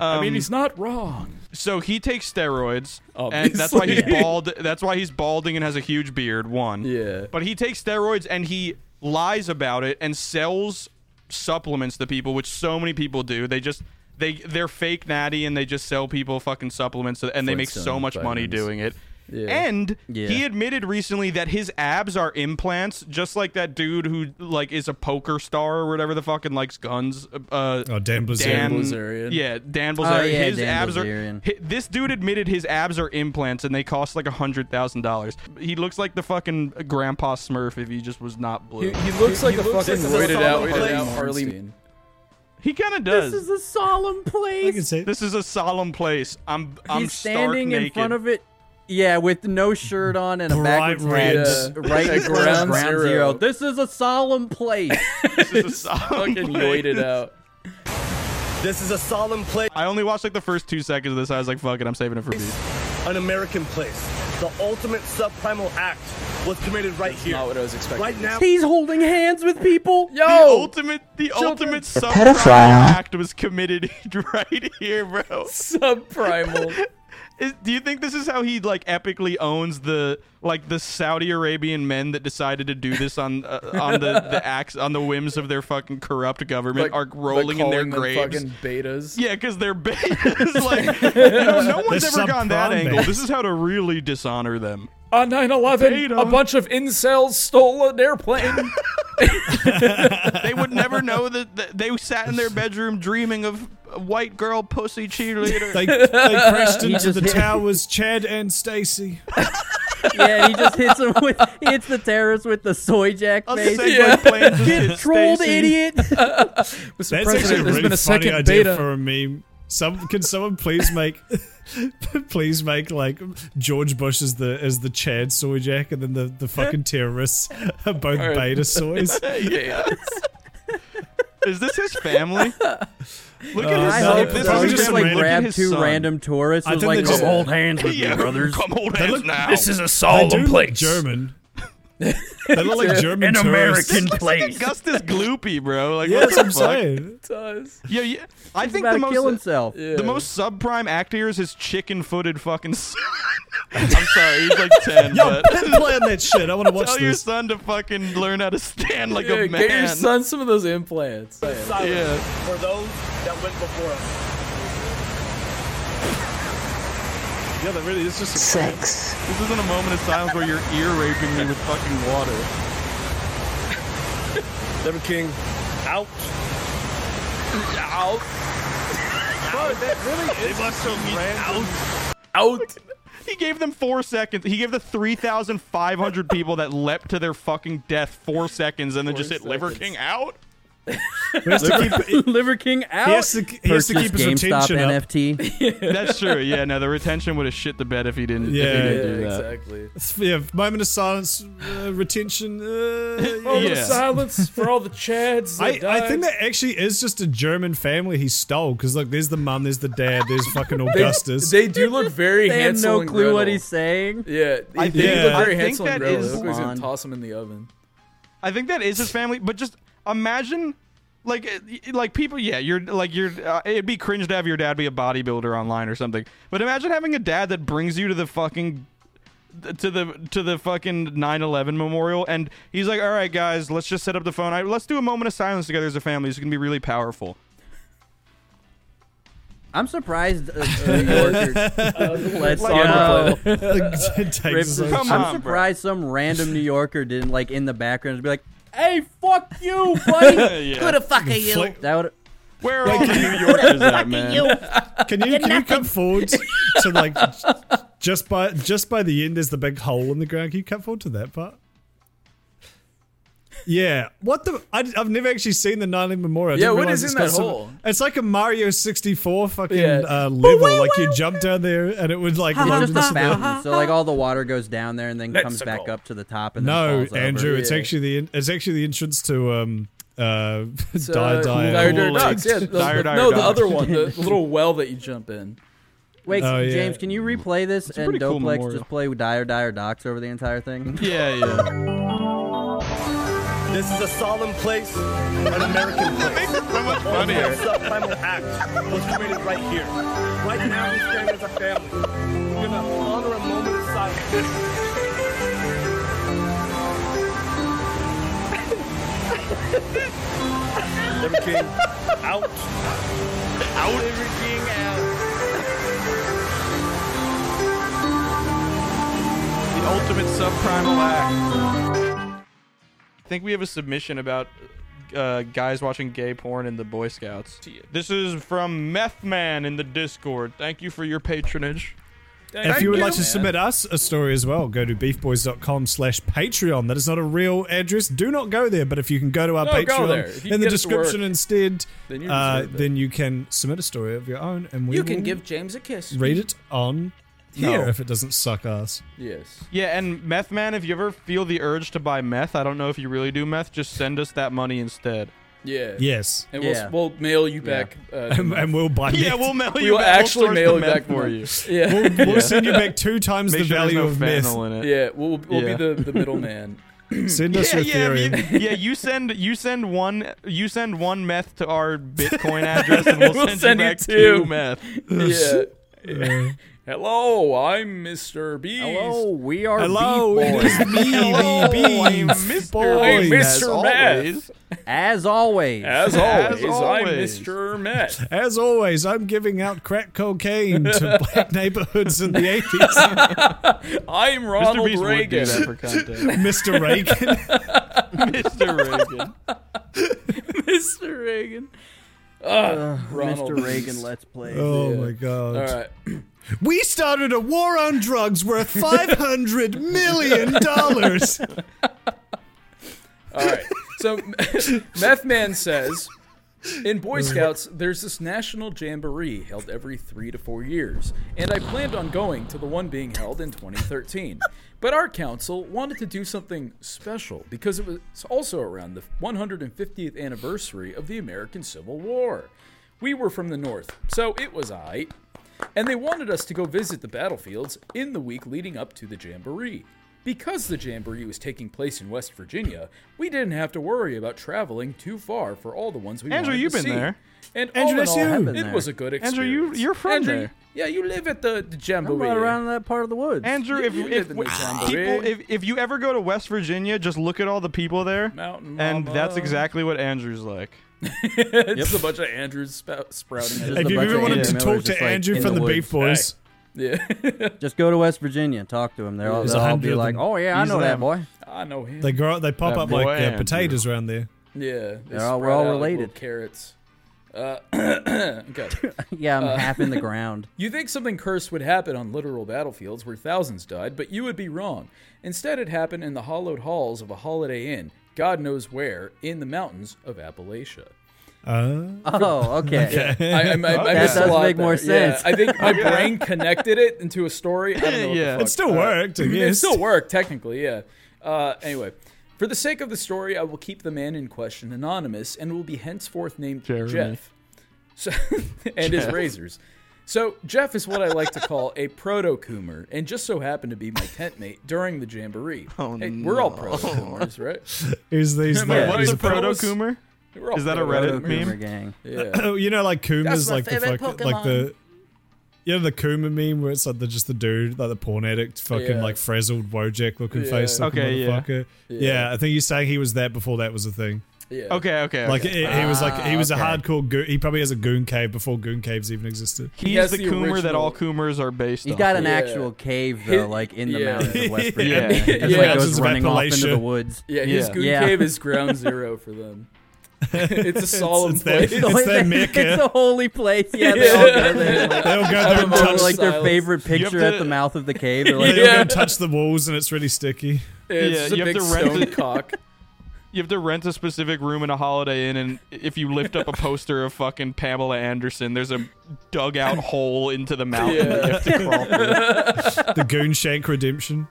Speaker 2: I mean, he's not wrong.
Speaker 4: So he takes steroids, and that's why he's
Speaker 2: Obviously.
Speaker 4: bald. That's why he's balding and has a huge beard. One,
Speaker 2: Yeah.
Speaker 4: But he takes steroids and he lies about it and sells supplements to people, which so many people do. They just they they're fake natty and they just sell people fucking supplements, and they make so
Speaker 2: Flintstone
Speaker 4: much money
Speaker 2: vitamins.
Speaker 4: doing it.
Speaker 2: Yeah.
Speaker 4: And
Speaker 5: Yeah.
Speaker 4: he admitted recently that his abs are implants, just like that dude who like is a poker star or whatever the fuck and likes guns. Uh,
Speaker 6: Oh, Dan Blazerian.
Speaker 4: Dan
Speaker 2: Blazerian.
Speaker 4: Yeah, Dan Blazerian.
Speaker 5: yeah,
Speaker 4: his
Speaker 5: Dan
Speaker 4: abs
Speaker 5: Blazerian.
Speaker 4: are. hi- this dude admitted his abs are implants and they cost like a hundred thousand dollars. He looks like the fucking Grandpa Smurf if he just was not blue.
Speaker 2: He,
Speaker 4: He,
Speaker 2: he looks like a
Speaker 6: looks
Speaker 2: fucking
Speaker 6: like a
Speaker 2: roided out,
Speaker 6: solid
Speaker 2: roided out
Speaker 6: place.
Speaker 2: Harley.
Speaker 4: kind of does.
Speaker 16: This is a solemn
Speaker 6: I can
Speaker 16: place.
Speaker 6: say
Speaker 4: This is a solemn place. I'm I'm
Speaker 5: He's
Speaker 4: stark
Speaker 5: standing in
Speaker 4: naked.
Speaker 5: front of it. Yeah, with no shirt on and a
Speaker 6: Bright
Speaker 5: backwards
Speaker 6: red.
Speaker 5: hand,
Speaker 6: Yeah.
Speaker 5: right
Speaker 2: At
Speaker 5: ground,
Speaker 2: ground
Speaker 5: ground
Speaker 2: zero.
Speaker 5: zero. This is a solemn place.
Speaker 4: This is a solemn
Speaker 2: Fucking
Speaker 4: place.
Speaker 2: roided out.
Speaker 15: This is a solemn place,
Speaker 4: I only watched like the first two seconds of this. I was like, fuck it, I'm saving it for me.
Speaker 15: an American place. The ultimate subprimal act was committed right here.
Speaker 2: Not what I was expecting.
Speaker 15: Right now,
Speaker 5: He's holding hands with people.
Speaker 4: The
Speaker 2: Yo!
Speaker 4: ultimate, the
Speaker 2: Children.
Speaker 4: ultimate subprime act was committed right here, bro.
Speaker 2: Subprimal.
Speaker 4: Is, do you think this is how he like epically owns the like the Saudi Arabian men that decided to do this on uh, on the the acts on the whims of their fucking corrupt government
Speaker 2: Like-
Speaker 4: are rolling
Speaker 2: like
Speaker 4: in their
Speaker 2: calling them
Speaker 4: graves?
Speaker 2: Fucking betas.
Speaker 4: Yeah, because they're betas. like you know, no one's
Speaker 6: They're
Speaker 4: ever gone that
Speaker 6: subprime
Speaker 4: angle.
Speaker 6: betas.
Speaker 4: This is how to really dishonor them.
Speaker 2: On 9 11,
Speaker 4: Beta.
Speaker 2: a bunch of incels stole an airplane.
Speaker 4: They would never know that, that they sat in their bedroom dreaming of a white girl pussy cheerleader.
Speaker 6: they, they crashed into the
Speaker 5: just-
Speaker 6: towers, Chad and Stacy.
Speaker 5: Yeah, he just hits him with he hits the terrorist with the soy jack
Speaker 4: I'll
Speaker 5: face.
Speaker 4: segue
Speaker 2: Yeah.
Speaker 4: plans to
Speaker 5: Get
Speaker 4: hit
Speaker 5: trolled,
Speaker 4: Stacy.
Speaker 5: idiot.
Speaker 2: Mr.
Speaker 6: That's
Speaker 2: President,
Speaker 6: actually a
Speaker 2: there's
Speaker 6: really
Speaker 2: been a
Speaker 6: funny
Speaker 2: second
Speaker 6: idea
Speaker 2: beta.
Speaker 6: for a meme. Some can someone please make please make like George Bush as the as the Chad soy jack and then the, the fucking terrorists are both
Speaker 4: All right.
Speaker 6: beta soys.
Speaker 4: yes. Is this his family?
Speaker 5: Uh,
Speaker 4: Look at his
Speaker 5: I
Speaker 4: son.
Speaker 5: hope
Speaker 4: If this
Speaker 5: so.
Speaker 4: is
Speaker 5: He
Speaker 4: his
Speaker 5: just like
Speaker 4: family, look at
Speaker 5: grabbed
Speaker 4: his
Speaker 5: two
Speaker 4: son.
Speaker 5: random tourists.
Speaker 6: I
Speaker 5: and Was
Speaker 6: think
Speaker 5: like,
Speaker 6: they just-
Speaker 5: come hold hands with
Speaker 4: Yeah,
Speaker 5: me, brothers.
Speaker 4: Come hold
Speaker 6: They
Speaker 4: hands
Speaker 6: look-
Speaker 4: now.
Speaker 6: this is a solemn They do look place. German. They look like German tourists.
Speaker 4: place. Augustus Gloopy, bro. Like,
Speaker 6: Yeah,
Speaker 4: what
Speaker 6: that's
Speaker 4: the
Speaker 6: what I'm
Speaker 4: fuck?
Speaker 6: saying.
Speaker 2: does.
Speaker 4: Yeah, yeah. I
Speaker 5: He's
Speaker 4: think
Speaker 5: about
Speaker 4: the
Speaker 5: to
Speaker 4: most
Speaker 5: kill himself.
Speaker 4: the most subprime act here is his chicken-footed fucking son. I'm sorry, he's like ten.
Speaker 6: Yo,
Speaker 4: but
Speaker 6: quit playing that shit. I want to watch
Speaker 4: tell your
Speaker 6: this.
Speaker 4: son to fucking learn how to stand like
Speaker 2: Yeah,
Speaker 4: a man.
Speaker 2: Get your son some of those implants.
Speaker 7: Silence
Speaker 4: Yeah.
Speaker 7: for those that went before us.
Speaker 4: Yeah, that really is just a sex. This isn't a moment of silence where you're ear raping me with fucking water.
Speaker 7: Devin King, out. Out. Bro, that really is so random.
Speaker 2: Out.
Speaker 4: He gave them four seconds. He gave the 3,500 people that leapt to their fucking death four seconds and then just hit Liver King out?
Speaker 6: He has to keep,
Speaker 5: Liver King out.
Speaker 6: he has to, he has to
Speaker 5: Purchase
Speaker 6: keep his
Speaker 5: GameStop
Speaker 6: retention up.
Speaker 5: NFT.
Speaker 4: That's true. Yeah, no, the retention would have shit the bed if he didn't, if he
Speaker 6: Yeah,
Speaker 4: didn't do that.
Speaker 2: exactly.
Speaker 6: Yeah, moment of silence, uh, retention. Uh,
Speaker 2: Moment
Speaker 4: Yeah.
Speaker 2: of silence for all the Chads.
Speaker 6: I,
Speaker 2: That
Speaker 6: I think
Speaker 2: died.
Speaker 6: that actually is just a German family he stole because like there's the mum, there's the dad, there's fucking
Speaker 2: They-
Speaker 6: Augustus.
Speaker 2: They, do look very
Speaker 5: They have
Speaker 2: Hansel
Speaker 5: no
Speaker 2: and
Speaker 5: clue what
Speaker 2: Gretel.
Speaker 5: he's saying.
Speaker 2: Yeah, I
Speaker 6: think-
Speaker 2: think,
Speaker 6: yeah.
Speaker 2: look very
Speaker 4: I think
Speaker 2: Hansel and
Speaker 4: that
Speaker 2: Gretel.
Speaker 4: is-
Speaker 2: Look like he's gonna
Speaker 5: Blonde.
Speaker 2: toss him in the oven.
Speaker 4: I think that is his family, but just imagine. Like, uh, y- like people, yeah, you're like you're. Uh, it'd be cringe to have your dad be a bodybuilder online or something. But imagine having a dad that brings you to the fucking, to the to the fucking 9/11 memorial, and he's like, "All right, guys, let's just set up the phone. I, let's do a moment of silence together as a family. It's gonna be really powerful."
Speaker 5: I'm surprised uh, New Yorker lets
Speaker 4: Like,
Speaker 5: on
Speaker 4: no.
Speaker 5: the play.
Speaker 6: Takes us
Speaker 4: Rips-
Speaker 6: on-
Speaker 4: Come
Speaker 5: I'm
Speaker 4: on, bro.
Speaker 5: surprised some random New Yorker didn't like in the background be like, "Hey, fuck you, buddy."
Speaker 4: Yeah.
Speaker 17: Who the fuck are you?
Speaker 6: Flick-
Speaker 5: that would.
Speaker 4: Where are all the New Yorkers at, man?
Speaker 17: You.
Speaker 6: Can you can you cut forward to like j- just by just by the end? There's the big hole in the ground. Can you cut forward to that part? Yeah. What the? I, have never actually seen the Nine Leg Memorial. I
Speaker 2: Yeah,
Speaker 6: didn't
Speaker 2: what
Speaker 6: realize
Speaker 2: is
Speaker 6: it's
Speaker 2: in that
Speaker 6: got some-
Speaker 2: hole?
Speaker 6: It's like a Mario 64 fucking
Speaker 2: Yeah.
Speaker 6: uh, level. like you jump down there and it would like
Speaker 5: It's
Speaker 6: launch
Speaker 5: just a
Speaker 6: into the-
Speaker 5: fountain, so like all the water goes down there and then comes back up to the top and then
Speaker 6: No,
Speaker 5: falls over.
Speaker 6: Andrew, it's
Speaker 2: Yeah.
Speaker 6: actually the en- it's actually the entrance to um uh
Speaker 2: It's,
Speaker 6: die
Speaker 2: uh,
Speaker 6: die.
Speaker 2: Dire Dire
Speaker 4: Cool.
Speaker 2: Dogs, yeah, the-
Speaker 4: Dire
Speaker 2: the-
Speaker 4: Dire
Speaker 2: no, the
Speaker 4: Dogs.
Speaker 2: other one, the little well that you jump in.
Speaker 5: Wait,
Speaker 6: Oh, yeah.
Speaker 5: James, can you replay this
Speaker 4: a
Speaker 5: and
Speaker 4: pretty cool
Speaker 5: Doplex
Speaker 4: memorial.
Speaker 5: just play Die or Die or Docs over the entire thing?
Speaker 4: Yeah, yeah.
Speaker 7: This is a solemn place, an American place.
Speaker 4: so much
Speaker 7: The ultimate subprimal act was created right here. Right now, we stand as a family. We're gonna honor a moment of silence. Devin King, out. Out. Devin King, out.
Speaker 4: The ultimate subprimal act. I think we have a submission about uh, guys watching gay porn in the Boy Scouts. This is from Meth Man in the Discord. Thank you for your patronage.
Speaker 6: If you would like to submit us a story as well, go to beefboys.com slash Patreon. That is not a real address. Do not go there, but if you can go to our
Speaker 2: No, go there. If you can
Speaker 6: Patreon in the
Speaker 2: get it to work,
Speaker 6: description instead,
Speaker 2: then you
Speaker 6: uh,
Speaker 2: deserve it.
Speaker 6: then you can submit a story of your own and we
Speaker 18: You can
Speaker 6: will
Speaker 18: give James a kiss.
Speaker 6: read it on here
Speaker 4: No.
Speaker 6: if it doesn't suck ass.
Speaker 2: Yes.
Speaker 4: Yeah, and Meth Man, if you ever feel the urge to buy meth, I don't know if you really do meth, just send us that money instead.
Speaker 2: Yeah.
Speaker 6: Yes.
Speaker 2: And we'll,
Speaker 5: Yeah.
Speaker 2: we'll mail you back. Uh,
Speaker 6: And, and we'll buy
Speaker 4: Yeah,
Speaker 6: meth.
Speaker 4: we'll mail
Speaker 2: we
Speaker 4: you.
Speaker 2: will
Speaker 4: back- we'll
Speaker 2: actually
Speaker 4: source
Speaker 2: mail
Speaker 4: the
Speaker 2: you
Speaker 4: meth
Speaker 2: back
Speaker 4: for
Speaker 2: more.
Speaker 4: you.
Speaker 2: Yeah.
Speaker 6: We'll, we'll send you back two times
Speaker 4: Make
Speaker 6: the
Speaker 4: sure there's
Speaker 6: value
Speaker 4: no
Speaker 6: of meth.
Speaker 4: fentanyl in it.
Speaker 2: yeah. We'll we'll
Speaker 4: Yeah.
Speaker 2: be the the middleman.
Speaker 6: Send us
Speaker 4: yeah,
Speaker 6: your
Speaker 4: yeah,
Speaker 6: theory.
Speaker 4: You, yeah, you send you send one you send one meth to our Bitcoin address, and we'll,
Speaker 2: We'll
Speaker 4: send,
Speaker 2: send
Speaker 4: you
Speaker 2: you
Speaker 4: back
Speaker 2: two.
Speaker 4: meth.
Speaker 2: yeah. Hello, I'm Mr. Beast.
Speaker 5: Hello, we are
Speaker 6: Hello,
Speaker 5: Beef
Speaker 6: it
Speaker 5: Boys.
Speaker 6: is me, the
Speaker 4: I'm
Speaker 6: beef
Speaker 4: Mr.
Speaker 2: I'm
Speaker 6: boy.
Speaker 4: As
Speaker 2: Mr. Meth.
Speaker 4: always.
Speaker 5: As always,
Speaker 2: As
Speaker 4: As
Speaker 2: always,
Speaker 4: always.
Speaker 2: I'm Mr. Meth.
Speaker 6: As always, I'm giving out crack cocaine to black neighborhoods in the 80s.
Speaker 2: I'm
Speaker 4: Mr.
Speaker 2: Ronald
Speaker 4: Beast would do
Speaker 2: Reagan.
Speaker 4: that for content.
Speaker 6: Mr. Reagan.
Speaker 4: Mr. Reagan.
Speaker 2: Mr. Reagan. Ronald
Speaker 5: Mr. Reagan, let's play.
Speaker 6: Oh
Speaker 2: Yeah.
Speaker 6: my god.
Speaker 2: All right.
Speaker 6: We started a war on drugs worth 500 million dollars.
Speaker 2: All right. So, Meth Man says, In Boy
Speaker 4: Mm.
Speaker 2: Scouts, there's this national jamboree held every three to four years, and I planned on going to the one being held in 2013. But our council wanted to do something special because it was also around the 150th anniversary of the American Civil War. We were from the North, so it was I. And they wanted us to go visit the battlefields in the week leading up to the jamboree. Because the Jamboree was taking place in West Virginia, we didn't have to worry about traveling too far for all the ones we
Speaker 4: Andrew,
Speaker 2: wanted to
Speaker 4: you've been
Speaker 2: see.
Speaker 4: there.
Speaker 2: And
Speaker 4: Andrew,
Speaker 2: all in
Speaker 4: that's you. I've
Speaker 2: all,
Speaker 4: been
Speaker 2: it
Speaker 4: there.
Speaker 2: was a good experience.
Speaker 4: Andrew, you- you're from
Speaker 2: Andrew,
Speaker 4: there.
Speaker 2: Yeah, you live at the, the
Speaker 5: I'm
Speaker 2: Jamboree.
Speaker 5: right around that part of the woods.
Speaker 4: Andrew, if,
Speaker 2: you
Speaker 4: if,
Speaker 2: live in the
Speaker 4: if
Speaker 2: Jamboree.
Speaker 4: people, if, if you ever go to West Virginia, just look at all the people there,
Speaker 2: Mountain
Speaker 4: and
Speaker 2: Mama.
Speaker 4: that's exactly what Andrew's like.
Speaker 2: it's a bunch of Andrews spout, sprouting. out of
Speaker 6: If
Speaker 2: the
Speaker 6: you
Speaker 2: bunch
Speaker 6: ever
Speaker 2: of
Speaker 6: wanted
Speaker 2: Andrews.
Speaker 6: to
Speaker 5: Miller's
Speaker 6: talk
Speaker 5: just,
Speaker 6: to
Speaker 5: like,
Speaker 6: Andrew
Speaker 5: in
Speaker 6: from
Speaker 5: the
Speaker 6: the Beef Boys,
Speaker 2: Yeah.
Speaker 5: Just go to West Virginia and talk to them. They'll,
Speaker 6: There's
Speaker 5: they'll
Speaker 6: a
Speaker 5: all
Speaker 6: hundred
Speaker 5: be
Speaker 6: of
Speaker 5: like,
Speaker 6: them.
Speaker 5: "Oh yeah, I
Speaker 6: He's
Speaker 5: know that
Speaker 6: them.
Speaker 5: boy."
Speaker 2: I know him.
Speaker 6: they grow, they pop
Speaker 4: That
Speaker 6: up
Speaker 4: boy
Speaker 6: like uh,
Speaker 4: Andrew.
Speaker 6: potatoes around there.
Speaker 2: yeah, they
Speaker 5: They're all- we're
Speaker 2: spread
Speaker 5: all
Speaker 2: out like
Speaker 5: related.
Speaker 2: little carrots. Uh, okay.
Speaker 5: Yeah, I'm
Speaker 2: Uh,
Speaker 5: half in the ground.
Speaker 2: You think something cursed would happen on literal battlefields where thousands died, but you would be wrong. Instead, it happened in the hollowed halls of a Holiday Inn, God knows where, in the mountains of Appalachia.
Speaker 6: Uh,
Speaker 5: Oh, okay.
Speaker 2: I, I, I, I
Speaker 5: That
Speaker 2: missed a
Speaker 5: does
Speaker 2: lot
Speaker 5: make more
Speaker 2: there. Yeah,
Speaker 5: sense.
Speaker 2: I think my brain connected it into a story. I don't know what the
Speaker 4: Yeah.
Speaker 2: fuck.
Speaker 6: it still
Speaker 2: Uh,
Speaker 6: worked, I
Speaker 2: It
Speaker 6: guess.
Speaker 2: still worked, technically, yeah. Uh, anyway, for the sake of the story, I will keep the man in question anonymous and will be henceforth named
Speaker 4: Jeremy.
Speaker 2: Jeff. So, and his razors. So, Jeff is what I like to call a proto coomer and just so happened to be my tent mate during the jamboree.
Speaker 1: Oh,
Speaker 2: hey, We're all
Speaker 1: no.
Speaker 2: proto coomers, right?
Speaker 6: He's these.
Speaker 2: Am I
Speaker 6: like,
Speaker 2: right?
Speaker 6: these-
Speaker 4: What's a
Speaker 2: the
Speaker 4: proto
Speaker 2: fellas-
Speaker 4: Coomer?
Speaker 2: We're all
Speaker 4: Is that a
Speaker 2: proto
Speaker 4: Reddit
Speaker 2: coomers.
Speaker 4: meme?
Speaker 5: gang.
Speaker 2: Yeah.
Speaker 6: you know, like Kuma's
Speaker 16: my
Speaker 6: like the
Speaker 16: favorite
Speaker 6: fuck, like the. You know the Kuma meme where it's like the, just the dude, like the porn addict, fucking
Speaker 2: Yeah.
Speaker 6: like frazzled Wojak looking
Speaker 2: Yeah.
Speaker 6: face, looking
Speaker 4: Okay, yeah.
Speaker 6: motherfucker. Yeah.
Speaker 2: Yeah.
Speaker 6: I think he's saying he was that before that was a thing.
Speaker 2: Yeah.
Speaker 4: Okay, okay, okay.
Speaker 6: Like he, he was like he was
Speaker 5: Ah,
Speaker 6: a
Speaker 5: okay.
Speaker 6: hardcore. Goon, he probably has a goon cave before goon caves even existed.
Speaker 4: he's
Speaker 2: has
Speaker 4: the,
Speaker 2: the
Speaker 4: Coomer that
Speaker 2: original-
Speaker 4: all Coomers are based.
Speaker 5: He's
Speaker 4: off
Speaker 5: got an
Speaker 2: Yeah.
Speaker 5: actual cave though, like in the
Speaker 2: Yeah.
Speaker 5: mountains of West
Speaker 4: Yeah.
Speaker 5: Virginia. It just
Speaker 2: Yeah.
Speaker 5: like
Speaker 6: Mountains
Speaker 5: goes
Speaker 6: of
Speaker 5: running off into
Speaker 6: Appalachia.
Speaker 5: the woods.
Speaker 2: Yeah, his
Speaker 4: Yeah.
Speaker 2: goon
Speaker 5: Yeah.
Speaker 2: cave is ground zero for them. it's a solemn
Speaker 6: it's that-
Speaker 2: place.
Speaker 6: It's
Speaker 5: It's
Speaker 6: their
Speaker 5: the-
Speaker 6: Mecca.
Speaker 5: It's the holy place. Yeah, they all go there.
Speaker 6: They all go there and
Speaker 2: Out of
Speaker 5: Like,
Speaker 6: touch.
Speaker 2: all
Speaker 5: like their
Speaker 2: Silence.
Speaker 5: favorite picture at
Speaker 4: to-
Speaker 5: the mouth of the cave. They're
Speaker 6: They
Speaker 5: like,
Speaker 6: all go
Speaker 2: Yeah.
Speaker 6: and touch the walls, and it's really sticky.
Speaker 2: It's
Speaker 4: Yeah,
Speaker 2: just a
Speaker 4: you have
Speaker 2: big
Speaker 4: to rent
Speaker 2: stone
Speaker 4: it.
Speaker 2: cock.
Speaker 4: You have to rent a specific room in a Holiday Inn, and if you lift up a poster of fucking Pamela Anderson, there's a dugout hole into the mountain that you have to crawl through.
Speaker 6: The goon shank redemption.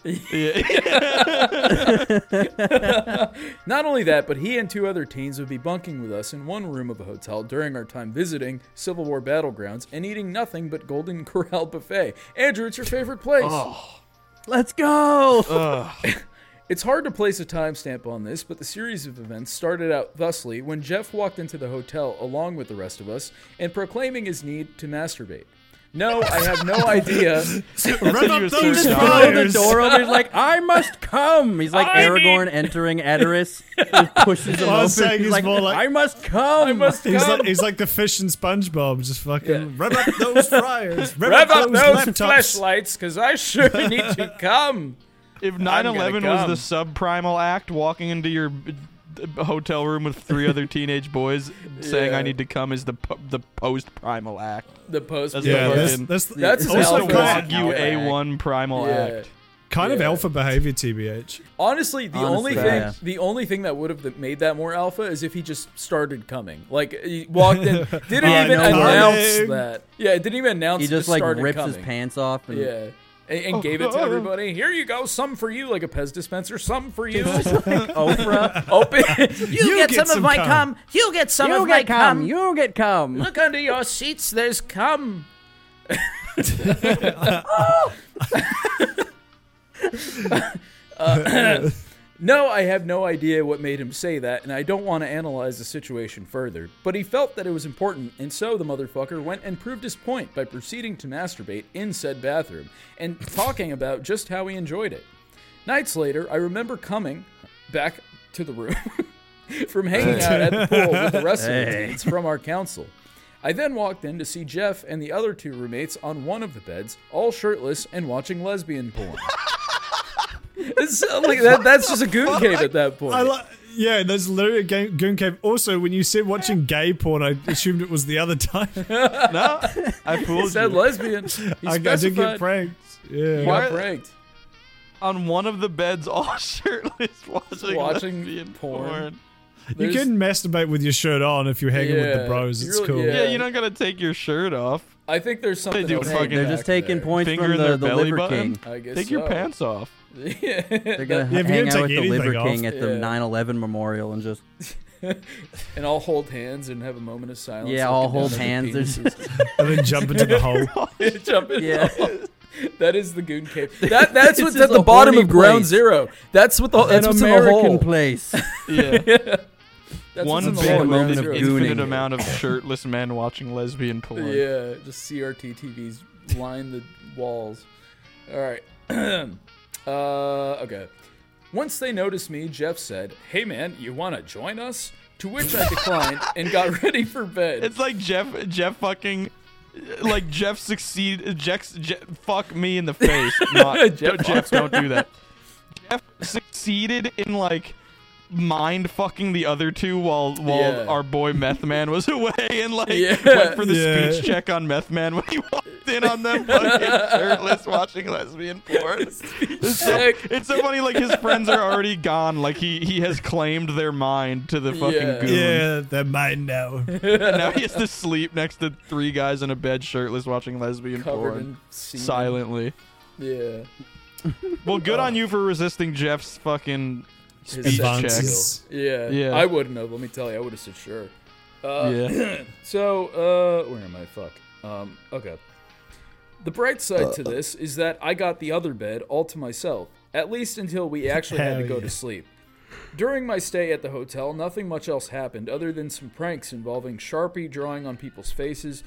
Speaker 2: Not only that, but he and two other teens would be bunking with us in one room of a hotel during our time visiting Civil War battlegrounds and eating nothing but Golden Corral buffet. Andrew, it's your favorite place.
Speaker 5: let's go.
Speaker 2: It's hard to place a timestamp on this, but the series of events started out thusly when Jeff walked into the hotel along with the rest of us and proclaiming his need to masturbate. No, I have no idea.
Speaker 6: Run
Speaker 4: he
Speaker 6: up
Speaker 4: was
Speaker 6: those
Speaker 4: doing.
Speaker 5: Throw the
Speaker 6: fires.
Speaker 5: door open. He's like, I must come. He's like Aragorn entering Edoras. Just pushes him
Speaker 6: I
Speaker 5: open.
Speaker 6: was saying he's
Speaker 5: like,
Speaker 6: more like-
Speaker 5: I must come.
Speaker 2: I must
Speaker 6: He's
Speaker 2: come.
Speaker 6: like, he's like the fish in SpongeBob, just fucking
Speaker 2: Yeah.
Speaker 6: rev up those fryers, rev,
Speaker 2: Rev up those
Speaker 6: laptops.
Speaker 2: flashlights, because I sure need to come.
Speaker 4: If
Speaker 2: gonna
Speaker 4: 9/11 was
Speaker 2: come.
Speaker 4: the subprimal act, walking into your uh, uh, hotel room with three other teenage boys saying
Speaker 2: Yeah.
Speaker 4: "I need to come" is the po- the post primal act.
Speaker 2: The post.
Speaker 4: That's
Speaker 6: Yeah,
Speaker 4: Yeah,
Speaker 6: that's,
Speaker 4: fucking-
Speaker 6: that's,
Speaker 2: That's his
Speaker 6: also
Speaker 2: alpha
Speaker 6: kind,
Speaker 2: act.
Speaker 4: You
Speaker 5: Alpha
Speaker 4: a one primal
Speaker 2: Yeah.
Speaker 4: act.
Speaker 6: kind of
Speaker 2: Yeah.
Speaker 6: alpha behavior, tbh.
Speaker 2: Honestly, the
Speaker 5: Honestly,
Speaker 2: only thing
Speaker 5: yeah.
Speaker 2: the only thing that would have made that more alpha is if he just started coming. Like he walked in, didn't
Speaker 6: I
Speaker 2: even
Speaker 6: know.
Speaker 2: announce
Speaker 6: Coming.
Speaker 2: that. Yeah, it didn't even announce.
Speaker 5: Oh, He
Speaker 2: it,
Speaker 5: just like
Speaker 2: started
Speaker 5: rips
Speaker 2: coming.
Speaker 5: his pants off. And
Speaker 2: Yeah. And,
Speaker 16: Oh,
Speaker 2: and gave it to everybody. Here you go, some for you, like a Pez dispenser, some for you.
Speaker 5: Oprah,
Speaker 2: Open.
Speaker 16: You, get, some, of my cum. You get some
Speaker 5: you
Speaker 16: of my
Speaker 5: get come.
Speaker 16: cum.
Speaker 5: You get come.
Speaker 16: Look under your seats. There's cum.
Speaker 2: Oh! Uh, No, I have no idea what made him say that, and I don't want to analyze the situation further. But he felt that it was important, and so the motherfucker went and proved his point by proceeding to masturbate in said bathroom and talking about just how he enjoyed it. Nights later, I remember coming back to the room from hanging out at the pool with the rest of the teens from our council. I then walked in to see Jeff and the other two roommates on one of the beds, all shirtless and watching lesbian porn. It's, uh, like, that- that's just a goon cave at that point.
Speaker 6: I like. Yeah, there's literally a game, goon cave. Also, when you said watching gay porn, I assumed it was the other time.
Speaker 4: No, I fooled
Speaker 2: said
Speaker 4: you.
Speaker 2: lesbian. He
Speaker 6: I, I did
Speaker 2: specified.
Speaker 6: get pranked. Yeah.
Speaker 2: He got
Speaker 4: Why-
Speaker 2: pranked.
Speaker 4: On one of the beds, all shirtless, watching
Speaker 2: Watching
Speaker 4: lesbian
Speaker 2: porn.
Speaker 4: porn.
Speaker 6: You
Speaker 2: There's-
Speaker 6: can masturbate with your shirt on if you're hanging with the
Speaker 2: Yeah,
Speaker 6: bros.
Speaker 2: you
Speaker 6: It's
Speaker 2: really-
Speaker 6: cool.
Speaker 2: yeah.
Speaker 4: Yeah, you don't gotta take your shirt off.
Speaker 2: I think there's something
Speaker 4: They do
Speaker 2: else.
Speaker 4: fucking
Speaker 2: They're just
Speaker 5: taking points
Speaker 4: finger
Speaker 5: from
Speaker 4: in
Speaker 5: the-
Speaker 4: their
Speaker 5: the
Speaker 4: belly
Speaker 5: Liver
Speaker 4: button.
Speaker 5: King.
Speaker 2: I guess
Speaker 4: Take your
Speaker 2: so.
Speaker 4: pants off.
Speaker 2: yeah.
Speaker 5: They're gonna
Speaker 6: Yeah, if you
Speaker 5: hang
Speaker 6: can
Speaker 5: out
Speaker 6: take
Speaker 5: with the
Speaker 6: anything
Speaker 5: Liver
Speaker 6: off.
Speaker 5: King at the
Speaker 2: Yeah.
Speaker 5: 9/11 memorial and just
Speaker 2: and I'll hold hands and have a moment of silence.
Speaker 5: Yeah, I'll
Speaker 2: looking
Speaker 5: hold
Speaker 2: down at the
Speaker 5: hands.
Speaker 2: penises.
Speaker 6: And then jump into the hole.
Speaker 2: Jump in.
Speaker 5: Yeah.
Speaker 2: That is the goon cave. That that's
Speaker 5: This
Speaker 2: what's
Speaker 5: is
Speaker 2: at the
Speaker 5: a
Speaker 2: bottom
Speaker 5: horny
Speaker 2: of Ground
Speaker 5: place.
Speaker 2: Zero. That's what the that's
Speaker 5: an
Speaker 2: what's in the
Speaker 5: American
Speaker 2: hole.
Speaker 5: place.
Speaker 4: Yeah.
Speaker 2: That's
Speaker 4: One
Speaker 2: what's in
Speaker 4: big
Speaker 2: the hole.
Speaker 4: amount
Speaker 5: moment of
Speaker 4: of
Speaker 5: gooning.
Speaker 4: infinite amount of shirtless men watching lesbian porn.
Speaker 2: Yeah, just CRT TVs line the walls. All right. uh, okay. Once they noticed me, Jeff said, "Hey man, you want to join us?" To which I declined and got ready for bed.
Speaker 4: It's like Jeff. Jeff fucking. Like Jeff succeed. Jeff, Jeff fuck me in the face. Not, Jeff, Jeff, don't do that. Jeff succeeded in like mind fucking the other two while while
Speaker 2: Yeah.
Speaker 4: our boy Meth Man was away and like
Speaker 2: Yeah.
Speaker 4: went for the
Speaker 6: Yeah.
Speaker 4: speech check on Meth Man when he walked in on them fucking shirtless watching lesbian porn. It's so,
Speaker 2: check.
Speaker 4: it's so funny. Like his friends are already gone. Like he he has claimed their mind to the fucking
Speaker 2: Yeah.
Speaker 4: goon.
Speaker 6: Yeah, they're mine now.
Speaker 4: And now he has to sleep next to three guys in a bed, shirtless, watching lesbian
Speaker 2: covered
Speaker 4: porn
Speaker 2: in semen.
Speaker 4: silently.
Speaker 2: Yeah.
Speaker 4: Well, good on you for resisting Jeff's fucking.
Speaker 2: His
Speaker 4: Speech
Speaker 2: sex
Speaker 4: check.
Speaker 6: Advances.
Speaker 2: appeal. Yeah.
Speaker 4: Yeah.
Speaker 2: I wouldn't have. Let me tell you. I would have said sure. Uh,
Speaker 4: Yeah.
Speaker 2: So, uh, where am I? Fuck. Um, okay. The bright side
Speaker 6: Uh,
Speaker 2: to this is that I got the other bed all to myself, at least until we actually had to
Speaker 6: Hell
Speaker 2: go
Speaker 6: yeah.
Speaker 2: to sleep. During my stay at the hotel, nothing much else happened other than some pranks involving Sharpie drawing on people's faces.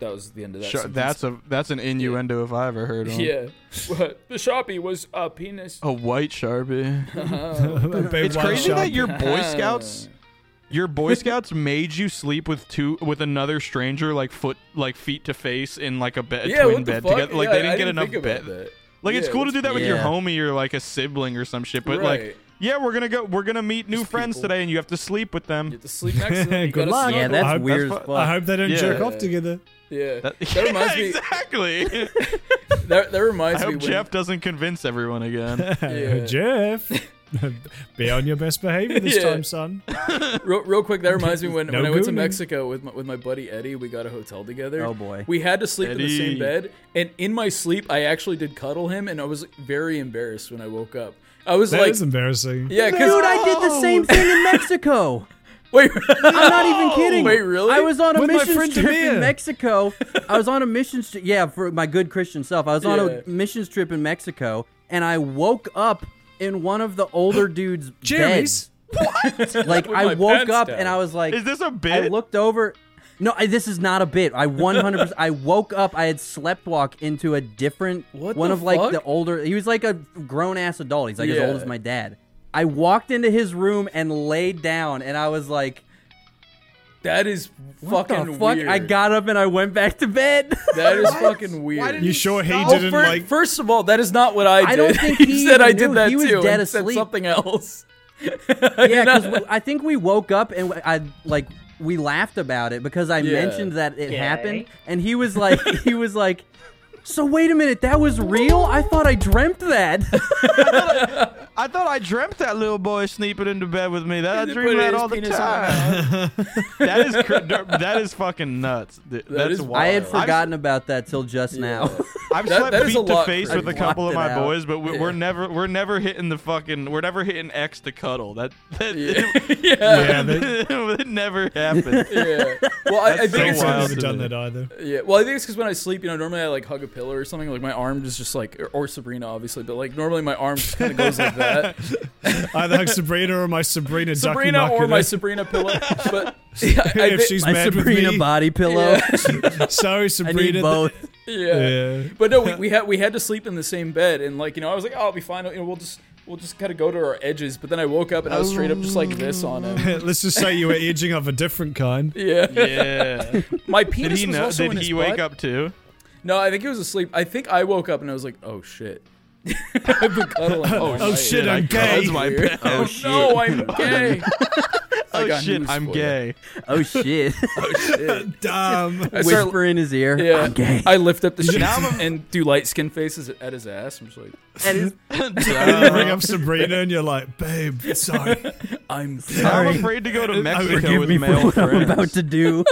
Speaker 2: That was the end of that.
Speaker 4: Sure,
Speaker 2: sentence.
Speaker 4: that's a that's an innuendo if I ever heard one.
Speaker 2: yeah. What? the Sharpie was a penis.
Speaker 4: A white sharpie. It's
Speaker 6: it's
Speaker 4: crazy that your Boy Scouts, your Boy Scouts made you sleep with two with another stranger, like foot, like feet to face in like a bed,
Speaker 2: yeah.
Speaker 4: twin
Speaker 2: what the
Speaker 4: bed
Speaker 2: fuck?
Speaker 4: together. Like
Speaker 2: Yeah,
Speaker 4: they
Speaker 2: I
Speaker 4: didn't get enough
Speaker 2: think
Speaker 4: bed.
Speaker 2: about that.
Speaker 4: Like it's
Speaker 2: Yeah,
Speaker 4: cool to do that with your
Speaker 5: yeah.
Speaker 4: homie or like a sibling or some shit, but
Speaker 2: Right.
Speaker 4: like yeah, we're gonna go we're gonna meet new
Speaker 2: Just
Speaker 4: friends
Speaker 2: people.
Speaker 4: today and you have to sleep with
Speaker 2: You
Speaker 4: them.
Speaker 2: have to sleep next to them. You
Speaker 6: Good
Speaker 2: gotta
Speaker 6: luck.
Speaker 2: snuggle.
Speaker 5: Yeah, that's
Speaker 6: I hope
Speaker 5: weird
Speaker 4: that's
Speaker 5: as
Speaker 6: I
Speaker 5: fuck.
Speaker 6: hope they don't
Speaker 4: Yeah.
Speaker 6: jerk off together.
Speaker 2: Yeah, that,
Speaker 4: yeah,
Speaker 2: reminds me.
Speaker 4: exactly.
Speaker 2: That, that
Speaker 4: I
Speaker 2: reminds me.
Speaker 4: hope
Speaker 2: when-
Speaker 4: Jeff doesn't convince everyone again.
Speaker 2: Yeah.
Speaker 6: Jeff, be on your best behavior this
Speaker 2: Yeah.
Speaker 6: time, son.
Speaker 2: real, real quick, that reminds me when,
Speaker 6: No
Speaker 2: when I went to
Speaker 6: gooning.
Speaker 2: Mexico with my, with my buddy Eddie, we got a hotel together.
Speaker 5: Oh, boy.
Speaker 2: we had to sleep in the same
Speaker 4: Eddie.
Speaker 2: bed, and in my sleep, I actually did cuddle him, and I was very embarrassed when I woke up. I was
Speaker 6: That is
Speaker 2: like,
Speaker 6: embarrassing.
Speaker 2: yeah,
Speaker 5: Dude,
Speaker 2: because
Speaker 5: I did the same thing in Mexico.
Speaker 2: wait,
Speaker 5: I'm not even kidding.
Speaker 2: Wait, really?
Speaker 5: I was on a
Speaker 6: With my
Speaker 5: mission
Speaker 6: friend
Speaker 5: trip
Speaker 6: Tamir.
Speaker 5: in Mexico. I was on a mission trip. Yeah, for my good Christian self. I was on
Speaker 2: Yeah.
Speaker 5: a missions trip in Mexico, and I woke up in one of the older dudes'
Speaker 6: Jerry's?
Speaker 5: beds. What? Like
Speaker 2: With
Speaker 5: I
Speaker 2: my
Speaker 5: woke
Speaker 2: pants
Speaker 5: up
Speaker 2: down.
Speaker 5: and I was like,
Speaker 4: Is this a
Speaker 5: I
Speaker 4: bit?
Speaker 5: looked over. No, I, this is not a bit. I 100%. I woke up. I had sleptwalk into a different
Speaker 2: What
Speaker 5: one
Speaker 2: the
Speaker 5: of like
Speaker 2: fuck?
Speaker 5: the older. He was like a grown ass adult. He's like as old
Speaker 2: Yeah.
Speaker 5: as my dad. I walked into his room and laid down, and I was like,
Speaker 2: that is
Speaker 5: "What the
Speaker 2: fucking
Speaker 5: fuck?"
Speaker 2: weird.
Speaker 5: I got up and I went back to bed.
Speaker 2: that is fucking weird.
Speaker 6: You sure he
Speaker 2: Oh,
Speaker 6: didn't
Speaker 2: fir-
Speaker 6: like?
Speaker 2: first of all, that is not what I did.
Speaker 5: I don't think
Speaker 2: You
Speaker 5: he
Speaker 2: said
Speaker 5: even
Speaker 2: I did
Speaker 5: knew.
Speaker 2: that
Speaker 5: He was
Speaker 2: too.
Speaker 5: dead
Speaker 2: and said
Speaker 5: asleep.
Speaker 2: something else.
Speaker 5: yeah, because I think we woke up and w- I like we laughed about it because I
Speaker 2: Yeah.
Speaker 5: mentioned that it happened, and he was like, he was like. So wait a minute, that was real? I thought I dreamt that.
Speaker 4: I thought I dreamt that little boy sneaking into bed with me. That I
Speaker 2: Put
Speaker 4: dream that
Speaker 2: his
Speaker 4: all the
Speaker 2: penis on
Speaker 4: time.
Speaker 2: my-
Speaker 4: that is cr- that is fucking nuts. Th-
Speaker 2: That
Speaker 4: That's
Speaker 2: is
Speaker 4: wild.
Speaker 5: I had
Speaker 2: Wow.
Speaker 5: forgotten about that till just now.
Speaker 4: I've
Speaker 2: That-
Speaker 4: slept
Speaker 2: that is
Speaker 4: feet
Speaker 2: a lot,
Speaker 4: to face
Speaker 2: Craig.
Speaker 4: with a couple of
Speaker 5: Blocked
Speaker 4: my
Speaker 5: it out.
Speaker 4: boys, but we,
Speaker 2: Yeah.
Speaker 4: we're never we're never hitting the fucking we're never hitting X to cuddle. That that
Speaker 6: yeah, they,
Speaker 4: it never happened.
Speaker 2: yeah. Well, I, I
Speaker 4: That's
Speaker 2: think
Speaker 4: so
Speaker 2: it's
Speaker 6: I've
Speaker 4: wild
Speaker 6: never
Speaker 4: to
Speaker 6: done
Speaker 4: me.
Speaker 6: that either.
Speaker 2: Yeah, well, I think it's because when I sleep, you know, normally I like hug a pillow or something. Like my arm is just like, or, or Sabrina, obviously, but like normally my arm just kind of goes like that.
Speaker 6: Either hug Sabrina or my Sabrina.
Speaker 2: Sabrina
Speaker 6: Ducky
Speaker 2: or my
Speaker 6: Mucky.
Speaker 2: Sabrina pillow. But yeah, I,
Speaker 6: if
Speaker 2: thi-
Speaker 6: she's
Speaker 5: My
Speaker 6: mad
Speaker 5: Sabrina
Speaker 6: with me,
Speaker 5: body pillow.
Speaker 6: sorry,
Speaker 5: I
Speaker 6: Sabrina.
Speaker 5: need both.
Speaker 2: yeah.
Speaker 6: Yeah.
Speaker 2: But no, we, we had we had to sleep in the same bed, and like you know, I was like, oh, I'll be fine. You know, we'll just we'll just kind of go to our edges. But then I woke up and I was straight up just like this on him.
Speaker 6: Let's just say you were edging of a different kind.
Speaker 2: Yeah.
Speaker 4: Yeah.
Speaker 2: My
Speaker 4: Did
Speaker 2: penis
Speaker 4: he
Speaker 2: was
Speaker 4: know?
Speaker 2: also
Speaker 4: Did
Speaker 2: in his
Speaker 4: he wake
Speaker 2: butt.
Speaker 4: up too?
Speaker 2: No, I think he was asleep. I think I woke up and I was like, oh shit. I've been cuddling.
Speaker 6: Oh, shit, I'm
Speaker 4: I
Speaker 6: gay.
Speaker 4: cuddled
Speaker 2: Oh,
Speaker 5: Oh,
Speaker 4: my
Speaker 2: Weird.
Speaker 4: pants.
Speaker 2: no, I'm gay. I got
Speaker 4: shit,
Speaker 2: news
Speaker 4: I'm
Speaker 2: for ya.
Speaker 4: gay.
Speaker 5: Oh shit.
Speaker 2: oh shit.
Speaker 6: Dumb.
Speaker 2: I start-
Speaker 5: Whisper in his ear,
Speaker 2: Yeah.
Speaker 5: "I'm gay."
Speaker 2: I lift up the sheets
Speaker 5: Now
Speaker 2: and do light skin faces at his ass. I'm just like,
Speaker 6: you Uh, bring up Sabrina and you're like, babe, sorry.
Speaker 2: I'm
Speaker 4: sorry. I'm afraid to go to Mexico
Speaker 5: Forgive
Speaker 4: with
Speaker 5: me
Speaker 4: male
Speaker 5: for what I'm
Speaker 4: friends.
Speaker 5: about to do.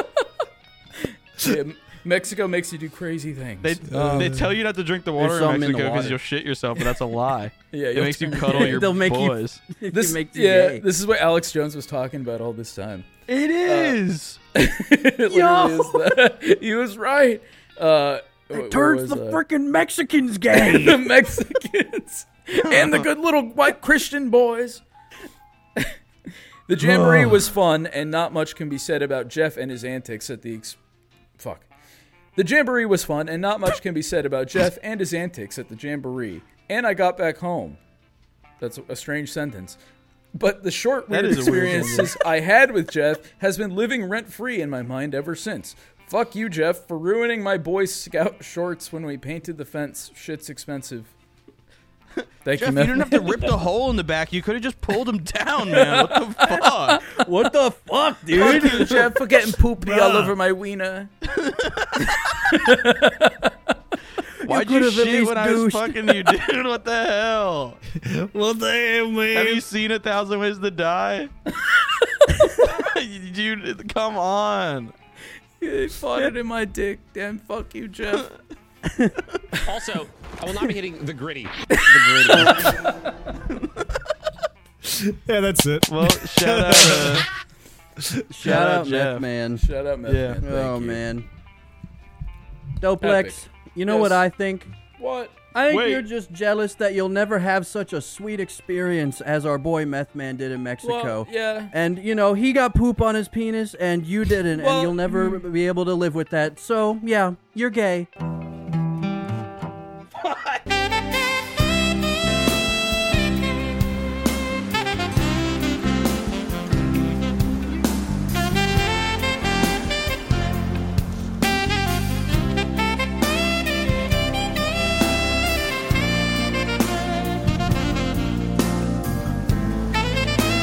Speaker 2: Yeah, Mexico makes you do crazy things.
Speaker 4: They, they tell you not to drink the
Speaker 5: Uh, there's
Speaker 4: water in
Speaker 5: some in the
Speaker 4: Mexico because
Speaker 5: water.
Speaker 4: you'll shit yourself, but that's a lie.
Speaker 2: Yeah,
Speaker 4: it
Speaker 2: you'll
Speaker 4: makes you
Speaker 2: turn
Speaker 4: cuddle
Speaker 2: gay.
Speaker 4: your
Speaker 5: They'll make you-
Speaker 4: boys.
Speaker 5: they
Speaker 2: this,
Speaker 5: make you
Speaker 2: yeah,
Speaker 5: gay.
Speaker 2: this uh, is what Alex Jones was talking about all this time.
Speaker 4: It is.
Speaker 2: It literally
Speaker 5: Yo.
Speaker 2: is that. he was right. Uh,
Speaker 5: It turns the frickin' Mexicans gay.
Speaker 2: the Mexicans and the good little white Christian boys. the jamboree was fun, and not much can be said about Jeff and his antics at the ex- fuck. The jamboree was fun, and not much can be said about Jeff and his antics at the jamboree. And I got back home. That's a strange sentence. But the short
Speaker 4: That
Speaker 2: weird
Speaker 4: is a weird sentence.
Speaker 2: experiences I had with Jeff has been living rent free in my mind ever since. Fuck you, Jeff, for ruining my Boy Scout shorts when we painted the fence. Shit's expensive. Thank
Speaker 4: Jeff,
Speaker 2: you,
Speaker 4: you
Speaker 2: man.
Speaker 4: didn't have to rip the hole in the back. You could have just pulled him down, man. What the fuck?
Speaker 5: what the fuck,
Speaker 2: Fuck
Speaker 5: dude?
Speaker 2: you, Jeff, for getting poopy
Speaker 6: Bruh.
Speaker 2: all over my wiener.
Speaker 4: Why'd
Speaker 5: could
Speaker 4: you,
Speaker 5: have at
Speaker 4: shit
Speaker 5: least
Speaker 4: when I was
Speaker 5: douched.
Speaker 4: fucking you, dude? What the hell?
Speaker 6: well, damn,
Speaker 4: Have
Speaker 6: man.
Speaker 4: you seen a thousand ways to die? dude, come on.
Speaker 2: He fought it in my dick. Damn, fuck you, Jeff.
Speaker 11: Also, I will not be hitting the gritty.
Speaker 6: Yeah, that's it.
Speaker 4: Well, shout out. Uh,
Speaker 5: Shout out,
Speaker 4: Jeff.
Speaker 5: Meth Man.
Speaker 2: Shut up, man.
Speaker 4: Yeah.
Speaker 2: Thank
Speaker 5: Oh
Speaker 2: you.
Speaker 5: man. Doplex,
Speaker 2: Epic.
Speaker 5: you know
Speaker 2: Yes.
Speaker 5: what I think?
Speaker 2: What?
Speaker 5: I think
Speaker 4: Wait.
Speaker 5: you're just jealous that you'll never have such a sweet experience as our boy Meth Man did in Mexico.
Speaker 2: Well, yeah.
Speaker 5: And you know, he got poop on his penis and you didn't
Speaker 2: Well, mm.
Speaker 5: and you'll never be able to live with that. So, yeah, you're gay.